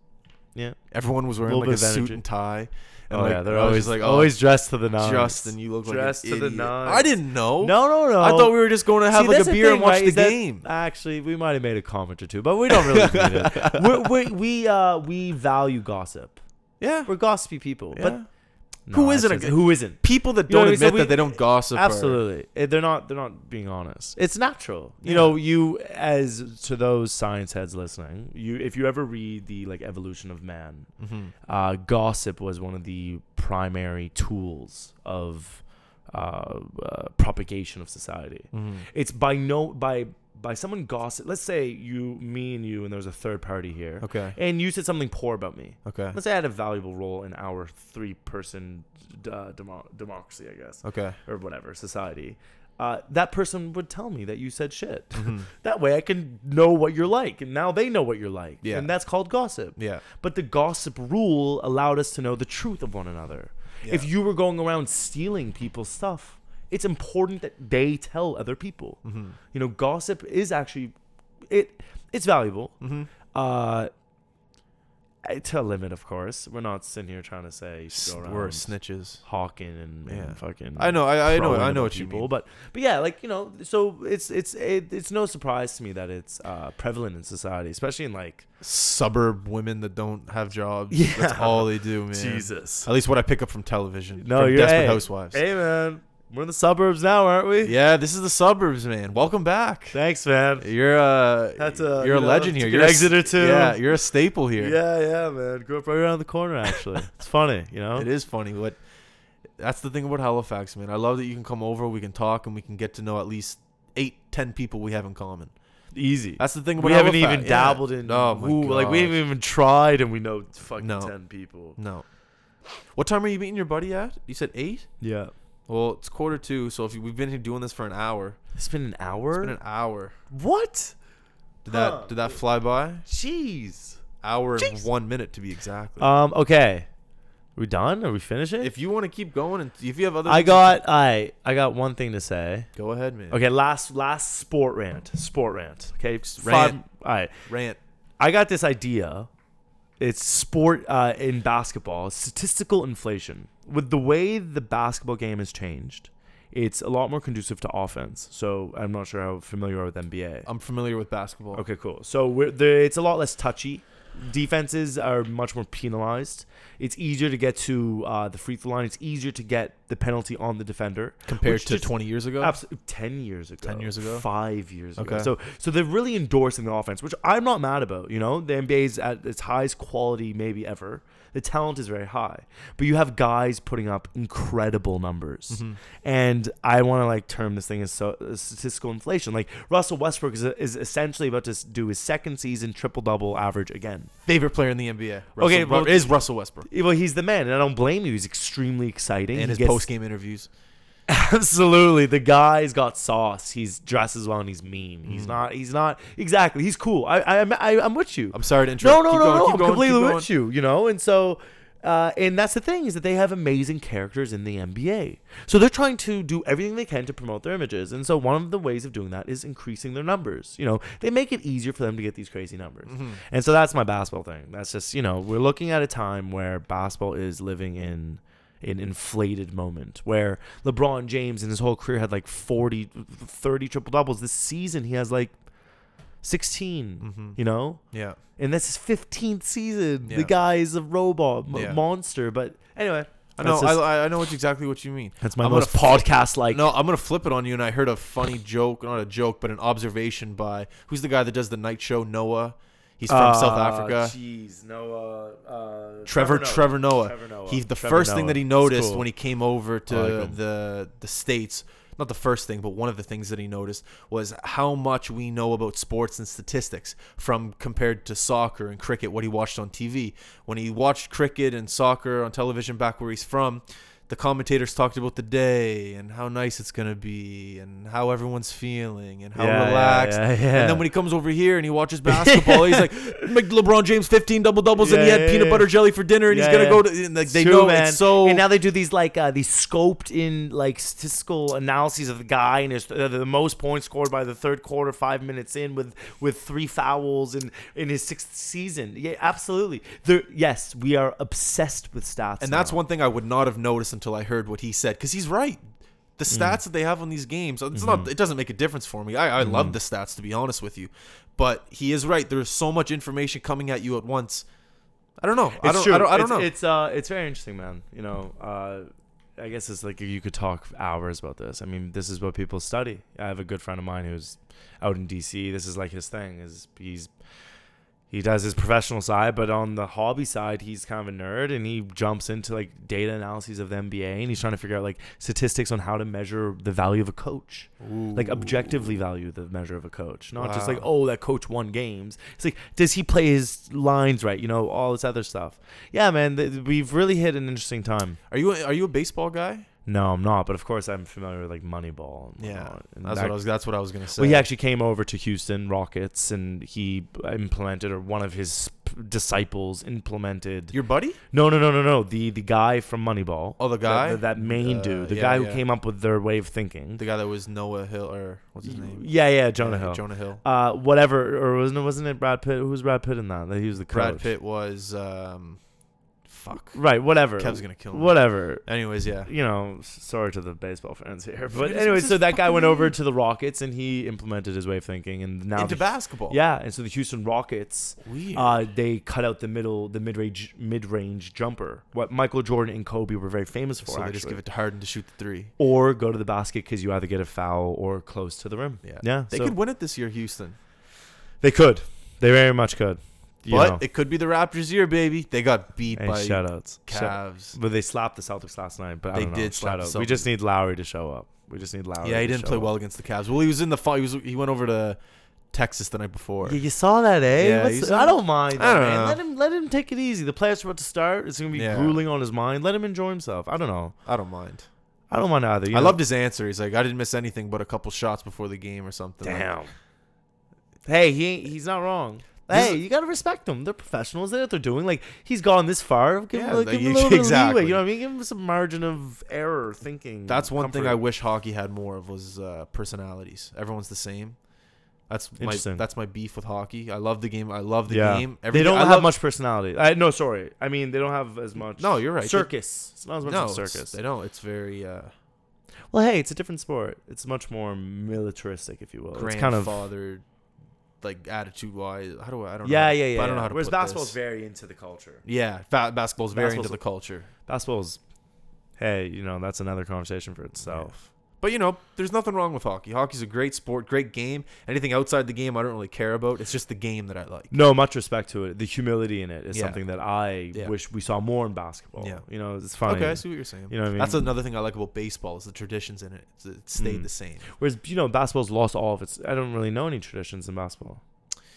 [SPEAKER 3] Yeah.
[SPEAKER 1] Everyone was wearing
[SPEAKER 3] Little
[SPEAKER 1] like
[SPEAKER 3] bit
[SPEAKER 1] a
[SPEAKER 3] of
[SPEAKER 1] suit
[SPEAKER 3] energy.
[SPEAKER 1] and tie. And
[SPEAKER 3] Oh
[SPEAKER 1] like,
[SPEAKER 3] yeah.
[SPEAKER 1] I
[SPEAKER 3] They're
[SPEAKER 1] was
[SPEAKER 3] always
[SPEAKER 1] just
[SPEAKER 3] like
[SPEAKER 1] like
[SPEAKER 3] always dressed to the nines.
[SPEAKER 1] oh, Justin. You look
[SPEAKER 3] dressed
[SPEAKER 1] like an
[SPEAKER 3] to the
[SPEAKER 1] idiot.
[SPEAKER 3] nines.
[SPEAKER 1] I didn't know.
[SPEAKER 3] No, no, no.
[SPEAKER 1] I thought we were just going to have
[SPEAKER 3] See,
[SPEAKER 1] like
[SPEAKER 3] that's
[SPEAKER 1] a beer and
[SPEAKER 3] thing,
[SPEAKER 1] watch
[SPEAKER 3] right,
[SPEAKER 1] the
[SPEAKER 3] is that-
[SPEAKER 1] game.
[SPEAKER 3] Actually, we might have made a comment or two, but we don't really need
[SPEAKER 1] <laughs>
[SPEAKER 3] it. We we we, uh, we value gossip.
[SPEAKER 1] yeah.
[SPEAKER 3] We're gossipy people. But
[SPEAKER 1] Yeah.
[SPEAKER 3] No,
[SPEAKER 1] Who
[SPEAKER 3] that's
[SPEAKER 1] isn't a
[SPEAKER 3] just-
[SPEAKER 1] g-
[SPEAKER 3] who isn't?
[SPEAKER 1] People that
[SPEAKER 3] You know
[SPEAKER 1] don't
[SPEAKER 3] what I mean?
[SPEAKER 1] admit
[SPEAKER 3] So we-
[SPEAKER 1] that they don't gossip. are-
[SPEAKER 3] Absolutely, Eh, they're not. They're not being honest. It's natural. You know, you as to those science heads listening, you if you ever read the like evolution of man,
[SPEAKER 1] Mm-hmm.
[SPEAKER 3] uh, gossip was one of the primary tools of uh, uh, propagation of society.
[SPEAKER 1] Mm-hmm.
[SPEAKER 3] It's by no by by someone gossip. Let's say you, me, and you, and there's a third party here.
[SPEAKER 1] Okay.
[SPEAKER 3] And you said something poor about me.
[SPEAKER 1] Okay.
[SPEAKER 3] Let's say I had a valuable role in our three-person uh, demo- democracy, I guess
[SPEAKER 1] Okay.
[SPEAKER 3] or whatever society, uh, that person would tell me that you said shit.
[SPEAKER 1] Mm-hmm.
[SPEAKER 3] <laughs> that way I can know what you're like, and now they know what you're like,
[SPEAKER 1] Yeah.
[SPEAKER 3] and that's called gossip.
[SPEAKER 1] Yeah.
[SPEAKER 3] But the gossip rule allowed us to know the truth of one another. If
[SPEAKER 1] Yeah.
[SPEAKER 3] you were going around stealing people's stuff, it's important that they tell other people.
[SPEAKER 1] Mm-hmm.
[SPEAKER 3] You know, gossip is actually it. It's valuable.
[SPEAKER 1] Mm-hmm.
[SPEAKER 3] Uh, to a limit, of course. We're not sitting here trying to say you should go around
[SPEAKER 1] We're snitches.
[SPEAKER 3] hawking and, and
[SPEAKER 1] Yeah.
[SPEAKER 3] fucking.
[SPEAKER 1] I know, I- I know-
[SPEAKER 3] crowing
[SPEAKER 1] I know
[SPEAKER 3] about
[SPEAKER 1] what you
[SPEAKER 3] people,
[SPEAKER 1] mean.
[SPEAKER 3] But but yeah, like you know, so it's it's it, it's no surprise to me that it's uh, prevalent in society, especially in like
[SPEAKER 1] Suburb women that don't have jobs. That's
[SPEAKER 3] Yeah.
[SPEAKER 1] all they do, man.
[SPEAKER 3] Jesus.
[SPEAKER 1] At least what I pick up from television.
[SPEAKER 3] No,
[SPEAKER 1] from
[SPEAKER 3] you're
[SPEAKER 1] Desperate
[SPEAKER 3] hey,
[SPEAKER 1] Housewives.
[SPEAKER 3] Hey man, we're in the suburbs now, aren't we?
[SPEAKER 1] Yeah, this is the suburbs, man. Welcome back.
[SPEAKER 3] Thanks, man.
[SPEAKER 1] You're a
[SPEAKER 3] That's a-
[SPEAKER 1] you're a
[SPEAKER 3] you know,
[SPEAKER 1] legend here.
[SPEAKER 3] took
[SPEAKER 1] You're
[SPEAKER 3] an
[SPEAKER 1] a
[SPEAKER 3] exit or
[SPEAKER 1] s-
[SPEAKER 3] two.
[SPEAKER 1] Yeah, you're a staple here.
[SPEAKER 3] Yeah, yeah, man. Grew up right around the
[SPEAKER 1] <laughs>
[SPEAKER 3] corner. Actually, it's funny, you know.
[SPEAKER 1] It is funny what that's the thing about Halifax, man. I love that you can come over, we can talk, and we can get to know at least eight, ten people we have in common.
[SPEAKER 3] easy.
[SPEAKER 1] That's the thing about
[SPEAKER 3] we haven't
[SPEAKER 1] Halifax,
[SPEAKER 3] even
[SPEAKER 1] yeah.
[SPEAKER 3] dabbled in.
[SPEAKER 1] Oh my
[SPEAKER 3] who, like we
[SPEAKER 1] gosh.
[SPEAKER 3] haven't even tried, and we know fucking
[SPEAKER 1] No.
[SPEAKER 3] ten people.
[SPEAKER 1] No. What time are you meeting your buddy at? You said eight?
[SPEAKER 3] Yeah,
[SPEAKER 1] Well, it's quarter two, so if you, we've been here doing this for an hour.
[SPEAKER 3] it's been an
[SPEAKER 1] It's
[SPEAKER 3] hour.
[SPEAKER 1] been an hour.
[SPEAKER 3] what?
[SPEAKER 1] Did
[SPEAKER 3] Huh.
[SPEAKER 1] that did that fly by?
[SPEAKER 3] Jeez.
[SPEAKER 1] Hour and
[SPEAKER 3] Jeez.
[SPEAKER 1] one minute to be exact.
[SPEAKER 3] Um. Okay. We done? Are we finishing?
[SPEAKER 1] if you want to keep going and if you have other
[SPEAKER 3] I
[SPEAKER 1] things to-
[SPEAKER 3] got I I got one thing to say.
[SPEAKER 1] Go ahead, man.
[SPEAKER 3] Okay. Last last sport rant. Sport rant. Okay. just
[SPEAKER 1] Rant.
[SPEAKER 3] five- all right.
[SPEAKER 1] Rant.
[SPEAKER 3] I got this idea. It's sport uh, in basketball. Statistical inflation. With the way the basketball game has changed, it's a lot more conducive to offense. So I'm not sure how familiar you are with NBA.
[SPEAKER 1] I'm familiar with basketball.
[SPEAKER 3] Okay, cool. So we're there, it's a lot less touchy. Defenses are much more penalized. It's easier to get to uh, the free throw line. It's easier to get the penalty on the defender
[SPEAKER 1] Compared
[SPEAKER 3] which
[SPEAKER 1] to
[SPEAKER 3] just-
[SPEAKER 1] 20 years ago?
[SPEAKER 3] Absolutely, ten years ago.
[SPEAKER 1] 10 years ago?
[SPEAKER 3] Five years ago.
[SPEAKER 1] Okay.
[SPEAKER 3] So, so they're really endorsing the offense, which I'm not mad about. You know, the NBA's at its highest quality maybe ever. The talent is very high, but you have guys putting up incredible numbers,
[SPEAKER 1] Mm-hmm.
[SPEAKER 3] and I want to like term this thing as so, as statistical inflation. Like Russell Westbrook is, is essentially about to s- do his second season triple double average again.
[SPEAKER 1] Favorite player in the NBA. Russell,
[SPEAKER 3] Okay,
[SPEAKER 1] okay,
[SPEAKER 3] well-
[SPEAKER 1] is Russell Westbrook
[SPEAKER 3] Well, he's the man, and I don't blame you. He's extremely exciting.
[SPEAKER 1] and
[SPEAKER 3] He
[SPEAKER 1] his
[SPEAKER 3] gets-
[SPEAKER 1] post game interviews.
[SPEAKER 3] Absolutely, the guy's got sauce. He's dresses well and he's mean. He's not. He's not exactly. He's cool. I, I, I'm- I, I'm with you.
[SPEAKER 1] I'm sorry to
[SPEAKER 3] no,
[SPEAKER 1] interrupt.
[SPEAKER 3] no,
[SPEAKER 1] Keep
[SPEAKER 3] no,
[SPEAKER 1] going,
[SPEAKER 3] no.
[SPEAKER 1] keep going,
[SPEAKER 3] I'm
[SPEAKER 1] keep
[SPEAKER 3] completely
[SPEAKER 1] going.
[SPEAKER 3] with you. You know, and so, uh, and that's the thing is that they have amazing characters in the NBA. So they're trying to do everything they can to promote their images. And so one of the ways of doing that is increasing their numbers. You know, they make it easier for them to get these crazy numbers.
[SPEAKER 1] Mm-hmm.
[SPEAKER 3] And so that's my basketball thing. That's just you know we're looking at a time where basketball is living in an inflated moment where LeBron James in his whole career had like 40 30 triple doubles this season he has like 16
[SPEAKER 1] Mm-hmm.
[SPEAKER 3] you know
[SPEAKER 1] Yeah.
[SPEAKER 3] and that's his 15th season
[SPEAKER 1] Yeah.
[SPEAKER 3] the guy is a robot m-
[SPEAKER 1] Yeah.
[SPEAKER 3] monster but anyway
[SPEAKER 1] I know.
[SPEAKER 3] that's just-
[SPEAKER 1] I, I know it's exactly what you mean.
[SPEAKER 3] that's my
[SPEAKER 1] I'm gonna
[SPEAKER 3] most podcast like
[SPEAKER 1] No, I'm gonna flip it on you, and I heard a funny joke, not a joke, but an observation by who's the guy that does the night show? Noah. He's
[SPEAKER 3] Uh,
[SPEAKER 1] from South Africa.
[SPEAKER 3] jeez Noah uh,
[SPEAKER 1] Trevor Trevor Noah.
[SPEAKER 3] Trevor Noah.
[SPEAKER 1] He the
[SPEAKER 3] Trevor
[SPEAKER 1] first thing
[SPEAKER 3] Noah.
[SPEAKER 1] that he
[SPEAKER 3] It's
[SPEAKER 1] noticed
[SPEAKER 3] cool.
[SPEAKER 1] when he came over to
[SPEAKER 3] I like him.
[SPEAKER 1] the the states, not the first thing, but one of the things that he noticed was how much we know about sports and statistics from compared to soccer and cricket what he watched on TV. When he watched cricket and soccer on television back where he's from, the commentators talked about the day and how nice it's going to be and how everyone's feeling and how
[SPEAKER 3] Yeah, yeah,
[SPEAKER 1] relaxed.
[SPEAKER 3] yeah, yeah.
[SPEAKER 1] And then when he comes over here and he
[SPEAKER 3] <laughs>
[SPEAKER 1] watches basketball, he's like, "Make LeBron James 15 double doubles and he
[SPEAKER 3] Yeah,
[SPEAKER 1] had
[SPEAKER 3] yeah,
[SPEAKER 1] peanut
[SPEAKER 3] yeah.
[SPEAKER 1] butter jelly for dinner and he's
[SPEAKER 3] Yeah,
[SPEAKER 1] gonna
[SPEAKER 3] yeah.
[SPEAKER 1] go to and, like they
[SPEAKER 3] It's true,
[SPEAKER 1] know it's so
[SPEAKER 3] and now they do these like uh, these scoped in like statistical analyses of the guy and his uh, the most points scored by the third quarter five minutes in with with three fouls and in his sixth season yeah absolutely They're, yes we are obsessed with stats
[SPEAKER 1] and that's
[SPEAKER 3] now.
[SPEAKER 1] one thing I would not have noticed until I heard what he said because he's right. The
[SPEAKER 3] Mm.
[SPEAKER 1] stats that they have on these games, it's
[SPEAKER 3] Mm-hmm.
[SPEAKER 1] not it doesn't make a difference for me. I, I love the stats to be honest with you, but he is right. There's so much information coming at you at once. I don't know. I don't. I don't, I don't
[SPEAKER 3] it's,
[SPEAKER 1] know.
[SPEAKER 3] It's uh, it's very interesting, man. You know, uh, I guess it's like you could talk hours about this. I mean, this is what people study. I have a good friend of mine who's out in D.C. This is like his thing. Is he's he does his professional side, but on the hobby side, he's kind of a nerd and he jumps into like data analyses of the NBA and he's trying to figure out like statistics on how to measure the value of a coach. Like objectively value the measure of a coach, not just like,
[SPEAKER 1] Wow.
[SPEAKER 3] oh, that coach won games. It's like, does he play his lines right? You know, all this other stuff. Yeah, man, th- we've really hit an interesting time.
[SPEAKER 1] Are you a, are you a baseball guy?
[SPEAKER 3] No, I'm not, but of course I'm familiar with like Moneyball. And whatnot, and
[SPEAKER 1] that's
[SPEAKER 3] that-
[SPEAKER 1] what I was. That's what I was gonna say.
[SPEAKER 3] well, he actually came over to Houston Rockets, and he implemented, or one of his p- disciples implemented.
[SPEAKER 1] your buddy.
[SPEAKER 3] no, no, no, no, no. The the guy from Moneyball.
[SPEAKER 1] Oh, the
[SPEAKER 3] That-
[SPEAKER 1] guy?
[SPEAKER 3] that- that main
[SPEAKER 1] Uh,
[SPEAKER 3] dude, the
[SPEAKER 1] yeah,
[SPEAKER 3] guy who
[SPEAKER 1] yeah.
[SPEAKER 3] came up with their way of thinking.
[SPEAKER 1] The guy that was Noah Hill or what's his name?
[SPEAKER 3] yeah, yeah, Jonah
[SPEAKER 1] Yeah,
[SPEAKER 3] Hill.
[SPEAKER 1] Jonah Hill.
[SPEAKER 3] Uh, whatever, or wasn't it, wasn't it Brad Pitt? Who was Brad Pitt in that? That he was the coach.
[SPEAKER 1] Brad Pitt was um, fuck.
[SPEAKER 3] Right. Whatever.
[SPEAKER 1] Kev's gonna kill me.
[SPEAKER 3] Whatever.
[SPEAKER 1] Anyways, yeah.
[SPEAKER 3] you know, s- sorry to the baseball
[SPEAKER 1] <laughs>
[SPEAKER 3] fans here,
[SPEAKER 1] What
[SPEAKER 3] but
[SPEAKER 1] is-
[SPEAKER 3] anyway,
[SPEAKER 1] what's
[SPEAKER 3] so
[SPEAKER 1] his
[SPEAKER 3] that guy went
[SPEAKER 1] fucking
[SPEAKER 3] over to the Rockets and he implemented his way of thinking, and now
[SPEAKER 1] Into
[SPEAKER 3] the-
[SPEAKER 1] basketball.
[SPEAKER 3] Yeah, and so the Houston Rockets,
[SPEAKER 1] Weird.
[SPEAKER 3] uh, they cut out the middle, the mid-range, mid-range jumper. What Michael Jordan and Kobe were very famous for,
[SPEAKER 1] So they
[SPEAKER 3] actually.
[SPEAKER 1] just give it to Harden to shoot the three.
[SPEAKER 3] or go to the basket because you either get a foul or close to the rim.
[SPEAKER 1] Yeah.
[SPEAKER 3] yeah.
[SPEAKER 1] They
[SPEAKER 3] so-
[SPEAKER 1] could win it this year, Houston.
[SPEAKER 3] They could. They very much could. You
[SPEAKER 1] But
[SPEAKER 3] know.
[SPEAKER 1] it could be the Raptors' year, baby. They got beat
[SPEAKER 3] Hey,
[SPEAKER 1] by
[SPEAKER 3] shoutouts. Shout-
[SPEAKER 1] Cavs.
[SPEAKER 3] but they slapped the Celtics last night. But I
[SPEAKER 1] They
[SPEAKER 3] don't know.
[SPEAKER 1] did slap
[SPEAKER 3] Shout
[SPEAKER 1] the
[SPEAKER 3] out. We
[SPEAKER 1] Celtics.
[SPEAKER 3] just need Lowry to show up. We just need Lowry.
[SPEAKER 1] yeah, he
[SPEAKER 3] to
[SPEAKER 1] didn't
[SPEAKER 3] show
[SPEAKER 1] play
[SPEAKER 3] up.
[SPEAKER 1] well against the Cavs. Well, he was in the final. He was. He went over to Texas the night before.
[SPEAKER 3] Yeah, you saw that, eh?
[SPEAKER 1] Yeah,
[SPEAKER 3] What's-
[SPEAKER 1] you saw
[SPEAKER 3] I
[SPEAKER 1] that.
[SPEAKER 3] don't mind.
[SPEAKER 1] I
[SPEAKER 3] I
[SPEAKER 1] don't
[SPEAKER 3] man.
[SPEAKER 1] know.
[SPEAKER 3] Let him let him take it easy. The playoffs are about to start. It's gonna be
[SPEAKER 1] Yeah.
[SPEAKER 3] grueling on his mind. Let him enjoy himself. I don't know.
[SPEAKER 1] I don't mind.
[SPEAKER 3] I don't mind either. you
[SPEAKER 1] I
[SPEAKER 3] know?
[SPEAKER 1] loved his answer. He's like, I didn't miss anything but a couple shots before the game or something. Like,
[SPEAKER 3] Damn. Hey, he ain't, he's not wrong.
[SPEAKER 1] This
[SPEAKER 3] Hey,
[SPEAKER 1] is-
[SPEAKER 3] you gotta respect them. They're professionals. They know what they're doing. Like he's gone this far. Give him,
[SPEAKER 1] Yeah,
[SPEAKER 3] like, give him
[SPEAKER 1] you-
[SPEAKER 3] a little bit of leeway.
[SPEAKER 1] exactly.
[SPEAKER 3] You know what I mean? Give him some margin of error thinking.
[SPEAKER 1] That's one thing I
[SPEAKER 3] comfort.
[SPEAKER 1] wish hockey had more of was uh, personalities. Everyone's the same. That's my
[SPEAKER 3] Interesting.
[SPEAKER 1] that's my beef with hockey. I love the game. I love the
[SPEAKER 3] yeah.
[SPEAKER 1] game.
[SPEAKER 3] they don't
[SPEAKER 1] I
[SPEAKER 3] have
[SPEAKER 1] love-
[SPEAKER 3] much personality. I no, sorry. I mean they don't have as much.
[SPEAKER 1] No, you're right. They-
[SPEAKER 3] Circus. It's not as much
[SPEAKER 1] No,
[SPEAKER 3] of a
[SPEAKER 1] it's-
[SPEAKER 3] circus.
[SPEAKER 1] They don't. It's very uh,
[SPEAKER 3] Well, hey, it's a different sport. It's much more militaristic, if you will. It's kind of
[SPEAKER 1] grandfather, like attitude wise. How do I? I don't. know
[SPEAKER 3] yeah,
[SPEAKER 1] how to-
[SPEAKER 3] yeah, yeah.
[SPEAKER 1] I don't know how to.
[SPEAKER 3] Whereas
[SPEAKER 1] put
[SPEAKER 3] basketball's
[SPEAKER 1] this.
[SPEAKER 3] very into the culture.
[SPEAKER 1] Yeah, fa- basketball's very into
[SPEAKER 3] Basketball's-
[SPEAKER 1] the culture.
[SPEAKER 3] Basketball's, hey, you know that's another conversation for itself.
[SPEAKER 1] But you know, there's nothing wrong with hockey. Hockey's a great sport, great game. Anything outside the game, I don't really care about. It's just the game that I like.
[SPEAKER 3] No, much respect to it. The humility in it is
[SPEAKER 1] Yeah.
[SPEAKER 3] something that I
[SPEAKER 1] Yeah.
[SPEAKER 3] wish we saw more in basketball.
[SPEAKER 1] Yeah.
[SPEAKER 3] you know, it's funny.
[SPEAKER 1] Okay, I see what you're saying.
[SPEAKER 3] You know what I mean?
[SPEAKER 1] That's another thing I like about baseball is the traditions in it. It's- It stayed
[SPEAKER 3] Mm.
[SPEAKER 1] the same.
[SPEAKER 3] Whereas you know, basketball's lost all of its. I don't really know any traditions in basketball.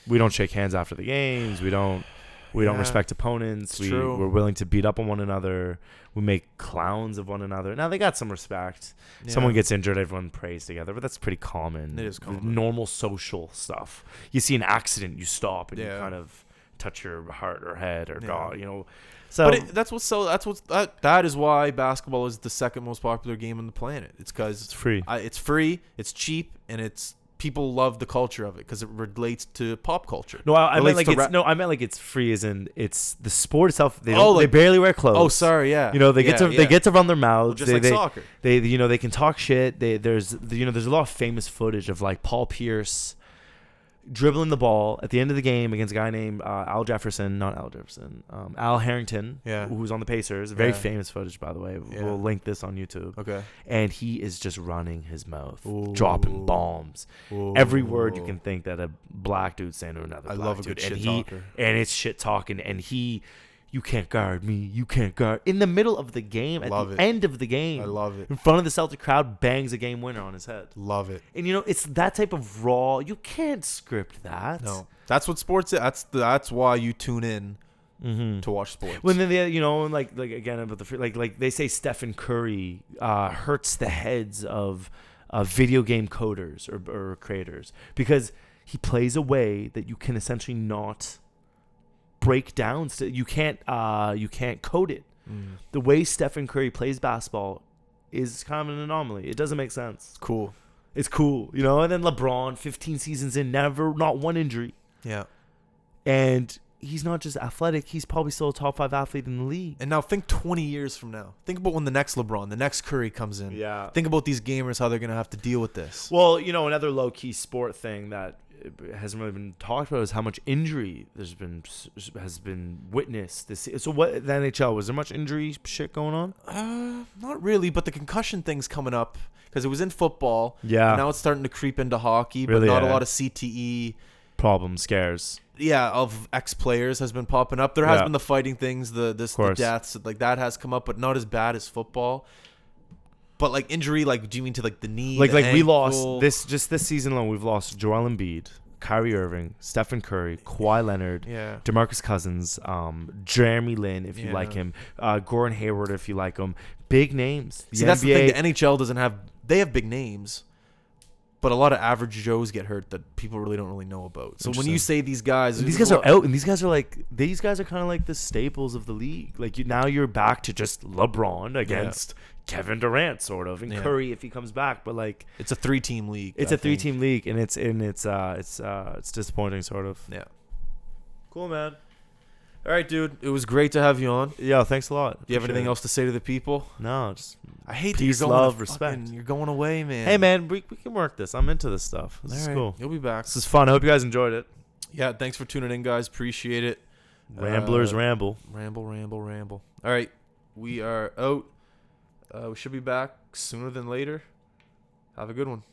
[SPEAKER 3] We don't shake hands after the games. We don't. We don't
[SPEAKER 1] Yeah.
[SPEAKER 3] respect opponents.
[SPEAKER 1] It's
[SPEAKER 3] We,
[SPEAKER 1] true.
[SPEAKER 3] We're willing to beat up on one another. We make clowns of one another. Now they got some respect. Someone
[SPEAKER 1] Yeah.
[SPEAKER 3] gets injured, everyone prays together, but that's pretty common.
[SPEAKER 1] It is
[SPEAKER 3] The
[SPEAKER 1] common.
[SPEAKER 3] Normal social stuff. You see an accident, you stop and you
[SPEAKER 1] Yeah.
[SPEAKER 3] kind of touch your heart or head or
[SPEAKER 1] Yeah.
[SPEAKER 3] god, you know. So
[SPEAKER 1] but it, that's what's so. That's what's that. That is why basketball is the second most popular game on the planet. It's because
[SPEAKER 3] it's free.
[SPEAKER 1] I, it's free, it's cheap, and it's people love the culture of it because it relates to pop culture.
[SPEAKER 3] no, I, I meant
[SPEAKER 1] relates
[SPEAKER 3] like
[SPEAKER 1] to
[SPEAKER 3] it's
[SPEAKER 1] rap-
[SPEAKER 3] no, I meant like it's free as in it's the sport itself. They
[SPEAKER 1] Oh,
[SPEAKER 3] don't, they
[SPEAKER 1] like-
[SPEAKER 3] barely wear clothes.
[SPEAKER 1] oh, sorry, yeah.
[SPEAKER 3] You know, they get
[SPEAKER 1] Yeah,
[SPEAKER 3] to
[SPEAKER 1] yeah.
[SPEAKER 3] they get to run their mouths.
[SPEAKER 1] just
[SPEAKER 3] they,
[SPEAKER 1] like
[SPEAKER 3] they-
[SPEAKER 1] soccer.
[SPEAKER 3] They you know they can talk shit. They there's you know there's a lot of famous footage of like Paul Pierce dribbling the ball at the end of the game against a guy named uh, Al Jefferson, not Al Jefferson, um, Al Harrington,
[SPEAKER 1] Yeah.
[SPEAKER 3] who was on the Pacers. Very
[SPEAKER 1] Yeah.
[SPEAKER 3] famous footage, by the way.
[SPEAKER 1] Yeah.
[SPEAKER 3] We'll link this on YouTube.
[SPEAKER 1] Okay.
[SPEAKER 3] And he is just running his mouth, dropping
[SPEAKER 1] Ooh.
[SPEAKER 3] bombs. Every word you
[SPEAKER 1] Ooh.
[SPEAKER 3] can think that a black dude's saying to another.
[SPEAKER 1] I
[SPEAKER 3] black
[SPEAKER 1] love a good
[SPEAKER 3] dude. and
[SPEAKER 1] shit
[SPEAKER 3] he,
[SPEAKER 1] talker.
[SPEAKER 3] And it's shit talking. And he, you can't guard me. You can't guard. In the middle of the game, at
[SPEAKER 1] Love
[SPEAKER 3] the
[SPEAKER 1] it.
[SPEAKER 3] end of the game,
[SPEAKER 1] I love it.
[SPEAKER 3] in front of the Celtic crowd, bangs a game winner on his head.
[SPEAKER 1] Love it.
[SPEAKER 3] And you know, it's that type of raw. You can't script that.
[SPEAKER 1] No, that's what sports. Is. That's that's why you tune in to watch sports.
[SPEAKER 3] Mm-hmm. When then they, you know, and like like again about the free- like like they say Stephen Curry uh, hurts the heads of uh, video game coders or, or creators because he plays a way that you can essentially not break down. St- you can't uh, you can't code it. The way Stephen Curry plays basketball is kind of an anomaly. It doesn't make sense.
[SPEAKER 1] cool.
[SPEAKER 3] It's cool, you know. And then LeBron, 15 seasons in, never not one injury
[SPEAKER 1] Yeah.
[SPEAKER 3] and he's not just athletic; he's probably still a top five athlete in the league.
[SPEAKER 1] And now think 20 years from now. Think about when the next LeBron, the next Curry comes in.
[SPEAKER 3] Yeah.
[SPEAKER 1] Think about these gamers, how they're gonna have to deal with this.
[SPEAKER 3] Well, you know, another low key sport thing that uh, hasn't really been talked about is how much injury there's been has been witnessed this. se- So, what the NHL was there much injury shit going on?
[SPEAKER 1] Uh, not really, but the concussion thing's coming up because it was in football.
[SPEAKER 3] Yeah.
[SPEAKER 1] and now it's starting to creep into hockey, but
[SPEAKER 3] Really,
[SPEAKER 1] not a
[SPEAKER 3] eh?
[SPEAKER 1] lot of CTE.
[SPEAKER 3] problem scares.
[SPEAKER 1] E. yeah of ex players has been popping up. There has
[SPEAKER 3] Yeah.
[SPEAKER 1] been the fighting things, the this the
[SPEAKER 3] course.
[SPEAKER 1] deaths like that has come up, but not as bad as football. But like injury, like do you mean to like the knee?
[SPEAKER 3] Like
[SPEAKER 1] the
[SPEAKER 3] like we
[SPEAKER 1] ankle?
[SPEAKER 3] lost this just this season alone. We've lost Joel Embiid, Kyrie Irving, Stephen Curry, Kawhi Leonard,
[SPEAKER 1] Yeah.
[SPEAKER 3] Demarcus Cousins, um, Jeremy Lin if you like
[SPEAKER 1] Yeah.
[SPEAKER 3] him, uh, Gordon Hayward if you like him. Big names. The
[SPEAKER 1] See, that's the thing. The NHL doesn't have they have big names, but a lot of average Joes get hurt that people really don't really know about. So when you
[SPEAKER 3] Interesting.
[SPEAKER 1] say these guys,
[SPEAKER 3] these guys are out, and these guys are like these guys are kind of like the staples of the league. Like you, now you're back to just LeBron against Kevin Durant, sort of, and
[SPEAKER 1] Yeah.
[SPEAKER 3] Curry if he comes back. But like
[SPEAKER 1] it's a three team league.
[SPEAKER 3] it's
[SPEAKER 1] a
[SPEAKER 3] a three team league, and it's and it's uh it's uh it's disappointing, sort of.
[SPEAKER 1] Yeah.
[SPEAKER 3] Cool, man.
[SPEAKER 1] All right, dude. It was great to have you on. Do
[SPEAKER 3] Yeah, thanks a lot.
[SPEAKER 1] you have
[SPEAKER 3] Appreciate
[SPEAKER 1] anything
[SPEAKER 3] it.
[SPEAKER 1] else to say to the people?
[SPEAKER 3] No, just
[SPEAKER 1] I hate
[SPEAKER 3] Peace,
[SPEAKER 1] that you're going
[SPEAKER 3] love,
[SPEAKER 1] to
[SPEAKER 3] respect.
[SPEAKER 1] fucking- You're going away, man.
[SPEAKER 3] hey, man, we, we can work this. I'm into this stuff.
[SPEAKER 1] All
[SPEAKER 3] This is
[SPEAKER 1] right,
[SPEAKER 3] cool.
[SPEAKER 1] You'll be back.
[SPEAKER 3] This is fun. I hope you guys enjoyed it.
[SPEAKER 1] Yeah, thanks for tuning in, guys. Appreciate it.
[SPEAKER 3] Ramblers
[SPEAKER 1] Uh,
[SPEAKER 3] ramble.
[SPEAKER 1] Ramble, ramble, ramble. All right, we are out. Uh, we should be back sooner than later. Have a good one.